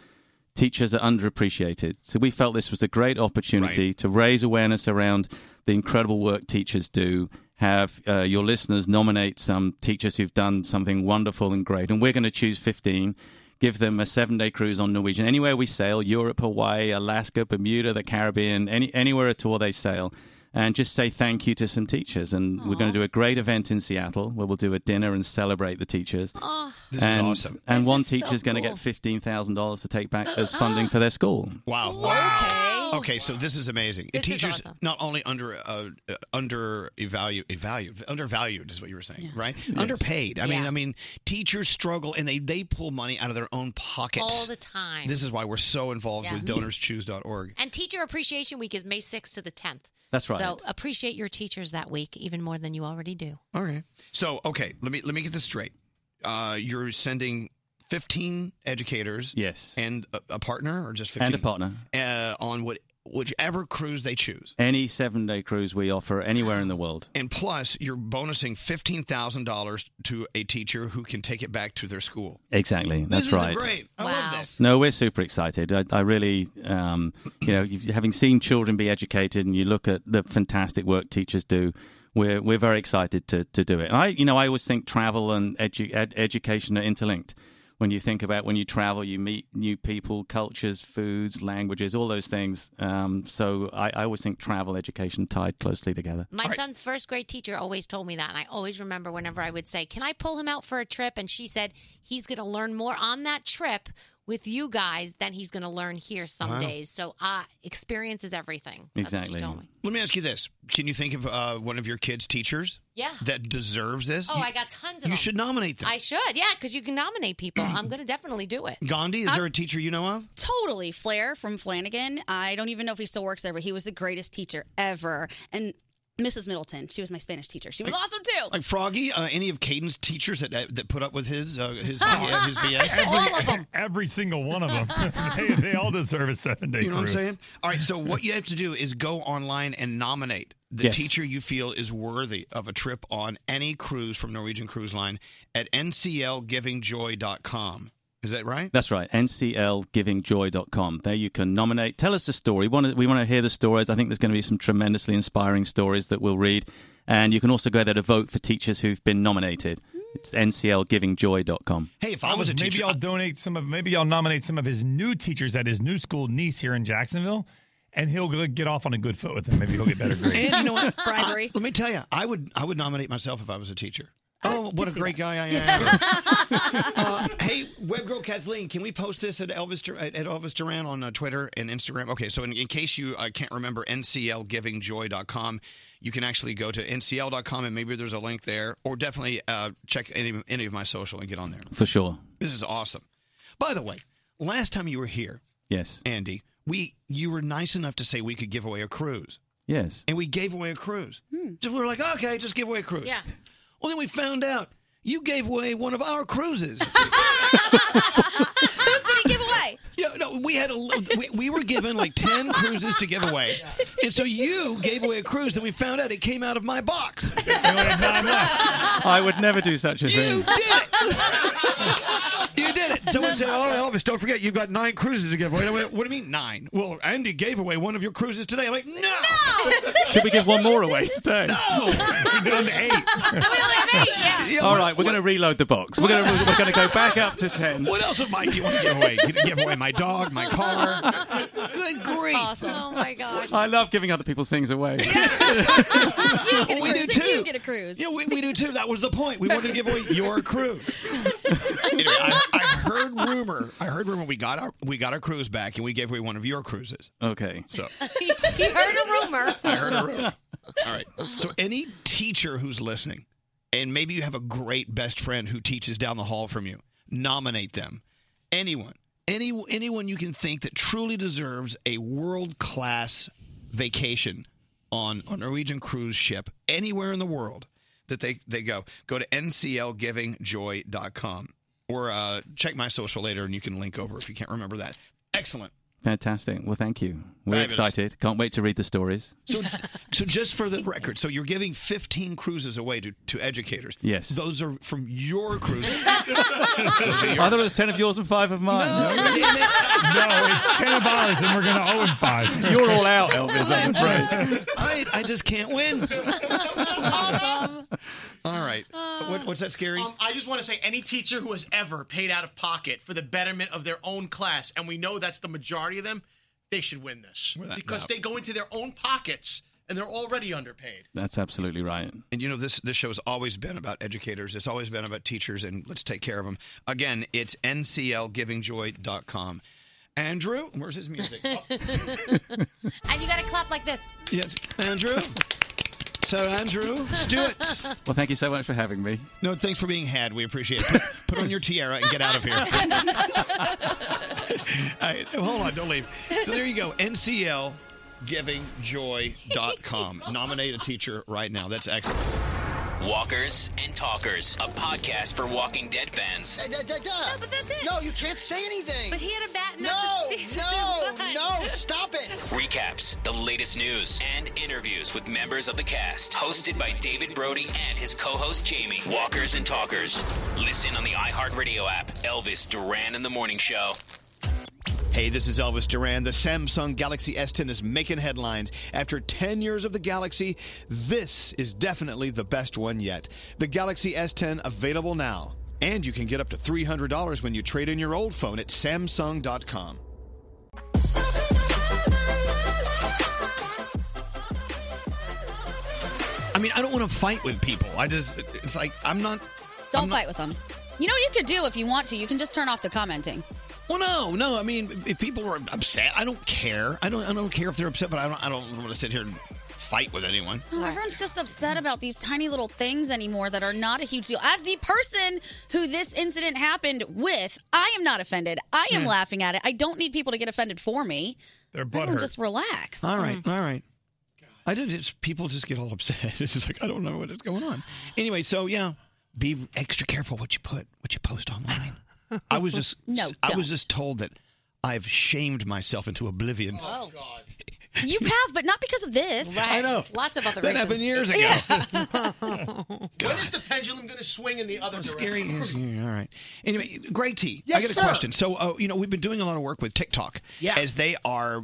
Speaker 3: teachers are underappreciated. So we felt this was a great opportunity to raise awareness around the incredible work teachers do. Have uh, your listeners nominate some teachers who've done something wonderful and great, and we're going to choose 15. Give them a seven-day cruise on Norwegian. Anywhere we sail, Europe, Hawaii, Alaska, Bermuda, the Caribbean, any, anywhere at all they sail, and just say thank you to some teachers. And we're going to do a great event in Seattle where we'll do a dinner and celebrate the teachers.
Speaker 5: Oh.
Speaker 1: This is
Speaker 3: and,
Speaker 1: awesome.
Speaker 3: And
Speaker 1: This
Speaker 3: one
Speaker 1: is so
Speaker 3: teacher's going to
Speaker 1: cool.
Speaker 3: get fifteen thousand dollars to take back as funding for their school.
Speaker 1: Wow. Wow. Okay. so this is amazing.
Speaker 3: This is
Speaker 1: Teachers
Speaker 3: awesome.
Speaker 1: not only under uh, uh, under evaluate evaluate undervalued is what you were saying, right? Underpaid. I mean,
Speaker 5: Yeah.
Speaker 1: I mean, teachers struggle and they they pull money out of their own pockets
Speaker 5: All the time.
Speaker 1: This is why we're so involved
Speaker 5: Yeah.
Speaker 1: with donorschoose.org.
Speaker 5: And Teacher Appreciation Week is May 6th to the 10th.
Speaker 1: That's right.
Speaker 5: So appreciate your teachers that week even more than you already do.
Speaker 1: All right. So okay, let me let me get this straight. Uh, you're sending 15 educators,
Speaker 3: yes,
Speaker 1: and a, a partner, or just 15?
Speaker 3: And a partner.
Speaker 1: uh, on what whichever cruise they choose.
Speaker 3: Any seven-day cruise we offer anywhere in the world.
Speaker 1: And plus, you're bonusing fifteen thousand dollars to a teacher who can take it back to their school.
Speaker 3: Exactly. That's
Speaker 1: this
Speaker 3: right.
Speaker 1: Is great. I love this.
Speaker 3: No, we're super excited. I, I really, um, you know, you've- having seen children be educated, and you look at the fantastic work teachers do. We're we're very excited to to do it. And I, you know, I always think travel and edu- ed- education are interlinked. When you think about when you travel, you meet new people, cultures, foods, languages, all those things. Um, so I, I always think travel education tied closely together.
Speaker 5: My son's first grade teacher always told me that. And I always remember whenever I would say, Can I pull him out for a trip? And she said, He's going to learn more on that trip with you guys than he's going to learn here some
Speaker 1: Wow.
Speaker 5: days. So uh, experience is everything.
Speaker 3: Exactly.
Speaker 1: Let me ask you this: Can you think of uh, one of your kids' teachers?
Speaker 5: Yeah.
Speaker 1: That deserves this.
Speaker 5: Oh,
Speaker 1: you,
Speaker 5: I got tons of
Speaker 1: You
Speaker 5: them.
Speaker 1: should nominate them.
Speaker 5: I should, yeah, because you can nominate people. I'm going to definitely do it.
Speaker 1: Gandhi, is there a teacher you know of?
Speaker 6: Totally. Flair from Flanagan. I don't even know if he still works there, but he was the greatest teacher ever. And Mrs. Middleton, she was my Spanish teacher. She was awesome too.
Speaker 1: Like Froggy, uh, any of Caden's teachers that that put up with his uh, his BS, his BS?
Speaker 8: Every single one of them. they, they all deserve a seven day
Speaker 1: You know what
Speaker 8: cruise.
Speaker 1: I'm saying? All right, so what you have to do is go online and nominate. the
Speaker 3: Yes.
Speaker 1: teacher you feel is worthy of a trip on any cruise from Norwegian Cruise Line at nclgivingjoy.com. Is that right?
Speaker 3: That's right, nclgivingjoy.com. There you can nominate. Tell us a story. One of- We want to hear the stories. I think there's going to be some tremendously inspiring stories that we'll read. And you can also go there to vote for teachers who've been nominated. It's nclgivingjoy.com.
Speaker 1: Hey, if
Speaker 8: I was a teacher, maybe I'll donate some of. Maybe I'll nominate some of his new teachers at his new school, Nice, here in Jacksonville, and he'll g- get off on a good foot with them. Maybe he'll get better grades.
Speaker 1: And you know what? Bribery. let me tell you, I would I would nominate myself if I was a teacher. Oh, what a great guy I am! uh, hey, web girl Kathleen, can we post this at Elvis Dur- at at Elvis Duran on uh, Twitter and Instagram? Okay, so in, in case you uh, can't remember, nclgivingjoy.com, you can actually go to ncl.com and maybe there's a link there, or definitely uh, check any any of my social and get on there.
Speaker 3: For sure.
Speaker 1: This is awesome. By the way, last time you were here,
Speaker 3: Yes.
Speaker 1: Andy, we you were nice enough to say we could give away a cruise.
Speaker 3: Yes.
Speaker 1: And we gave away a cruise.
Speaker 6: Hmm.
Speaker 1: So we were like, okay, just give away a cruise. Yeah. Well, then we found out you gave away one of our cruises.
Speaker 6: Who's did he give away?
Speaker 1: Yeah, no, we had a l- we, we were given like ten cruises to give away, and so you gave away a cruise. Then we found out it came out of my box.
Speaker 3: I would never do such a thing.
Speaker 1: You did it. Someone said, "Oh, Elvis, don't forget you've got nine cruises to give away." I went, what do you mean nine? Well, Andy gave away one of your cruises today. I'm like, no.
Speaker 3: Should we give one more away today?
Speaker 1: No.
Speaker 8: We're down to eight.
Speaker 3: All right, we're going to reload the box. We're going to we're going to go back up to 10.
Speaker 1: What else am I do you want to give away? Give- Give away my dog, my car. Great.
Speaker 6: Awesome.
Speaker 5: Oh my gosh.
Speaker 3: I love giving other people's things away.
Speaker 6: You get a
Speaker 1: We do
Speaker 6: cruise. and
Speaker 1: too.
Speaker 6: You get a cruise.
Speaker 1: Yeah, we, we do too. That was the point. We wanted to give away your crew. anyway, I, I heard rumor. I heard rumor we got our we got our cruise back and we gave away one of your cruises.
Speaker 3: Okay.
Speaker 1: So
Speaker 5: he heard a rumor.
Speaker 1: I heard a rumor. All right. So any teacher who's listening, and maybe you have a great best friend who teaches down the hall from you, nominate them. Anyone, any anyone you can think that truly deserves a world class vacation on a Norwegian cruise ship anywhere in the world that they they go. Go to nclgivingjoy.com or uh, check my social later, and you can link over if you can't remember that. Excellent.
Speaker 3: Fantastic. Well, thank you. We're
Speaker 1: Fabulous.
Speaker 3: excited. Can't wait to read the stories.
Speaker 1: So, so just for the record, so you're giving 15 cruises away to, to educators.
Speaker 3: Yes.
Speaker 1: Those are from your cruises.
Speaker 3: I thought it was 10 of yours and 5 of mine. No,
Speaker 8: no it's 10 of ours, and we're going to owe him five.
Speaker 3: You're all out, Elvis, I'm afraid.
Speaker 1: I, I just can't win.
Speaker 10: awesome.
Speaker 1: All right. What, what's that scary?
Speaker 10: Um, I just want to say any teacher who has ever paid out of pocket for the betterment of their own class, and we know that's the majority of them, they should win this
Speaker 1: Well, that-
Speaker 10: because
Speaker 1: no.
Speaker 10: they go into their own pockets and they're already underpaid.
Speaker 3: That's absolutely right.
Speaker 1: And you know this this show has always been about educators. It's always been about teachers, and let's take care of them. Again, it's nclgivingjoy.com. Andrew, where's his music?
Speaker 5: and you got to clap like this.
Speaker 1: yes, Andrew. So Andrew, Stuart.
Speaker 3: Well, thank you so much for having me.
Speaker 1: No, thanks for being had. We appreciate it. Put, put on your tiara and get out of here. All right, hold on, don't leave. So there you go. nclgivingjoy.com. Nominate a teacher right now. That's excellent.
Speaker 4: Walkers and Talkers, a podcast for Walking Dead fans.
Speaker 9: Da, da, da. No, but that's it. No, you can't say anything. But he had a bat.
Speaker 11: up
Speaker 9: No,
Speaker 11: the season
Speaker 9: no,
Speaker 11: one.
Speaker 9: no! Stop it.
Speaker 4: Recaps, the latest news, and interviews with members of the cast. Hosted by David Brody and his co host Jamie. Walkers and Talkers. Listen on the iHeartRadio app. Elvis Duran and the Morning Show.
Speaker 1: Hey, this is Elvis Duran. The Samsung Galaxy S10 is making headlines. After 10 years of the Galaxy, this is definitely the best one yet. The Galaxy S10 available now. And you can get up to $300 when you trade in your old phone at Samsung.com. I mean, I don't want to fight with people. I just, it's like, I'm not.
Speaker 6: Don't fight with them. You know what you could do if you want to? You can just turn off the commenting.
Speaker 1: Well, no, no. I mean, if people were upset, I don't care. I don't. I don't care if they're upset, but I don't. I don't want to sit here and fight with anyone.
Speaker 6: Oh, everyone's just upset about these tiny little things anymore that are not a huge deal. As the person who this incident happened with, I am not offended. I am
Speaker 1: Yeah.
Speaker 6: laughing at it. I don't need people to get offended for me.
Speaker 8: They're
Speaker 6: Everyone just relax. Hmm.
Speaker 1: All right, all right. I did. It's, people just get all upset. It's just like I don't know what is going on. Anyway, so yeah, be extra careful what you put, what you post online. I was just.
Speaker 6: No,
Speaker 1: I was
Speaker 6: don't.
Speaker 1: just told that I've shamed myself into oblivion.
Speaker 6: Oh, You have, but not because of this.
Speaker 16: Right. I know.
Speaker 5: Lots of other
Speaker 16: That
Speaker 6: reasons.
Speaker 16: happened years
Speaker 6: Yeah.
Speaker 16: When is the pendulum going to swing in the other
Speaker 1: Scary
Speaker 16: direction?
Speaker 1: is yeah, all right. Anyway, Greg T, I
Speaker 16: Yes,
Speaker 1: got a
Speaker 16: sir.
Speaker 1: question. So, uh, you know, we've been doing a lot of work with TikTok,
Speaker 16: Yeah.
Speaker 1: as they are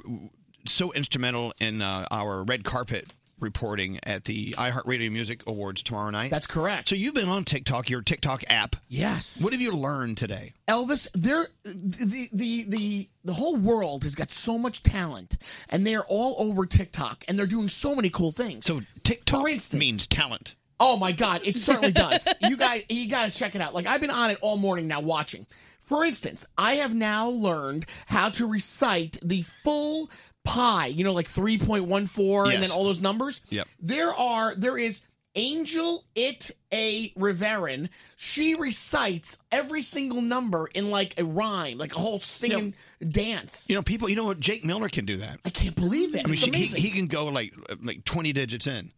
Speaker 1: so instrumental in uh, our red carpet reporting at the iHeartRadio Music Awards tomorrow night. That's
Speaker 7: correct.
Speaker 1: So you've been on TikTok, your TikTok app.
Speaker 7: Yes.
Speaker 1: What have you learned today?
Speaker 7: Elvis, they're the the the the whole world has got so much talent, and they are all over TikTok, and they're doing so many cool things.
Speaker 1: So TikTok
Speaker 7: For instance,
Speaker 1: means talent.
Speaker 7: Oh my God, it certainly does. You guys, you got to check it out. Like I've been on it all morning now watching. For instance, I have now learned how to recite the full pi. You know, like three point one four, and
Speaker 31: Yes.
Speaker 7: then all those numbers.
Speaker 31: Yep.
Speaker 7: There are there is Angel It A Riverin. She recites every single number in like a rhyme, like a whole singing dance.
Speaker 1: You know, people. You know what? Jake Miller can do that.
Speaker 7: I can't believe it.
Speaker 1: I mean,
Speaker 7: It's
Speaker 1: she, he,
Speaker 7: amazing.
Speaker 1: he can go like like twenty digits in.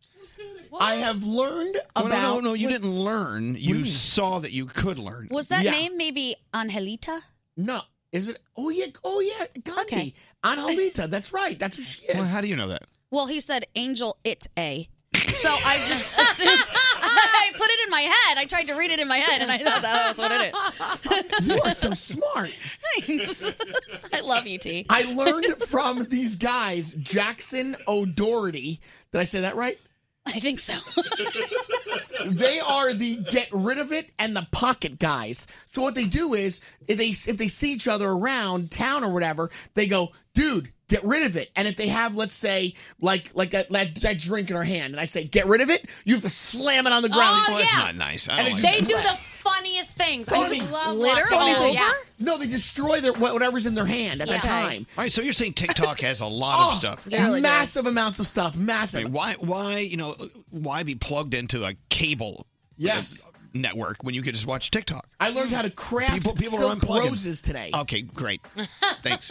Speaker 7: I have learned
Speaker 1: Oh,
Speaker 7: about.
Speaker 1: no, no, no, you
Speaker 7: was-
Speaker 1: didn't learn. You saw that you could learn.
Speaker 6: Was that
Speaker 7: Yeah.
Speaker 6: name maybe Angelita?
Speaker 7: No. Is it? Oh yeah. Oh yeah. Gandhi. Angelita. That's right. That's who she is.
Speaker 1: Well, how do you know that?
Speaker 6: Well, he said Angel It A. So I just assumed. I put it in my head. I tried to read it in my head, and I thought that was what it is.
Speaker 7: You are so smart.
Speaker 6: Thanks. I love you, T.
Speaker 7: I learned from these guys, Jackson O'Doherty. Did I say that right?
Speaker 6: I think so.
Speaker 7: they are the get rid of it and the pocket guys. So what they do is if they if they see each other around town or whatever, they go, dude, get rid of it. And if they have, let's say, like like a, like that drink in her hand, and I say, get rid of it, you have to slam it on the ground.
Speaker 5: Oh, Well, that's yeah. not
Speaker 1: nice.
Speaker 5: they do the funniest things. I just love watching those. Yeah.
Speaker 7: No, they destroy their wha- whatever's in their hand at that
Speaker 1: Yeah.
Speaker 7: time.
Speaker 1: All right, so you're saying TikTok has a lot
Speaker 7: Oh,
Speaker 1: of stuff.
Speaker 7: Yeah, really massive amounts of stuff. Massive.
Speaker 1: I mean, why? Why? You know, why be plugged into a cable?
Speaker 7: Yes.
Speaker 1: uh, Network when you could just watch TikTok.
Speaker 7: I learned how to craft silk
Speaker 1: unplugging.
Speaker 7: roses today.
Speaker 1: Okay, great. Thanks.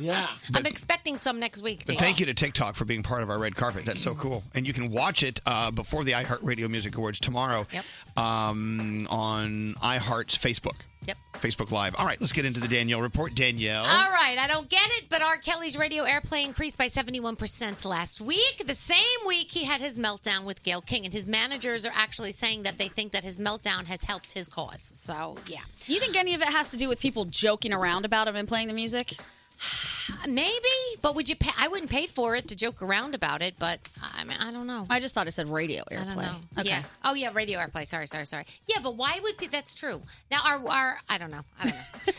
Speaker 7: yeah.
Speaker 5: I'm expecting some next week.
Speaker 1: But
Speaker 5: Too.
Speaker 1: thank you to TikTok for being part of our red carpet. That's so cool. And you can watch it uh, before the iHeartRadio Music Awards tomorrow um, on iHeart's Facebook.
Speaker 5: Yep.
Speaker 1: Facebook Live. All right, let's get into the Danielle report. Danielle.
Speaker 5: All right, I don't get it, but R. Kelly's radio airplay increased by 71% last week. The same week he had his meltdown with Gail King, and his managers are actually saying that they think that his meltdown has helped his cause. So, yeah.
Speaker 6: You think any of it has to do with people joking around about him and playing the music?
Speaker 5: Maybe, but would you pay? I wouldn't pay for it to joke around about it, but I mean, I don't know.
Speaker 6: I just thought it said radio airplay.
Speaker 5: I don't know. Yeah. Oh yeah, radio airplay. Sorry, sorry, sorry. Yeah, but why would be, that's true? Now our our I don't know. I don't know.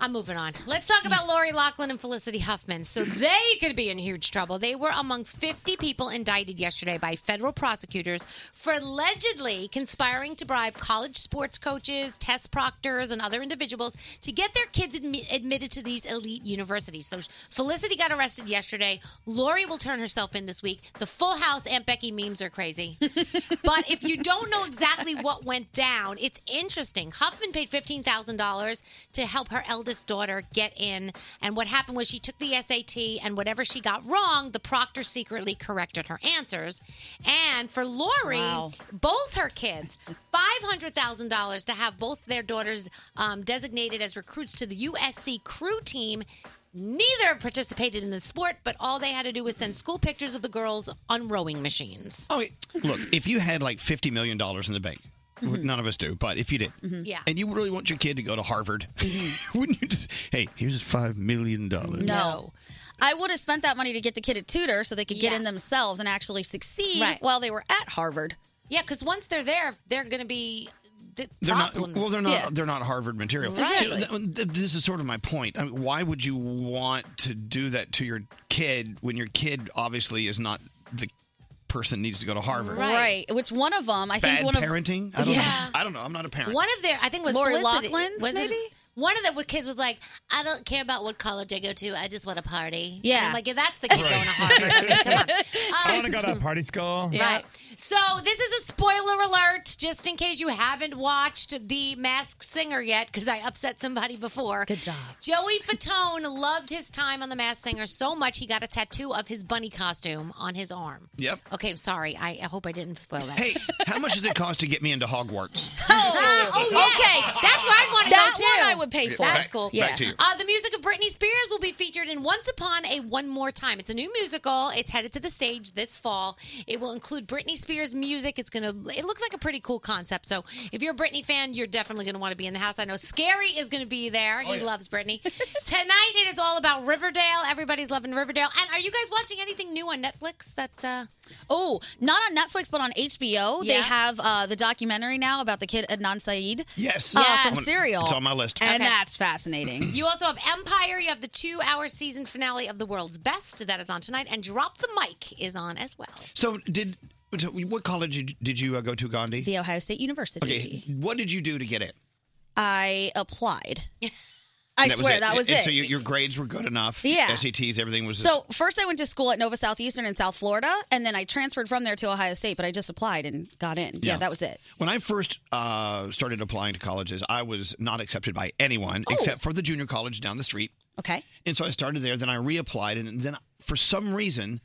Speaker 5: I'm moving on. Let's talk about Lori Lachlan and Felicity Huffman. So they could be in huge trouble. They were among 50 people indicted yesterday by federal prosecutors for allegedly conspiring to bribe college sports coaches, test proctors, and other individuals to get their kids admi- admitted to these elite universities. So Felicity got arrested yesterday. Lori will turn herself in this week. The Full House Aunt Becky memes are crazy. but if you don't know exactly what went down, it's interesting. Huffman paid $15,000 to help her eldest daughter get in. And what happened was she took the SAT, and whatever she got wrong, the proctor secretly corrected her answers. And for Lori,
Speaker 34: Wow.
Speaker 5: both her kids, $500,000 to have both their daughters um, designated as recruits to the USC crew team. Neither participated in the sport, but all they had to do was send school pictures of the girls on rowing machines.
Speaker 1: Oh, Look, if you had like fifty million dollars in the bank,
Speaker 6: Mm-hmm.
Speaker 5: Mhm.
Speaker 1: none of us do, but if you did,
Speaker 5: Yeah.
Speaker 1: and you really want your kid to go to Harvard, wouldn't you just? Hey, here's five million dollars.
Speaker 6: No. I would have spent that money to get the kid a tutor so they could get in themselves and actually succeed
Speaker 5: Right.
Speaker 6: while they were at Harvard.
Speaker 5: Yeah, because once they're there, they're going to be the
Speaker 1: They're not,
Speaker 5: problems.
Speaker 1: well, they're not. They're not Harvard material.
Speaker 5: Right.
Speaker 1: See, th- th- This is sort of my point. I mean, why would you want to do that to your kid when your kid obviously is not the person needs to go to Harvard?
Speaker 6: Right. Which one of them, I
Speaker 1: Bad
Speaker 6: think one
Speaker 1: parenting. I
Speaker 6: of
Speaker 1: don't
Speaker 6: Yeah.
Speaker 1: know. I don't know. I'm not a parent.
Speaker 5: One of their, I think, was
Speaker 6: Lori
Speaker 5: Felicity.
Speaker 6: Loughlin's,
Speaker 5: Was it-
Speaker 6: maybe?
Speaker 5: One of the kids was like, "I don't care about what college I go to. I just want to party." And
Speaker 6: Yeah.
Speaker 5: I'm like, "Yeah, that's the kid going to Harvard." I mean, come on.
Speaker 8: I want to go to a party school.
Speaker 5: Right. So this is a spoiler alert, just in case you haven't watched The Masked Singer yet, because I upset somebody before. Good job. Joey Fatone loved his time on The Masked Singer so much he got a tattoo of his bunny costume on his arm.
Speaker 1: Yep.
Speaker 5: Okay, I'm sorry. I, I hope I didn't spoil that.
Speaker 1: Hey, how much does it cost to get me into Hogwarts?
Speaker 5: Oh, okay. That's where I'd want to go
Speaker 6: That
Speaker 5: too.
Speaker 6: one I would pay for.
Speaker 5: That's
Speaker 1: Back-
Speaker 5: cool.
Speaker 1: back Yeah. to you.
Speaker 5: Uh, the music of Britney Spears will be featured in Once Upon a One More Time. It's a new musical. It's headed to the stage this fall. It will include Britney Spears music. It's gonna. It looks like a pretty cool concept. So if you're a Britney fan, you're definitely gonna want to be in the house. I know Scary is gonna be there.
Speaker 1: Oh,
Speaker 5: he loves Britney. Tonight it is all about Riverdale. Everybody's loving Riverdale. And are you guys watching anything new on Netflix? That uh,
Speaker 6: Oh, not on Netflix, but on HBO. They
Speaker 5: Yeah.
Speaker 6: have uh, the documentary now about the kid Adnan Saeed.
Speaker 1: Yes.
Speaker 6: Uh,
Speaker 1: Yes.
Speaker 6: From Serial.
Speaker 1: It's on my list.
Speaker 6: And
Speaker 1: Okay.
Speaker 6: that's fascinating.
Speaker 5: You also have Empire. You have the two-hour season finale of The World's Best that is on tonight, and Drop the Mic is on as well.
Speaker 1: So did so what college did you- did you uh, go to, Gandhi?
Speaker 6: the Ohio State University.
Speaker 1: Okay, what did you do to get it?
Speaker 6: I applied. I
Speaker 1: And that was
Speaker 6: swear
Speaker 1: it.
Speaker 6: that was
Speaker 1: And
Speaker 6: it.
Speaker 1: So you, your grades were good enough.
Speaker 6: Yeah.
Speaker 1: SATs, everything was.
Speaker 6: So first, I went to school at Nova Southeastern in South Florida, and then I transferred from there to Ohio State. But I just applied and got in. Yeah,
Speaker 1: Yeah.
Speaker 6: that was it.
Speaker 1: When I first uh, started applying to colleges, I was not accepted by anyone except for the junior college down the street.
Speaker 6: Oh. Okay.
Speaker 1: And so I started there, then I reapplied, and then for some reason,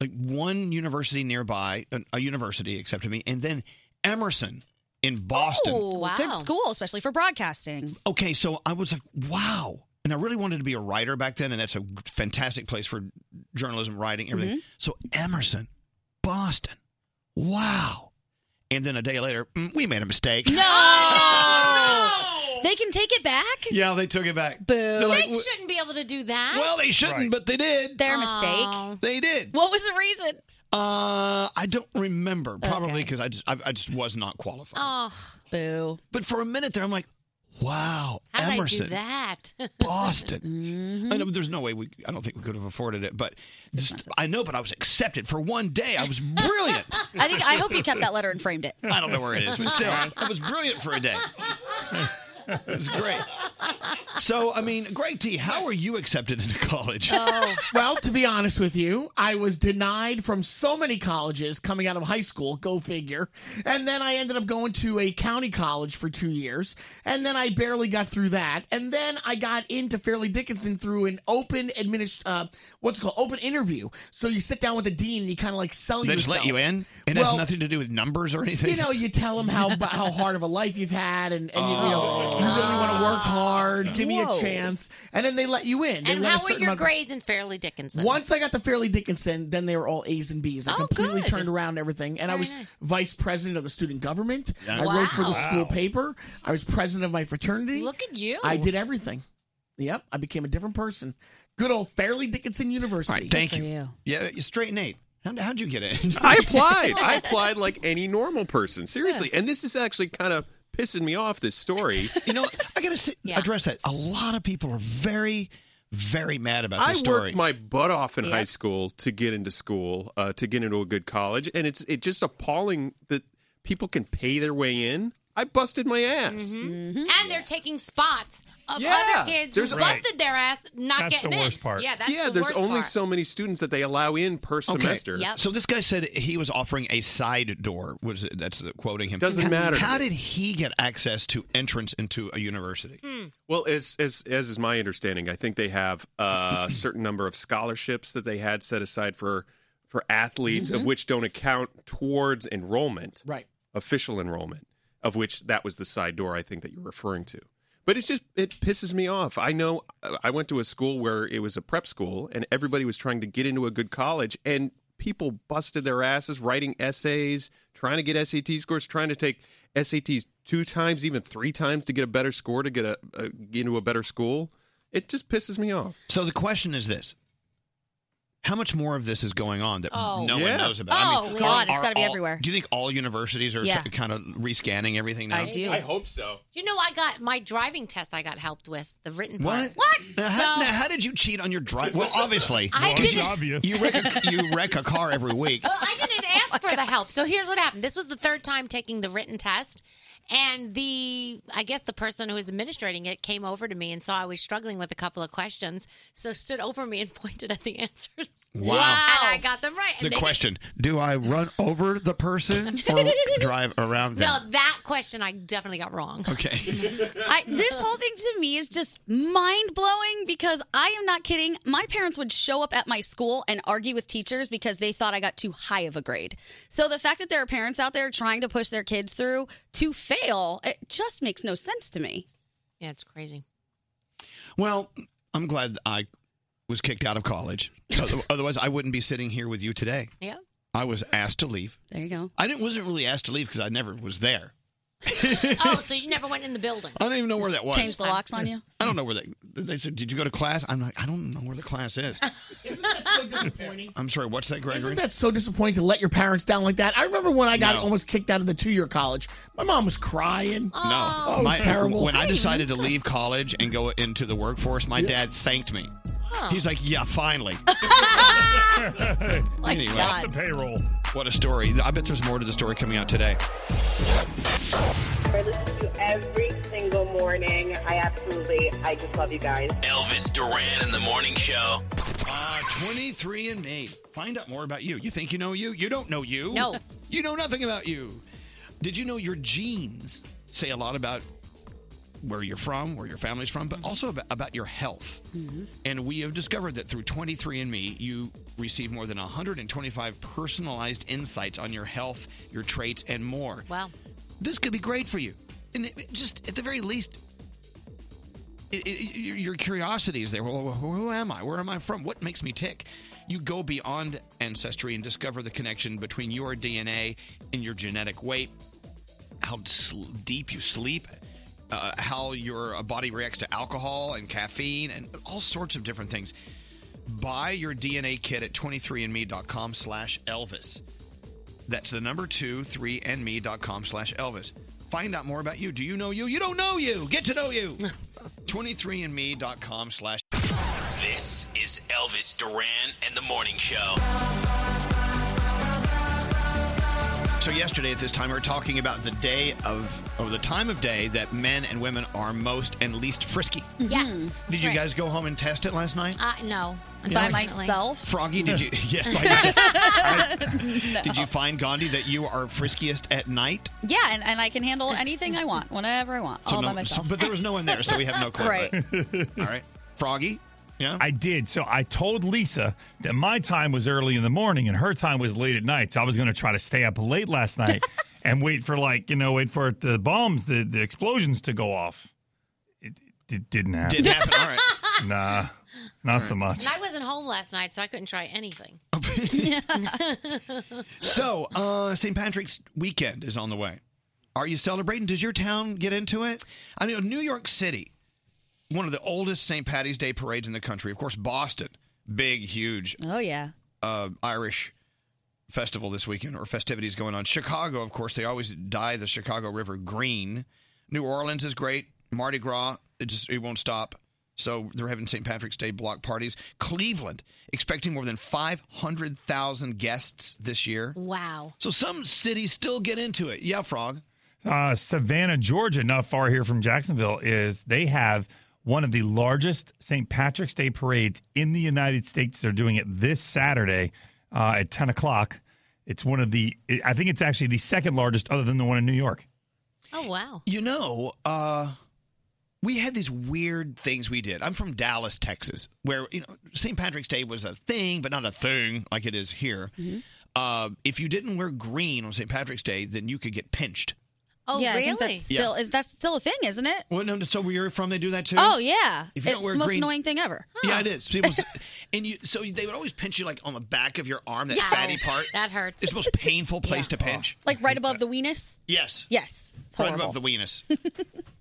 Speaker 1: like one university nearby, a, a university accepted me, and then Emerson in Boston.
Speaker 6: Ooh, Good school, especially for broadcasting.
Speaker 1: Okay, so I was like, wow. And I really wanted to be a writer back then, and that's a fantastic place for journalism, writing, everything.
Speaker 6: Mm-hmm.
Speaker 1: So Emerson, Boston, wow. And then a day later, mm, we made a mistake.
Speaker 6: No! They can take it back?
Speaker 1: Yeah, they took it back.
Speaker 6: Boo.
Speaker 1: They're like,
Speaker 5: they shouldn't be able to do that.
Speaker 1: well, they shouldn't, but they did.
Speaker 6: Their mistake.
Speaker 1: They did.
Speaker 6: What was the reason?
Speaker 1: Uh, I don't remember. Probably because I just I, I just was not qualified.
Speaker 5: Oh,
Speaker 6: boo!
Speaker 1: But for a minute there, I'm like, wow,
Speaker 5: how did I
Speaker 1: Emerson.
Speaker 5: do that?
Speaker 1: Boston.
Speaker 6: Mm-hmm.
Speaker 1: I know there's no way we. I don't think we could have afforded it, but just, I know. But I was accepted for one day. I was brilliant.
Speaker 6: I think I hope you kept that letter and framed it.
Speaker 1: I don't know where it is, but still, I was brilliant for a day. It was great. So, I mean, Greg T, how are you accepted into college?
Speaker 11: Oh, well, to be honest with you, I was denied from so many colleges coming out of high school, go figure. And then I ended up going to a county college for two years. And then I barely got through that. And then I got into Fairleigh Dickinson through an open administ- uh, what's it called, open interview. So you sit down with the dean and you kind of like sell
Speaker 1: They
Speaker 11: yourself.
Speaker 1: just let you in. It
Speaker 11: Well,
Speaker 1: has nothing to do with numbers or anything.
Speaker 11: You know, you tell them how how hard of a life you've had, and, and you, you know, you really want to work hard. Give me
Speaker 5: Oh. Whoa.
Speaker 11: a chance, and then they let you in. They
Speaker 5: and
Speaker 11: let a
Speaker 5: how were
Speaker 11: certain
Speaker 5: your
Speaker 11: amount of-
Speaker 5: grades in Fairleigh Dickinson?
Speaker 11: Once I got to Fairleigh Dickinson, then they were all A's and B's. I
Speaker 5: Oh,
Speaker 11: completely turned around everything, and I was vice president of the student government.
Speaker 5: Yeah.
Speaker 11: I wrote for the
Speaker 5: Wow.
Speaker 11: school paper. I was president of my fraternity.
Speaker 5: Look at you.
Speaker 11: I did everything. Yep, I became a different person. Good old Fairleigh Dickinson University.
Speaker 1: Thank you. Yeah, you straight Nate. How, how'd you get in?
Speaker 12: I applied. I applied like any normal person. Seriously. And this is actually kind of pissing me off, this story.
Speaker 1: You know, I gotta say, address that. A lot of people are very, very mad about
Speaker 12: I
Speaker 1: this story.
Speaker 12: worked my butt off in
Speaker 1: Yeah.
Speaker 12: high school to get into school, uh, to get into a good college, and it's it's just appalling that people can pay their way in. I busted my ass.
Speaker 5: Mhm. And they're taking spots of
Speaker 12: Yeah.
Speaker 5: other kids
Speaker 12: There's-
Speaker 5: who
Speaker 12: Right.
Speaker 5: busted their ass not
Speaker 12: That's the
Speaker 5: getting
Speaker 12: worst
Speaker 5: in.
Speaker 12: part.
Speaker 5: Yeah, that's
Speaker 12: yeah,
Speaker 5: the
Speaker 12: there's
Speaker 5: worst
Speaker 12: only
Speaker 5: part.
Speaker 12: so many students that they allow in per semester.
Speaker 1: So this guy said he was offering a side door. Was it, that's the, quoting him?
Speaker 12: Doesn't
Speaker 1: How-
Speaker 12: matter to
Speaker 1: How
Speaker 12: me.
Speaker 1: did he get access to entrance into a university?
Speaker 12: Well, as as as is my understanding, I think they have uh, a certain number of scholarships that they had set aside for for athletes, of which don't account towards enrollment,
Speaker 11: right?
Speaker 12: Official enrollment, of which that was the side door I think that you're referring to. But it's just it pisses me off. I know I went to a school where it was a prep school, and everybody was trying to get into a good college, and people busted their asses writing essays, trying to get SAT scores, trying to take SATs two times, even three times to get a better score to get a, a get into a better school. It just pisses me off.
Speaker 1: So the question is this: How much more of this is going on that
Speaker 6: Oh.
Speaker 1: no
Speaker 12: Yeah.
Speaker 1: one knows about?
Speaker 6: Oh, God, it's
Speaker 1: are
Speaker 6: gotta be
Speaker 1: all-
Speaker 6: everywhere.
Speaker 1: Do you think all universities are
Speaker 5: Yeah.
Speaker 1: kind of rescanning everything now?
Speaker 5: I do. I
Speaker 12: hope so.
Speaker 5: You know, I got my driving test. I got helped with the written
Speaker 1: What?
Speaker 5: part. What?
Speaker 1: Now,
Speaker 5: so
Speaker 1: how, now, how did you cheat on your drive? Well, obviously,
Speaker 5: I Well, it's didn't-
Speaker 1: obvious. You wreck a, you wreck a car every week.
Speaker 6: Oh
Speaker 5: Well, I didn't ask for the help. So here's what happened. This was the third time taking the written test. And the, I guess the person who was administrating it came over to me and saw I was struggling with a couple of questions, so stood over me and pointed at the answers.
Speaker 1: Wow.
Speaker 5: And I got them right. And
Speaker 1: The
Speaker 5: they didn't-
Speaker 1: question: Do I run over the person or drive around them?
Speaker 5: No, that question I definitely got wrong.
Speaker 1: Okay.
Speaker 6: I, this whole thing to me is just mind blowing because I am not kidding. My parents would show up at my school and argue with teachers because they thought I got too high of a grade. So the fact that there are parents out there trying to push their kids through to fail, it just makes no sense to me.
Speaker 5: Yeah, it's crazy.
Speaker 1: Well, I'm glad I was kicked out of college. Oth- Otherwise, I wouldn't be sitting here with you today.
Speaker 5: Yeah.
Speaker 1: I was asked to leave.
Speaker 6: There you go.
Speaker 1: I didn't wasn't really asked to leave because I never was there.
Speaker 5: oh, so you never went in the building?
Speaker 1: I don't even know where that was.
Speaker 6: Change the locks on you.
Speaker 1: I don't know where they. They said, "Did you go to class?" I'm like, "I don't know where the class is." I'm sorry. What's that, Gregory?
Speaker 11: Isn't that so disappointing to let your parents down like that? I remember when I got almost kicked out of the two-year college. My mom was crying.
Speaker 1: No,
Speaker 11: oh, it was
Speaker 1: My-
Speaker 11: terrible.
Speaker 1: When I decided to leave college and go into the workforce, my dad thanked me. He's like, "Yeah, finally."
Speaker 16: My
Speaker 1: anyway,
Speaker 16: God. Off the
Speaker 1: payroll. What a story! I bet there's more to the story coming out today.
Speaker 13: I listen to every single morning. I absolutely, I just love you guys.
Speaker 4: Elvis Duran in the morning show.
Speaker 1: Uh, 23 and me. Find out more about you. You think you know you? You don't know you.
Speaker 4: No.
Speaker 1: You know nothing about you. Did you know your genes say a lot about where you're from, where your family's from,
Speaker 11: Mm-hmm.
Speaker 1: but also about, about your health? And we have discovered that through 23andMe, you receive more than 125 personalized insights on your health, your traits, and more.
Speaker 5: Wow.
Speaker 1: This could be great for you. And it, it just at the very least, it, it, your your curiosity is there. Well, who who am I? Where am I from? What makes me tick? You go beyond ancestry and discover the connection between your DNA and your genetic weight, how sl- deep you sleep, uh, how your uh, body reacts to alcohol and caffeine, and all sorts of different things. Buy your DNA kit at 23andme.com slash Elvis. That's the number two, three, and me.com slash Elvis. Find out more about you. Do you know you? You don't know you. Get to know you. 23andme.com slash.
Speaker 4: This is Elvis Duran and the morning show.
Speaker 1: So yesterday at this time, we were talking about the day of, or the time of day that men and women are most and least frisky.
Speaker 6: Mm-hmm.
Speaker 5: Yes.
Speaker 1: Did you guys go home and test it last night?
Speaker 5: Uh, no.
Speaker 1: By
Speaker 5: unfortunately.
Speaker 1: Froggy, did you? Yes. by yourself. Did you find Gandhi that you are friskiest at night?
Speaker 6: Yeah, and, and I can handle anything I want, whenever I want,
Speaker 1: So
Speaker 6: all
Speaker 1: no-
Speaker 6: by myself.
Speaker 1: so- but there was no one there, so we have no clue.
Speaker 6: Right.
Speaker 1: All right. Froggy? Yeah.
Speaker 8: I did. So I told Lisa that my time was early in the morning and her time was late at night. So I was going to try to stay up late last night and wait for, like, you know, wait for the bombs, the, the explosions to go off. It, it didn't happen.
Speaker 1: Didn't happen. All right.
Speaker 8: Nah, not so much.
Speaker 5: And I wasn't home last night, so I couldn't try anything.
Speaker 1: So, uh, St. Patrick's weekend is on the way. Are you celebrating? Does your town get into it? I know New York City, one of the oldest St. Patty's Day parades in the country. Of course, Boston, big, huge.
Speaker 6: Oh yeah.
Speaker 1: Uh, Irish festival this weekend or festivities going on. Chicago, of course, they always dye the Chicago River green. New Orleans is great. Mardi Gras, it just it won't stop. So they're having St. Patrick's Day block parties. Cleveland expecting more than 500,000 guests this year.
Speaker 5: Wow.
Speaker 1: So some cities still get into it. Yeah, Frog.
Speaker 8: uh, Savannah, Georgia, not far here from Jacksonville, is they have one of the largest St. Patrick's Day parades in the United States. They're doing it this Saturday uh, at 10 o'clock. It's one of the, I think it's actually the second largest other than the one in New York.
Speaker 5: Oh, wow.
Speaker 1: You know, uh, we had these weird things we did. I'm from Dallas, Texas, where you know St. Patrick's Day was a thing, but not a thing like it is here.
Speaker 6: Mm-hmm.
Speaker 1: Uh, if you didn't wear green on St. Patrick's Day, then you could get pinched.
Speaker 5: Oh,
Speaker 6: yeah, I think
Speaker 1: really?
Speaker 6: that's still
Speaker 1: Yeah.
Speaker 6: is that's still a thing, isn't it?
Speaker 1: Well, no, so where you're from, they do that too.
Speaker 6: Oh yeah.
Speaker 1: If you don't
Speaker 6: it's
Speaker 1: wear
Speaker 6: the most
Speaker 1: green-
Speaker 6: annoying thing ever.
Speaker 1: Yeah, it is. People, and you, so they would always pinch you like on the back of your arm, that
Speaker 6: Yeah.
Speaker 1: fatty part.
Speaker 5: That hurts.
Speaker 1: It's the most painful place to pinch.
Speaker 6: Like right above the weenus?
Speaker 1: Yes.
Speaker 6: Yes. It's
Speaker 1: right
Speaker 6: horrible.
Speaker 1: above the weenus.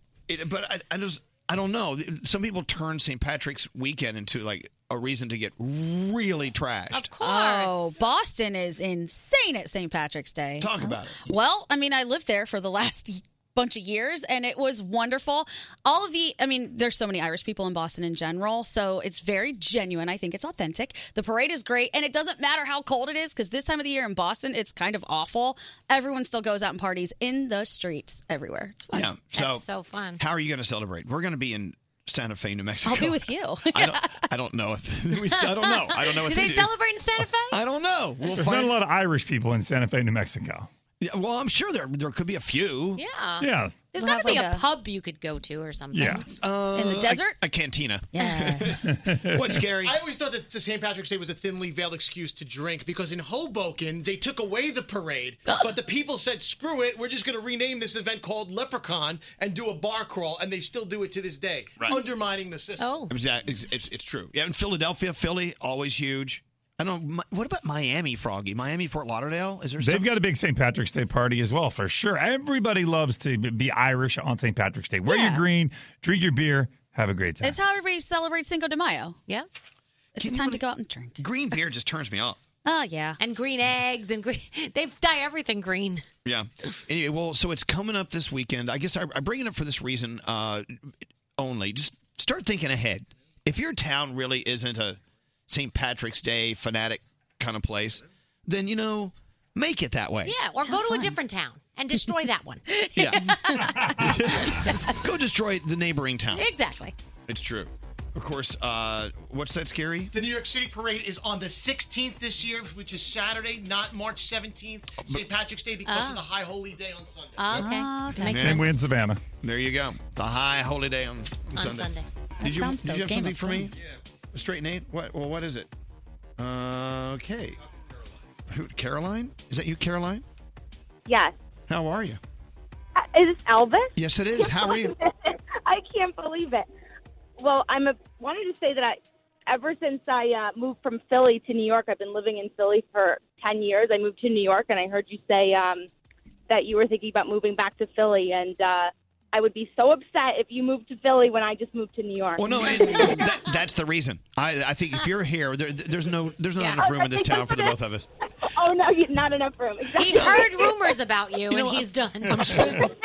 Speaker 1: it, but I, I just I don't know. Some people turn St. Patrick's weekend into like a reason to get really trashed. Of
Speaker 6: course. Oh, Boston is insane at St. Patrick's Day.
Speaker 1: Talk about it.
Speaker 6: Well, I mean, I lived there for the last bunch of years, and it was wonderful. All of the, I mean, there's so many Irish people in Boston in general, so it's very genuine. I think it's authentic. The parade is great, and it doesn't matter how cold it is because this time of the year in Boston, it's kind of awful. Everyone still goes out and parties in the streets everywhere. It's fun.
Speaker 1: Yeah. So,
Speaker 6: That's so fun.
Speaker 1: How are you going to celebrate? We're going to be in Santa Fe, New Mexico.
Speaker 6: I'll be with you.
Speaker 1: I don't, I don't know if we, I don't know. I don't know what
Speaker 5: do
Speaker 1: they,
Speaker 5: they celebrate in Santa Fe?
Speaker 1: I don't know. We'll
Speaker 8: There's
Speaker 1: find
Speaker 8: not a lot of Irish people in Santa Fe, New Mexico.
Speaker 1: Yeah, well, I'm sure there there could be a few.
Speaker 5: Yeah.
Speaker 8: Yeah.
Speaker 5: There's
Speaker 6: We'll
Speaker 5: got to
Speaker 6: have
Speaker 5: be
Speaker 6: like
Speaker 5: a
Speaker 6: a-
Speaker 5: pub you could go to or something.
Speaker 1: Uh,
Speaker 6: In the
Speaker 1: a-
Speaker 6: desert?
Speaker 1: A, cantina.
Speaker 6: Yes.
Speaker 1: What's Gary?
Speaker 10: I always thought that the St. Patrick's Day was a thinly veiled excuse to drink because in Hoboken they took away the parade, but the people said, "Screw it, we're just going to rename this event called Leprechaun and do a bar crawl," and they still do it to this day,
Speaker 1: Right.
Speaker 10: undermining the system.
Speaker 1: It was that- It's, it's, it's true. Yeah, in Philadelphia, Philly, always huge. I don't know. Mi- What about Miami, Froggy? Miami, Fort Lauderdale? Is there
Speaker 8: They've got a big St. Patrick's Day party as well, for sure. Everybody loves to b- be Irish on St. Patrick's Day. Wear your green, drink your beer, have a great time.
Speaker 6: It's how everybody celebrates Cinco de Mayo.
Speaker 5: Yeah.
Speaker 6: It's the time to go out and drink.
Speaker 1: green beer just turns me off.
Speaker 6: Oh, yeah.
Speaker 5: And green eggs and green. They dye everything green.
Speaker 1: Yeah. Anyway, well, so it's coming up this weekend. I guess I, I bring it up for this reason uh, only. Just start thinking ahead. If your town really isn't a St. Patrick's Day fanatic kind of place, then you know, make it that way.
Speaker 5: Yeah. Or go to a different town and destroy that one.
Speaker 1: Yeah. Go destroy the neighboring town.
Speaker 5: Exactly.
Speaker 1: It's true. Of course. Uh, what's that scary?
Speaker 10: The New York City Parade is on the 16th this year, which is Saturday, not March 17th, St. Patrick's Day, because of the High Holy Day on Sunday.
Speaker 1: Oh,
Speaker 5: okay.
Speaker 8: and we're in Savannah.
Speaker 1: There you go. The high holy day on,
Speaker 10: On
Speaker 1: Sunday.
Speaker 10: Sunday. That
Speaker 1: Did you,
Speaker 10: sounds
Speaker 1: did
Speaker 10: so
Speaker 1: you have
Speaker 10: Game
Speaker 1: something
Speaker 10: of
Speaker 1: for me? Straight Nate? What? Well, what is it? Uh, okay. Who? Caroline? Is that you, Caroline?
Speaker 2: Yes. Uh,
Speaker 1: How are you?
Speaker 2: Is this Elvis?
Speaker 1: Yes, it is. How are you?
Speaker 2: I can't believe it. Well, I'm a, wanted to say that I, ever since I uh, moved from Philly to New York, I've been living in Philly for 10 years. I moved to New York, and I heard you say um, that you were thinking about moving back to Philly, and uh, I would be so upset if you moved to Philly when I just moved to New York.
Speaker 1: Well, Oh, no, and that, that's the reason. I, I think if you're here, there, there's no there's not
Speaker 2: Yeah.
Speaker 1: enough room in this town for the both of us.
Speaker 2: oh, no, you- not enough room. Exactly.
Speaker 5: He heard rumors about you,
Speaker 1: know,
Speaker 5: and he's done.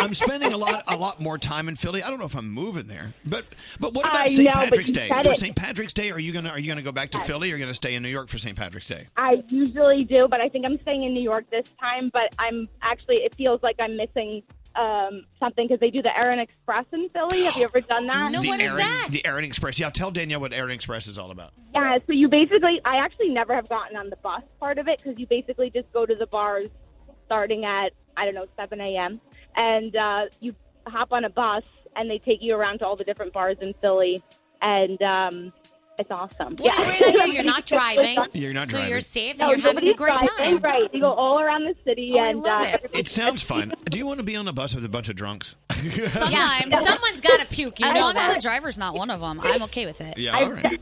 Speaker 1: I'm spending a lot a lot more time in Philly. I don't know if I'm moving there, but but what
Speaker 2: I
Speaker 1: about St.
Speaker 2: know, but
Speaker 1: Patrick's
Speaker 2: you
Speaker 1: Day?
Speaker 2: said
Speaker 1: For
Speaker 2: it.
Speaker 1: St. Patrick's Day, are you gonna are you gonna go back to Philly? or Are you gonna stay in New York for St. Patrick's Day?
Speaker 2: I usually do, but I think I'm staying in New York this time. But I'm actually, it feels like I'm missing um, something because they do the Erin Express in Philly. Have you ever done that?
Speaker 1: the Erin, The Erin Express. Yeah, tell Danielle what Erin Express is all about.
Speaker 2: Yeah, so you basically, I actually never have gotten on the bus part of it because you basically just go to the bars starting at, I don't know, 7 a.m. And uh, you hop on a bus and they take you around to all the different bars in Philly. And um, it's awesome.
Speaker 5: What
Speaker 2: yeah.
Speaker 5: a great idea. You're not driving.
Speaker 1: You're not
Speaker 5: so
Speaker 1: driving.
Speaker 5: you're safe
Speaker 2: No,
Speaker 5: and you're having a
Speaker 2: nobody's
Speaker 5: great
Speaker 2: driving,
Speaker 5: time.
Speaker 2: Right. You go all around the city
Speaker 5: Oh, I
Speaker 2: and
Speaker 5: love
Speaker 2: uh,
Speaker 5: it.
Speaker 1: It sounds fun. Do you want to be on a bus with a bunch of drunks?
Speaker 6: Sometimes.
Speaker 5: Someone's got to puke.
Speaker 6: as long as the driver's not one of them, I'm okay with it.
Speaker 1: yeah, all right.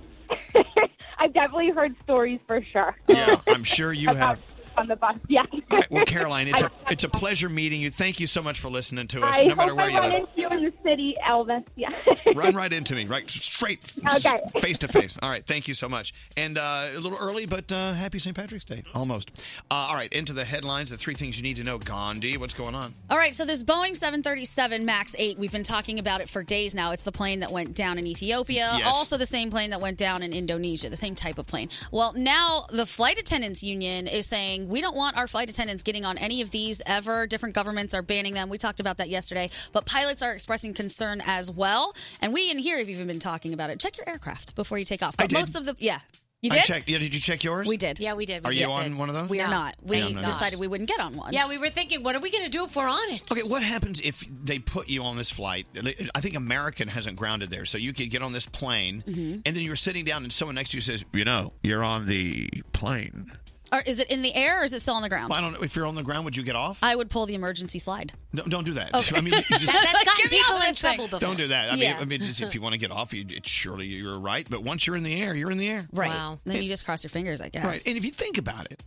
Speaker 2: I've definitely heard stories for sure.
Speaker 1: Yeah, I'm sure you have.
Speaker 2: on the bus. Yeah.
Speaker 1: All right, well, Caroline, it's a, it's a pleasure meeting you. Thank you so much for listening to us,
Speaker 2: I
Speaker 1: no matter
Speaker 2: hope
Speaker 1: where
Speaker 2: I
Speaker 1: you
Speaker 2: run
Speaker 1: live.
Speaker 2: into you in the city, Elvis. Yeah.
Speaker 1: Run right into me, right straight,
Speaker 2: Okay.
Speaker 1: face to face. All right, thank you so much. And uh, a little early, but uh, happy St. Patrick's Day, almost. Uh, all right, into the headlines, the three things you need to know. Gandhi, what's going on?
Speaker 6: All right, so this Boeing 737 MAX 8, we've been talking about it for days now. It's the plane that went down in Ethiopia,
Speaker 14: Yes.
Speaker 6: also the same plane that went down in Indonesia, the same type of plane. Well, now the flight attendants union is saying we don't want our flight attendants getting on any of these ever. Different governments are banning them. We talked about that yesterday, but pilots are expressing concern as well. And we in here have even been talking about it. Check your aircraft before you take off. But most of the yeah, you did.
Speaker 1: I checked. Yeah, did you check yours?
Speaker 6: We did. Yeah,
Speaker 5: we did.
Speaker 1: We Are you just on did. one of those?
Speaker 6: We are
Speaker 1: No.
Speaker 6: not. We
Speaker 1: Yeah, I'm not.
Speaker 6: decided we wouldn't get on one.
Speaker 5: Yeah, we were thinking, what are we going to do if we're on it?
Speaker 1: Okay, what happens if they put you on this flight? I think American hasn't grounded there, so you could get on this plane,
Speaker 6: Mm-hmm.
Speaker 1: and then you're sitting down, and someone next to you says, "You know, you're on the plane."
Speaker 6: Or is it in the air or is it still on the ground?
Speaker 1: Well, I don't know if you're on the ground. Would you get off?
Speaker 6: I would pull the emergency slide.
Speaker 1: No, don't do that. I mean, you just-
Speaker 5: That's gotten people in trouble before.
Speaker 1: don't do that. I
Speaker 6: Yeah.
Speaker 1: mean, I mean, just if you want to get off, you, it, surely you're right. But once you're in the air, you're in the air.
Speaker 6: Right. Then you just cross your fingers, I guess.
Speaker 1: Right. And if you think about it,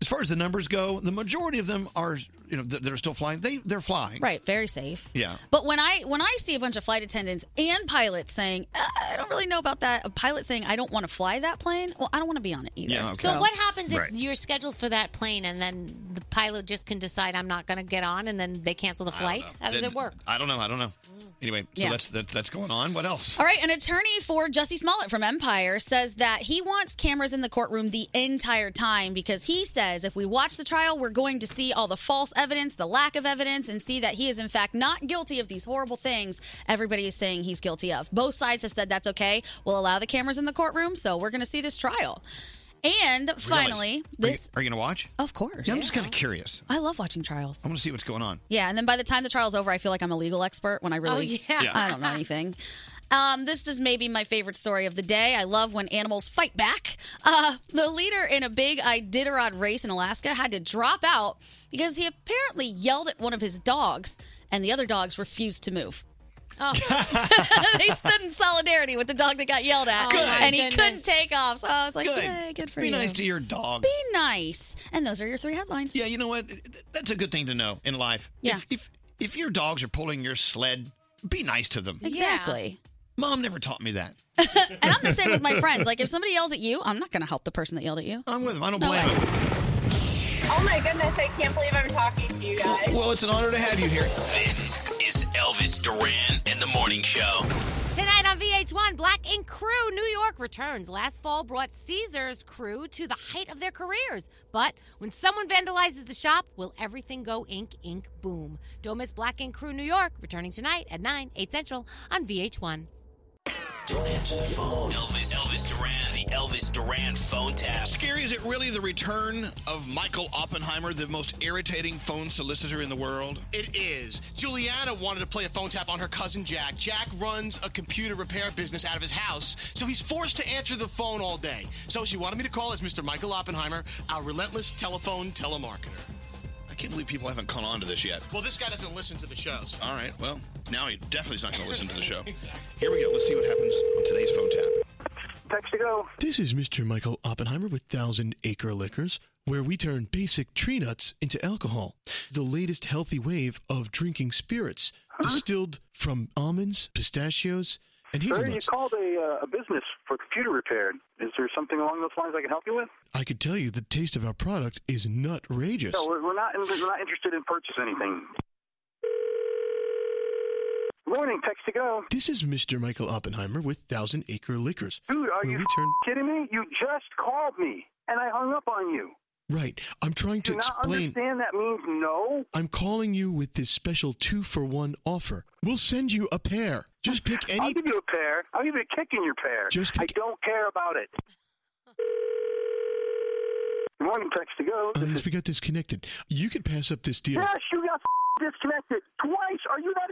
Speaker 1: as far as the numbers go, the majority of them are you know th- that are still flying. They they're flying.
Speaker 6: Right, very safe.
Speaker 1: Yeah.
Speaker 6: But when I when I see a bunch of flight attendants and pilots saying, "Uh, I don't really know about that, a pilot saying, I don't want to fly that plane, well, I don't want to be on it either.
Speaker 1: Yeah, okay.
Speaker 5: So what happens if
Speaker 6: Right.
Speaker 5: you're scheduled for that plane and then the pilot just can decide I'm not going to get on and then they cancel the flight? How does
Speaker 1: Then-
Speaker 5: it work?
Speaker 1: I don't know. I don't know. Anyway, so
Speaker 6: Yeah.
Speaker 1: that's, that's that's going on. What else?
Speaker 6: All right, an attorney for Jussie Smollett from Empire says that he wants cameras in the courtroom the entire time because he says if we watch the trial, we're going to see all the false evidence, the lack of evidence, and see that he is in fact not guilty of these horrible things everybody is saying he's guilty of. Both sides have said that's okay. We'll allow the cameras in the courtroom, so we're going to see this trial. And finally,
Speaker 1: Really? Are you-
Speaker 6: this
Speaker 1: are you, going to watch?
Speaker 6: Of course.
Speaker 1: Yeah, I'm just kind of curious.
Speaker 6: I love watching trials.
Speaker 1: I want to see what's going on.
Speaker 6: Yeah, and then by the time the trial's over, I feel like I'm a legal expert when I really
Speaker 5: Oh, yeah. Yeah.
Speaker 6: I don't know anything. Um, this is maybe my favorite story of the day. I love when animals fight back. Uh, the leader in a big Iditarod race in Alaska had to drop out because he apparently yelled at one of his dogs, and the other dogs refused to move.
Speaker 5: Oh.
Speaker 6: they stood in solidarity with the dog that got yelled at,
Speaker 5: Oh, my
Speaker 6: and he
Speaker 5: goodness.
Speaker 6: couldn't take off. So I was like,
Speaker 1: Good.
Speaker 6: "Yay, good for
Speaker 1: Be
Speaker 6: you."
Speaker 1: nice to your dog.
Speaker 6: Be nice. And those are your three headlines.
Speaker 1: Yeah, you know what? That's a good thing to know in life.
Speaker 6: Yeah.
Speaker 1: If if, if your dogs are pulling your sled, be nice to them.
Speaker 6: Exactly.
Speaker 1: Mom never taught me that.
Speaker 6: And I'm the same with my friends. Like if somebody yells at you, I'm not going to help the person that yelled at you.
Speaker 1: I'm with them. I don't blame them.
Speaker 13: Oh my goodness, I can't believe I'm talking to you guys.
Speaker 1: Well, it's an honor to have you here.
Speaker 4: This is Elvis Duran and the Morning Show.
Speaker 14: Tonight on VH1, Black Ink Crew New York returns. Last fall brought Caesar's crew to the height of their careers. But when someone vandalizes the shop, will everything go ink, ink, boom? Don't miss Black Ink Crew New York returning tonight at 9, 8 central on VH1.
Speaker 4: Don't answer the phone. Elvis, Elvis Duran, the Elvis Duran phone tap.
Speaker 1: Scary, is it really the return of Michael Oppenheimer, the most irritating phone solicitor in the world?
Speaker 10: It is. Juliana wanted to play a phone tap on her cousin Jack. Jack runs a computer repair business out of his house, so he's forced to answer the phone all day. So she wanted me to call as Mr. Michael Oppenheimer, our relentless telephone telemarketer.
Speaker 1: I can't believe people haven't caught on to this yet.
Speaker 10: Well, this guy doesn't listen to the shows.
Speaker 1: All right, well, now he definitely is not going to listen to the show. Here we go. Let's see what happens on today's phone tap.
Speaker 15: This is Mr. Michael Oppenheimer with Thousand Acre Liquors, where we turn basic tree nuts into alcohol. The latest healthy wave of drinking spirits, distilled from almonds, pistachios, and
Speaker 17: Sir, you
Speaker 15: hazelnuts.
Speaker 17: called a, uh, a business for computer repair. Is there something along those lines I can help you with?
Speaker 15: I could tell you the taste of our product is nutrageous.
Speaker 17: No, we're, we're not. In, we're not interested in purchase anything. Morning, text to go.
Speaker 15: This is Mr. Michael Oppenheimer with Thousand Acre Liquors,
Speaker 17: Dude, are
Speaker 15: where
Speaker 17: you
Speaker 15: we turn.
Speaker 17: kidding me? You just called me, and I hung up on you.
Speaker 15: Right, I'm trying to
Speaker 17: Do not
Speaker 15: explain.
Speaker 17: understand that means no.
Speaker 15: I'm calling you with this special two for one offer. We'll send you a pair. Just pick any.
Speaker 17: I'll give you a pair. I'll give you a kick in your pair.
Speaker 15: Just
Speaker 17: I don't care about it. Good morning, text to go.
Speaker 15: Uh, yes, we got disconnected. You could pass up this deal.
Speaker 17: Yes, you got disconnected twice. Are you that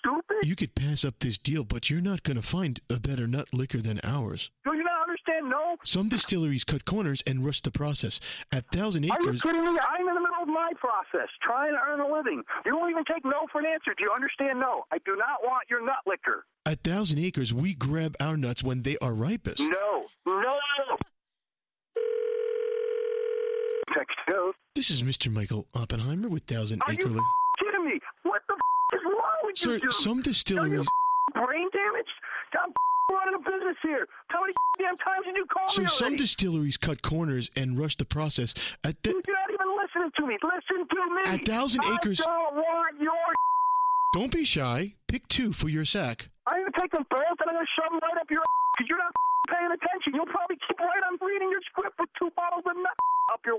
Speaker 17: stupid?
Speaker 15: You could pass up this deal, but you're not going to find a better nut liquor than ours.
Speaker 17: Do you not understand? No.
Speaker 15: Some distilleries cut corners and rush the process. At Thousand
Speaker 17: Are you
Speaker 15: Acres,
Speaker 17: kidding me? I'm in the middle of my process, trying to earn a living. You won't even take no for an answer. Do you understand? No. I do not want your nut liquor.
Speaker 15: at Thousand Acres, we grab our nuts when they are ripest.
Speaker 17: No. No. Text goes.
Speaker 15: This is Mr. Michael Oppenheimer with Thousand
Speaker 17: Are you
Speaker 15: Acre Liquor.
Speaker 17: kidding me? What the f- is wrong with
Speaker 15: Sir,
Speaker 17: you? dude?
Speaker 15: some
Speaker 17: Are you
Speaker 15: distilleries.
Speaker 17: f- brain damaged? I'm f- running a business here. How many f- damn times did you call
Speaker 15: So
Speaker 17: me already?
Speaker 15: some distilleries cut corners and rush the process. Uh, At that,
Speaker 17: You're not even listening to me. Listen to me.
Speaker 15: At Thousand
Speaker 17: I
Speaker 15: Acres-
Speaker 17: don't want your.
Speaker 15: don't be shy. Pick two for your sack.
Speaker 17: I'm gonna take them both and I'm gonna shove them right up your because you're not paying attention. You'll probably keep right on reading your script with two bottles of nut up your.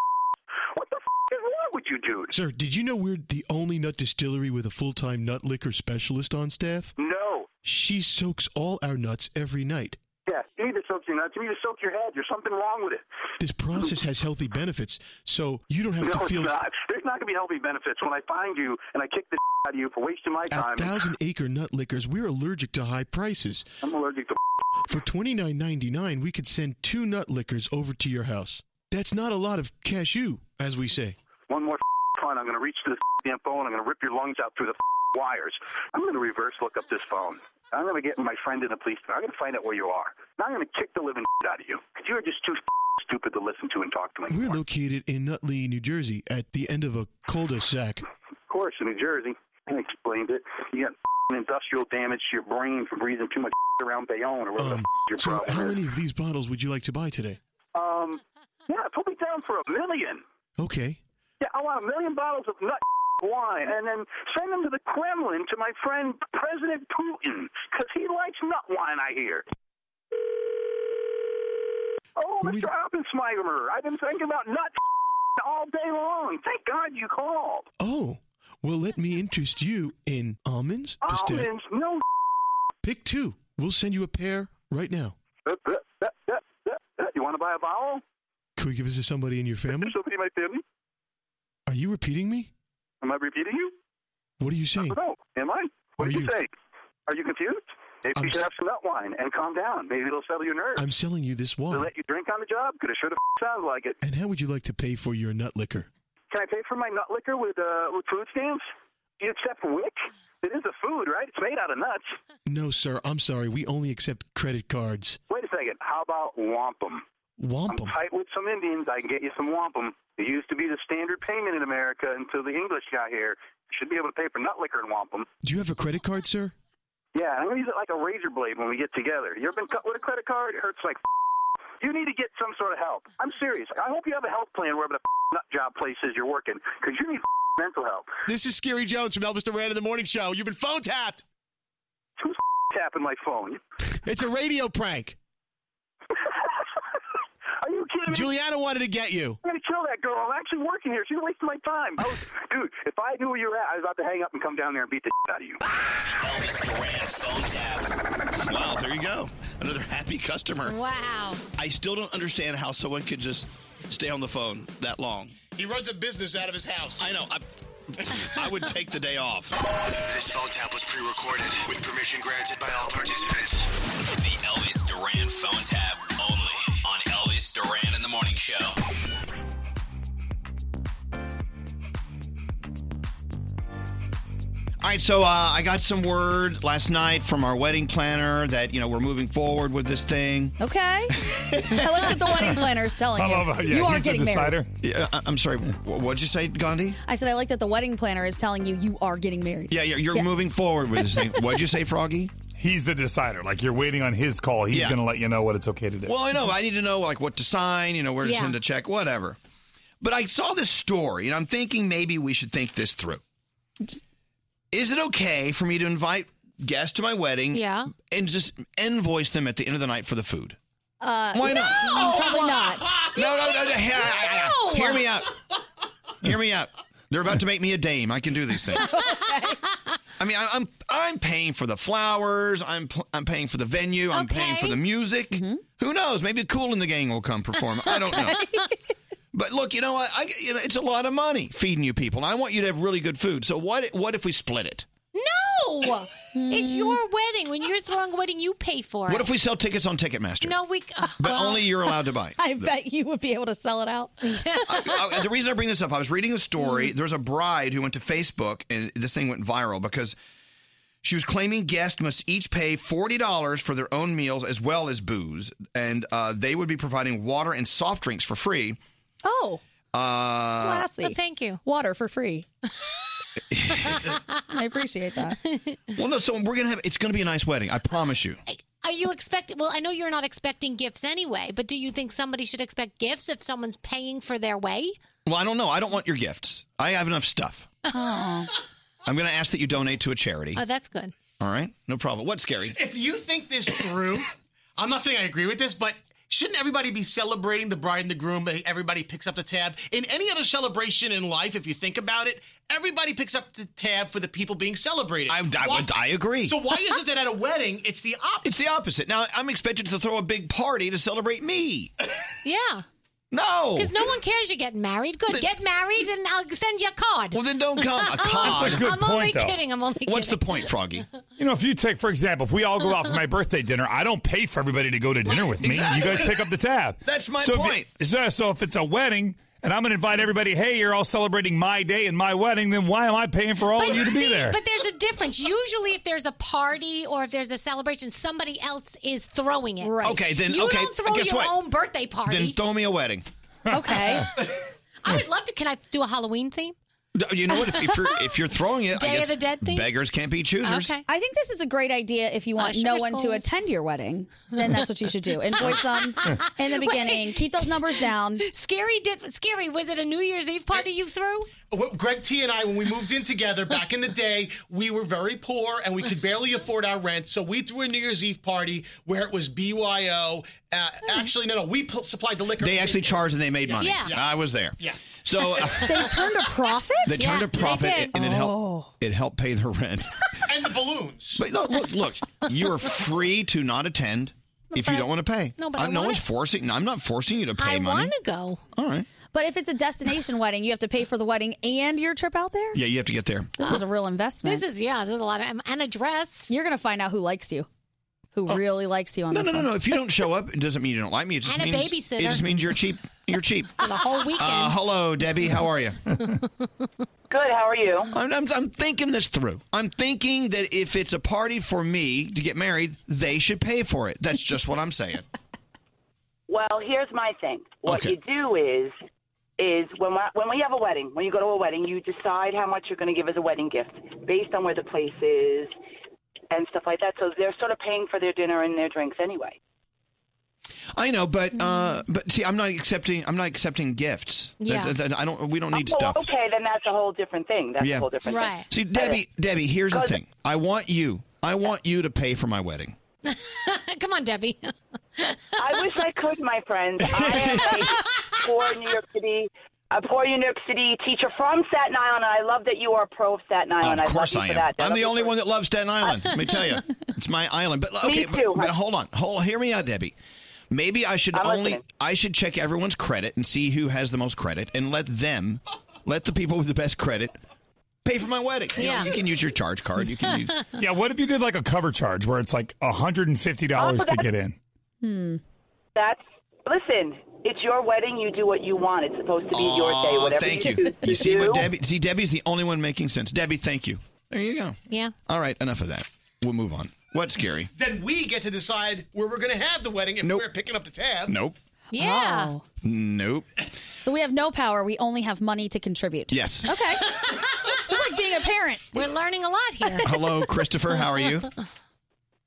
Speaker 17: What the f- is wrong with you, dude?
Speaker 15: Sir, did you know we're the only nut distillery with a full-time nut liquor specialist on staff?
Speaker 17: No.
Speaker 15: She soaks all our nuts every night.
Speaker 17: Yeah, you need to soak your nuts. You need to soak your head. There's something wrong with it.
Speaker 15: This process has healthy benefits, so you don't have
Speaker 17: no,
Speaker 15: to feel.
Speaker 17: it's not. There's not gonna be healthy benefits when I find you and I kick the out of you for wasting my time.
Speaker 15: At Thousand Acre Nut Liquors, we're allergic to high prices.
Speaker 17: I'm allergic to.
Speaker 15: For twenty nine ninety nine, we could send two nut liquors over to your house. That's not a lot of cashew, as we say.
Speaker 17: One more pun. I'm gonna reach to this damn phone. I'm gonna rip your lungs out through the wires. I'm gonna reverse look up this phone. I'm gonna get my friend in the police. I'm gonna find out where you are. And I'm gonna kick the living out of you because you are just too stupid to listen to and talk to
Speaker 15: We're
Speaker 17: anymore.
Speaker 15: located in Nutley, New Jersey, at the end of a cul-de-sac.
Speaker 17: Of course, in New Jersey, I explained it. You got industrial damage to your brain from breathing too much around Bayonne or whatever
Speaker 15: Um,
Speaker 17: the your
Speaker 15: so,
Speaker 17: problem
Speaker 15: how
Speaker 17: is.
Speaker 15: many of these bottles would you like to buy today?
Speaker 17: Um, yeah, put me down for a million.
Speaker 15: Okay.
Speaker 17: Yeah, I want a million bottles of nut wine, and then send them to the Kremlin to my friend President Putin, because he likes nut wine, I hear. Oh, Mr. Oppenheimer, I've been thinking about nut all day long. Thank God you called.
Speaker 15: Oh, well, let me interest you in almonds, pistach-
Speaker 17: Almonds, no.
Speaker 15: Pick two. We'll send you a pair right now.
Speaker 17: Uh, uh, uh, uh, uh, uh, You want to buy a bottle?
Speaker 15: Could we give this to somebody in your family?
Speaker 17: Somebody in my family?
Speaker 15: Are you repeating me?
Speaker 17: Am I repeating you?
Speaker 15: What are you saying?
Speaker 17: No, am I? What did you, say? Are you confused? Maybe
Speaker 15: I'm
Speaker 17: you should
Speaker 15: s-
Speaker 17: have some nut wine and calm down. Maybe it'll settle your nerves.
Speaker 15: I'm selling you this
Speaker 17: They
Speaker 15: wine.
Speaker 17: let you drink on the job? Could it sure the f- sounds like it.
Speaker 15: And how would you like to pay for your nut liquor?
Speaker 17: Can I pay for my nut liquor with, uh, with food stamps? Do you accept wick? It is a food, right? It's made out of nuts.
Speaker 15: No, sir. I'm sorry. We only accept credit cards.
Speaker 17: Wait a second. How about wampum?
Speaker 15: Wampum.
Speaker 17: I'm tight with some Indians. I can get you some wampum. It used to be the standard payment in America until the English got here. You should be able to pay for nut liquor and wampum.
Speaker 15: Do you have a credit card, sir?
Speaker 17: Yeah, and I'm gonna use it like a razor blade when we get together. You ever been cut with a credit card? It hurts like. f- You need to get some sort of help. I'm serious. I hope you have a health plan wherever the f- nut job place is you're working, because you need f- mental health.
Speaker 15: This is Scary Jones from Elvis Duran in the Morning Show. You've been phone tapped.
Speaker 17: Who's f- tapping my phone?
Speaker 7: It's a radio prank.
Speaker 17: Are you kidding me?
Speaker 7: Juliana wanted to get you.
Speaker 17: I'm gonna kill that girl. I'm actually working here. She's wasting my time. I was, dude, if I knew where you were at, I was about to hang up and come down there and beat the shit out of you.
Speaker 1: Wow, there you go. Another happy customer.
Speaker 5: Wow.
Speaker 1: I still don't understand how someone could just stay on the phone that long.
Speaker 10: He runs a business out of his house.
Speaker 1: I know. I, I would take the day off.
Speaker 16: This phone tap was pre-recorded with permission granted by all participants. The Elvis Duran phone tap only on Elvis Duran in the Morning Show.
Speaker 1: All right, so uh, I got some word last night from our wedding planner that you know we're moving forward with this thing.
Speaker 6: Okay. I like that the wedding planner is telling you. you are getting married.
Speaker 1: Yeah, I- I'm sorry. wh- What'd you say, Gandhi?
Speaker 6: I said I like that the wedding planner is telling you you are getting married.
Speaker 1: Yeah, you're, you're moving forward with this thing. What'd you say, Froggy?
Speaker 8: He's the decider. Like you're waiting on his call. He's
Speaker 1: Yeah.
Speaker 8: going to let you know what it's okay to do.
Speaker 1: Well, I know. I need to know like what to sign, you know, where to
Speaker 8: Yeah.
Speaker 1: send a check, whatever. But I saw this story and I'm thinking maybe we should think this through. Is it okay for me to invite guests to my wedding
Speaker 5: Yeah.
Speaker 1: and just invoice them at the end of the night for the food?
Speaker 6: Uh,
Speaker 1: Why
Speaker 6: no,
Speaker 1: not?
Speaker 6: Probably not.
Speaker 1: No, no, no, no. Hear,
Speaker 6: No.
Speaker 1: hear me out. Hear me out. They're about to make me a dame. I can do these things. I mean, I, I'm I'm paying for the flowers. I'm pl- I'm paying for the venue. I'm paying for the music. Who knows? Maybe Cool and the Gang will come perform. I don't know. But look, you know, I, I you know, it's a lot of money feeding you people. I want you to have really good food. So what what if we split it?
Speaker 5: No! it's your wedding. When you're throwing a wedding, you pay for it.
Speaker 1: What if we sell tickets on Ticketmaster?
Speaker 5: No, we. uh,
Speaker 1: But
Speaker 5: well,
Speaker 1: only you're allowed to buy.
Speaker 6: I bet you would be able to sell it out.
Speaker 1: I- the reason I bring this up, I was reading a story. There's a bride who went to Facebook, and this thing went viral because she was claiming guests must each pay forty dollars for their own meals as well as booze, and uh, they would be providing water and soft drinks for free.
Speaker 6: Oh,
Speaker 1: Uh,
Speaker 6: classy.
Speaker 5: thank you.
Speaker 6: Water for free. I appreciate that.
Speaker 1: Well, no, so we're gonna have. It's gonna be a nice wedding. I promise you.
Speaker 5: Are you expecting? Well, I know you're not expecting gifts anyway, but do you think somebody should expect gifts if someone's paying for their way?
Speaker 1: Well, I don't know. I don't want your gifts. I have enough stuff.
Speaker 5: Oh,
Speaker 1: I'm gonna ask that you donate to a charity.
Speaker 5: that's good.
Speaker 1: All right, no problem. What's scary?
Speaker 10: If you think this through, I'm not saying I agree with this, but shouldn't everybody be celebrating the bride and the groom? Everybody picks up the tab. In any other celebration in life, if you think about it, everybody picks up the tab for the people being celebrated. I,
Speaker 1: I would- I agree.
Speaker 10: So why is it that at a wedding it's the opposite?
Speaker 1: It's the opposite. Now I'm expected to throw a big party to celebrate me.
Speaker 5: Yeah.
Speaker 1: No.
Speaker 5: Because no one cares you're getting married. Good. Get married and I'll send you a card. Well,
Speaker 1: then don't
Speaker 8: come. A card. That's a good
Speaker 5: I'm
Speaker 8: point,
Speaker 5: only
Speaker 8: though.
Speaker 5: kidding. I'm only kidding.
Speaker 1: What's the point, Froggy?
Speaker 8: You know, if you take, for example, if we all go out for my birthday dinner, I don't pay for everybody to go to dinner with me. You guys pick up the tab.
Speaker 1: That's my
Speaker 8: so if
Speaker 1: point.
Speaker 8: it- so, so if it's a wedding and I'm going to invite everybody, hey, you're all celebrating my day and my wedding, then why am I paying for all of Oh, you to
Speaker 5: See,
Speaker 8: be there?
Speaker 5: But there's a difference. Usually, if there's a party or if there's a celebration, somebody else is throwing it.
Speaker 1: Right. Okay, then-
Speaker 5: you
Speaker 1: okay,
Speaker 5: don't throw
Speaker 1: guess
Speaker 5: your
Speaker 1: what?
Speaker 5: own birthday party.
Speaker 1: Then throw me a wedding.
Speaker 5: okay.
Speaker 1: hmm.
Speaker 5: I would love to. Can I do a Halloween theme?
Speaker 1: You know what? If, if you're if you're throwing it, I
Speaker 6: Day of
Speaker 1: guess
Speaker 6: the Dead thing?
Speaker 1: beggars can't be choosers.
Speaker 6: I think this is a great idea if you want
Speaker 5: Uh,
Speaker 6: no
Speaker 5: sugar
Speaker 6: one to
Speaker 5: skulls.
Speaker 6: attend your wedding. Then that's what you should do. Invoice them in the beginning. Keep those numbers down.
Speaker 5: Scary did. Scary was it a New Year's Eve party you threw?
Speaker 16: Well, Greg T and I, when we moved in together back in the day, we were very poor and we could barely afford our rent. So we threw a New Year's Eve party where it was BYO. Uh, actually, no, no, we pu- supplied the liquor.
Speaker 1: They actually charged and they made money.
Speaker 16: Yeah. Yeah.
Speaker 1: I was there.
Speaker 16: Yeah.
Speaker 1: So uh,
Speaker 6: They turned a profit?
Speaker 1: they turned a profit and, and it helped it helped pay their rent.
Speaker 16: and the balloons.
Speaker 1: But no, look, look, you're free to not attend if you don't want to pay.
Speaker 6: No, but
Speaker 1: Uh,
Speaker 6: I
Speaker 1: no
Speaker 6: wanna-
Speaker 1: one's forcing. I'm not forcing you to pay
Speaker 6: I
Speaker 1: money.
Speaker 6: wanna go.
Speaker 1: All right.
Speaker 6: But if it's a destination wedding, you have to pay for the wedding and your trip out there.
Speaker 1: Yeah, you have to get there.
Speaker 6: This is a real investment.
Speaker 5: This is yeah. There's a lot of and a dress. Oh.
Speaker 6: You're gonna find out who likes you, who really likes you on
Speaker 1: No,
Speaker 6: this.
Speaker 1: no, no,
Speaker 6: one.
Speaker 1: no. If you don't show up, it doesn't mean you don't like me. It just
Speaker 6: And a
Speaker 1: means
Speaker 6: babysitter.
Speaker 1: it just means you're cheap. You're cheap.
Speaker 5: For the whole
Speaker 6: Oh.
Speaker 5: weekend.
Speaker 1: Uh, hello, Debbie. How are you?
Speaker 35: Good. How are you?
Speaker 1: I'm, I'm, I'm thinking this through. I'm thinking that if it's a party for me to get married, they should pay for it. That's just what I'm saying.
Speaker 35: Well, here's my thing. What
Speaker 1: Okay.
Speaker 35: you do is is when we, when we have a wedding, when you go to a wedding, you decide how much you're going to give as a wedding gift based on where the place is and stuff like that. So they're sort of paying for their dinner and their drinks anyway.
Speaker 1: I know, but uh, but see, I'm not accepting. I'm not accepting gifts.
Speaker 35: Mm. Yeah.
Speaker 1: That- that- I don't. We don't need
Speaker 35: Oh,
Speaker 1: stuff.
Speaker 35: Okay, then that's a whole different thing. That's
Speaker 1: yeah.
Speaker 35: a whole different thing.
Speaker 1: See, Debbie, Debbie, here's the
Speaker 35: Cause-
Speaker 1: thing. I want you. I want you to pay for my wedding.
Speaker 5: Come on, Debbie.
Speaker 35: I wish I could, my friend. I am a poor New York City, a poor New York City teacher from Staten Island. and I love that you are a pro of Staten Island.
Speaker 1: Of course
Speaker 35: I, love
Speaker 1: I
Speaker 35: you for
Speaker 1: am.
Speaker 35: That.
Speaker 1: I'm the
Speaker 35: That'll
Speaker 1: only one that loves Staten Island. Let me tell you, it's my island. But okay, but-
Speaker 35: too,
Speaker 1: but, hold on, hold. Hear me out, Debbie. Maybe I should
Speaker 35: I'm
Speaker 1: only
Speaker 35: listening.
Speaker 1: I should check everyone's credit and see who has the most credit, and let them, let the people with the best credit, pay for my wedding. You know,
Speaker 35: Yeah.
Speaker 1: you can use your charge card. You can use.
Speaker 8: Yeah, what if you did like a cover charge where it's like
Speaker 5: Oh,
Speaker 8: $150 to get in?
Speaker 35: Hmm. That's listen. It's your wedding. You do what you want. It's supposed to be your day.
Speaker 1: Aw,
Speaker 35: Whatever
Speaker 1: thank
Speaker 35: you,
Speaker 1: you.
Speaker 35: choose to
Speaker 1: You see what
Speaker 35: do.
Speaker 1: Debbie? See, Debbie's the only one making sense. Debbie, thank you. There you go.
Speaker 5: Yeah.
Speaker 1: All right, enough of that. We'll move on. What's scary?
Speaker 16: Then we get to decide where we're going to have the wedding if we're picking up the tab.
Speaker 1: Nope.
Speaker 6: Yeah.
Speaker 1: Nope.
Speaker 6: So we have no power. We only have money to contribute.
Speaker 1: Yes.
Speaker 6: Okay. it's like being a parent.
Speaker 5: We're learning a lot here.
Speaker 1: Hello, Christopher. How are you?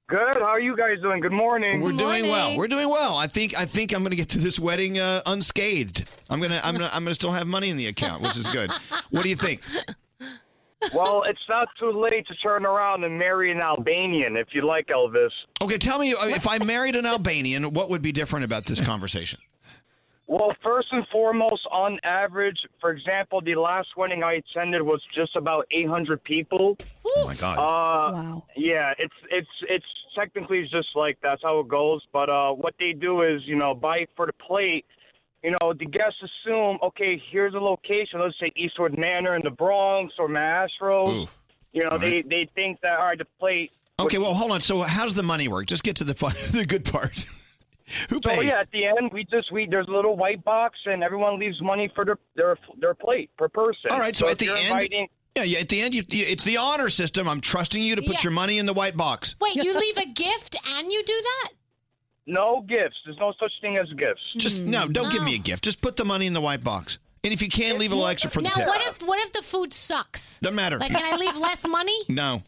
Speaker 36: Good. How are you guys doing? Good morning.
Speaker 1: We're doing well. We're doing well. I think I think I'm going to get through this wedding uh, unscathed. I'm gonna I'm gonna I'm gonna still have money in the account, which is good. What do you think?
Speaker 36: well, it's not too late to turn around and marry an Albanian if you like Elvis.
Speaker 1: Okay, tell me uh, if I married an Albanian, what would be different about this conversation?
Speaker 36: Well, first and foremost, on average, for example, the last wedding I attended was just about 800 people.
Speaker 1: Oh my God.
Speaker 36: Uh, Yeah, it's it's it's technically it's just like that's how it goes. But uh, what they do is, you know, buy for the plate. You know, the guests assume, okay, here's a location. Let's say Eastwood Manor in the Bronx or Mastros. You know,
Speaker 1: All
Speaker 36: they
Speaker 1: right.
Speaker 36: they think that all right, the plate.
Speaker 1: Okay, well hold on. So how does the money work? Just get to the fun, the good part. Who
Speaker 36: So
Speaker 1: pays?
Speaker 36: yeah, at the end, we just we there's a little white box, and everyone leaves money for their their their plate per person.
Speaker 1: All right. So,
Speaker 36: if
Speaker 1: at the
Speaker 36: you're
Speaker 1: end,
Speaker 36: inviting-
Speaker 1: yeah, yeah. At the end, you, you, it's the honor system. I'm trusting you to put
Speaker 5: Yeah.
Speaker 1: your money in the white box.
Speaker 5: Wait, you leave a gift and you do that?
Speaker 36: no gifts. There's no such thing as gifts.
Speaker 1: Just
Speaker 5: Hmm,
Speaker 1: no, don't give me a gift. Just put the money in the white box. And if you can, leave a little extra for the
Speaker 5: now,
Speaker 1: tip.
Speaker 5: what if what if the food sucks?
Speaker 1: Doesn't matter.
Speaker 5: Like, can I leave less money?
Speaker 1: No.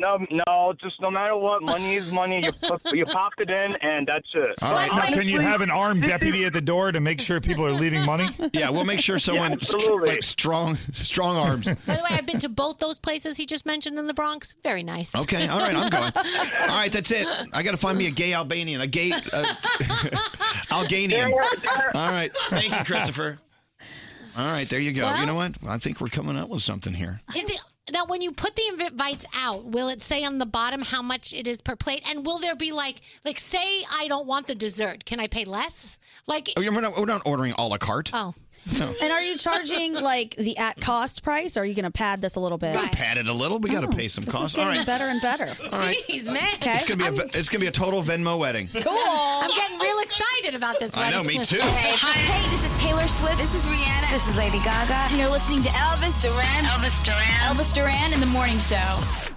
Speaker 36: No, no, just no matter what, money is money. You put, you pop it in, and that's it.
Speaker 8: All right, now can you have an armed deputy at the door to make sure people are leaving money?
Speaker 1: Yeah, we'll make sure someone str- like strong strong arms.
Speaker 5: By the way, I've been to both those places he just mentioned in the Bronx. Very nice.
Speaker 1: Okay, all right, I'm going. All right, that's it. I got to find me a gay Albanian, a gay uh, Albanian. All right, thank you, Christopher. All right, there you go. you know what? I think we're coming up with something here.
Speaker 5: Is it now when you put the invites out, will it say on the bottom how much it is per plate? And will there be like like say I don't want the dessert, can I pay less? Like
Speaker 1: Oh, we're not, we're not ordering a la carte.
Speaker 5: Oh,
Speaker 1: no.
Speaker 6: And are you charging like the at cost price? Or are you going to pad this a little bit?
Speaker 1: Pat it a little. We got to pay some
Speaker 6: Oh, This is
Speaker 1: costs. All
Speaker 6: getting
Speaker 1: right,
Speaker 6: better and better.
Speaker 1: All right.
Speaker 5: Jeez, man.
Speaker 1: It's gonna be a, it's gonna be a total Venmo wedding.
Speaker 5: I'm getting real excited.
Speaker 37: excited about this one.
Speaker 1: I know, me too.
Speaker 5: Hey, hey, this is Taylor Swift. This is Rihanna. This is Lady Gaga. And you're listening to Elvis Duran. Elvis Duran. Elvis Duran in the morning show.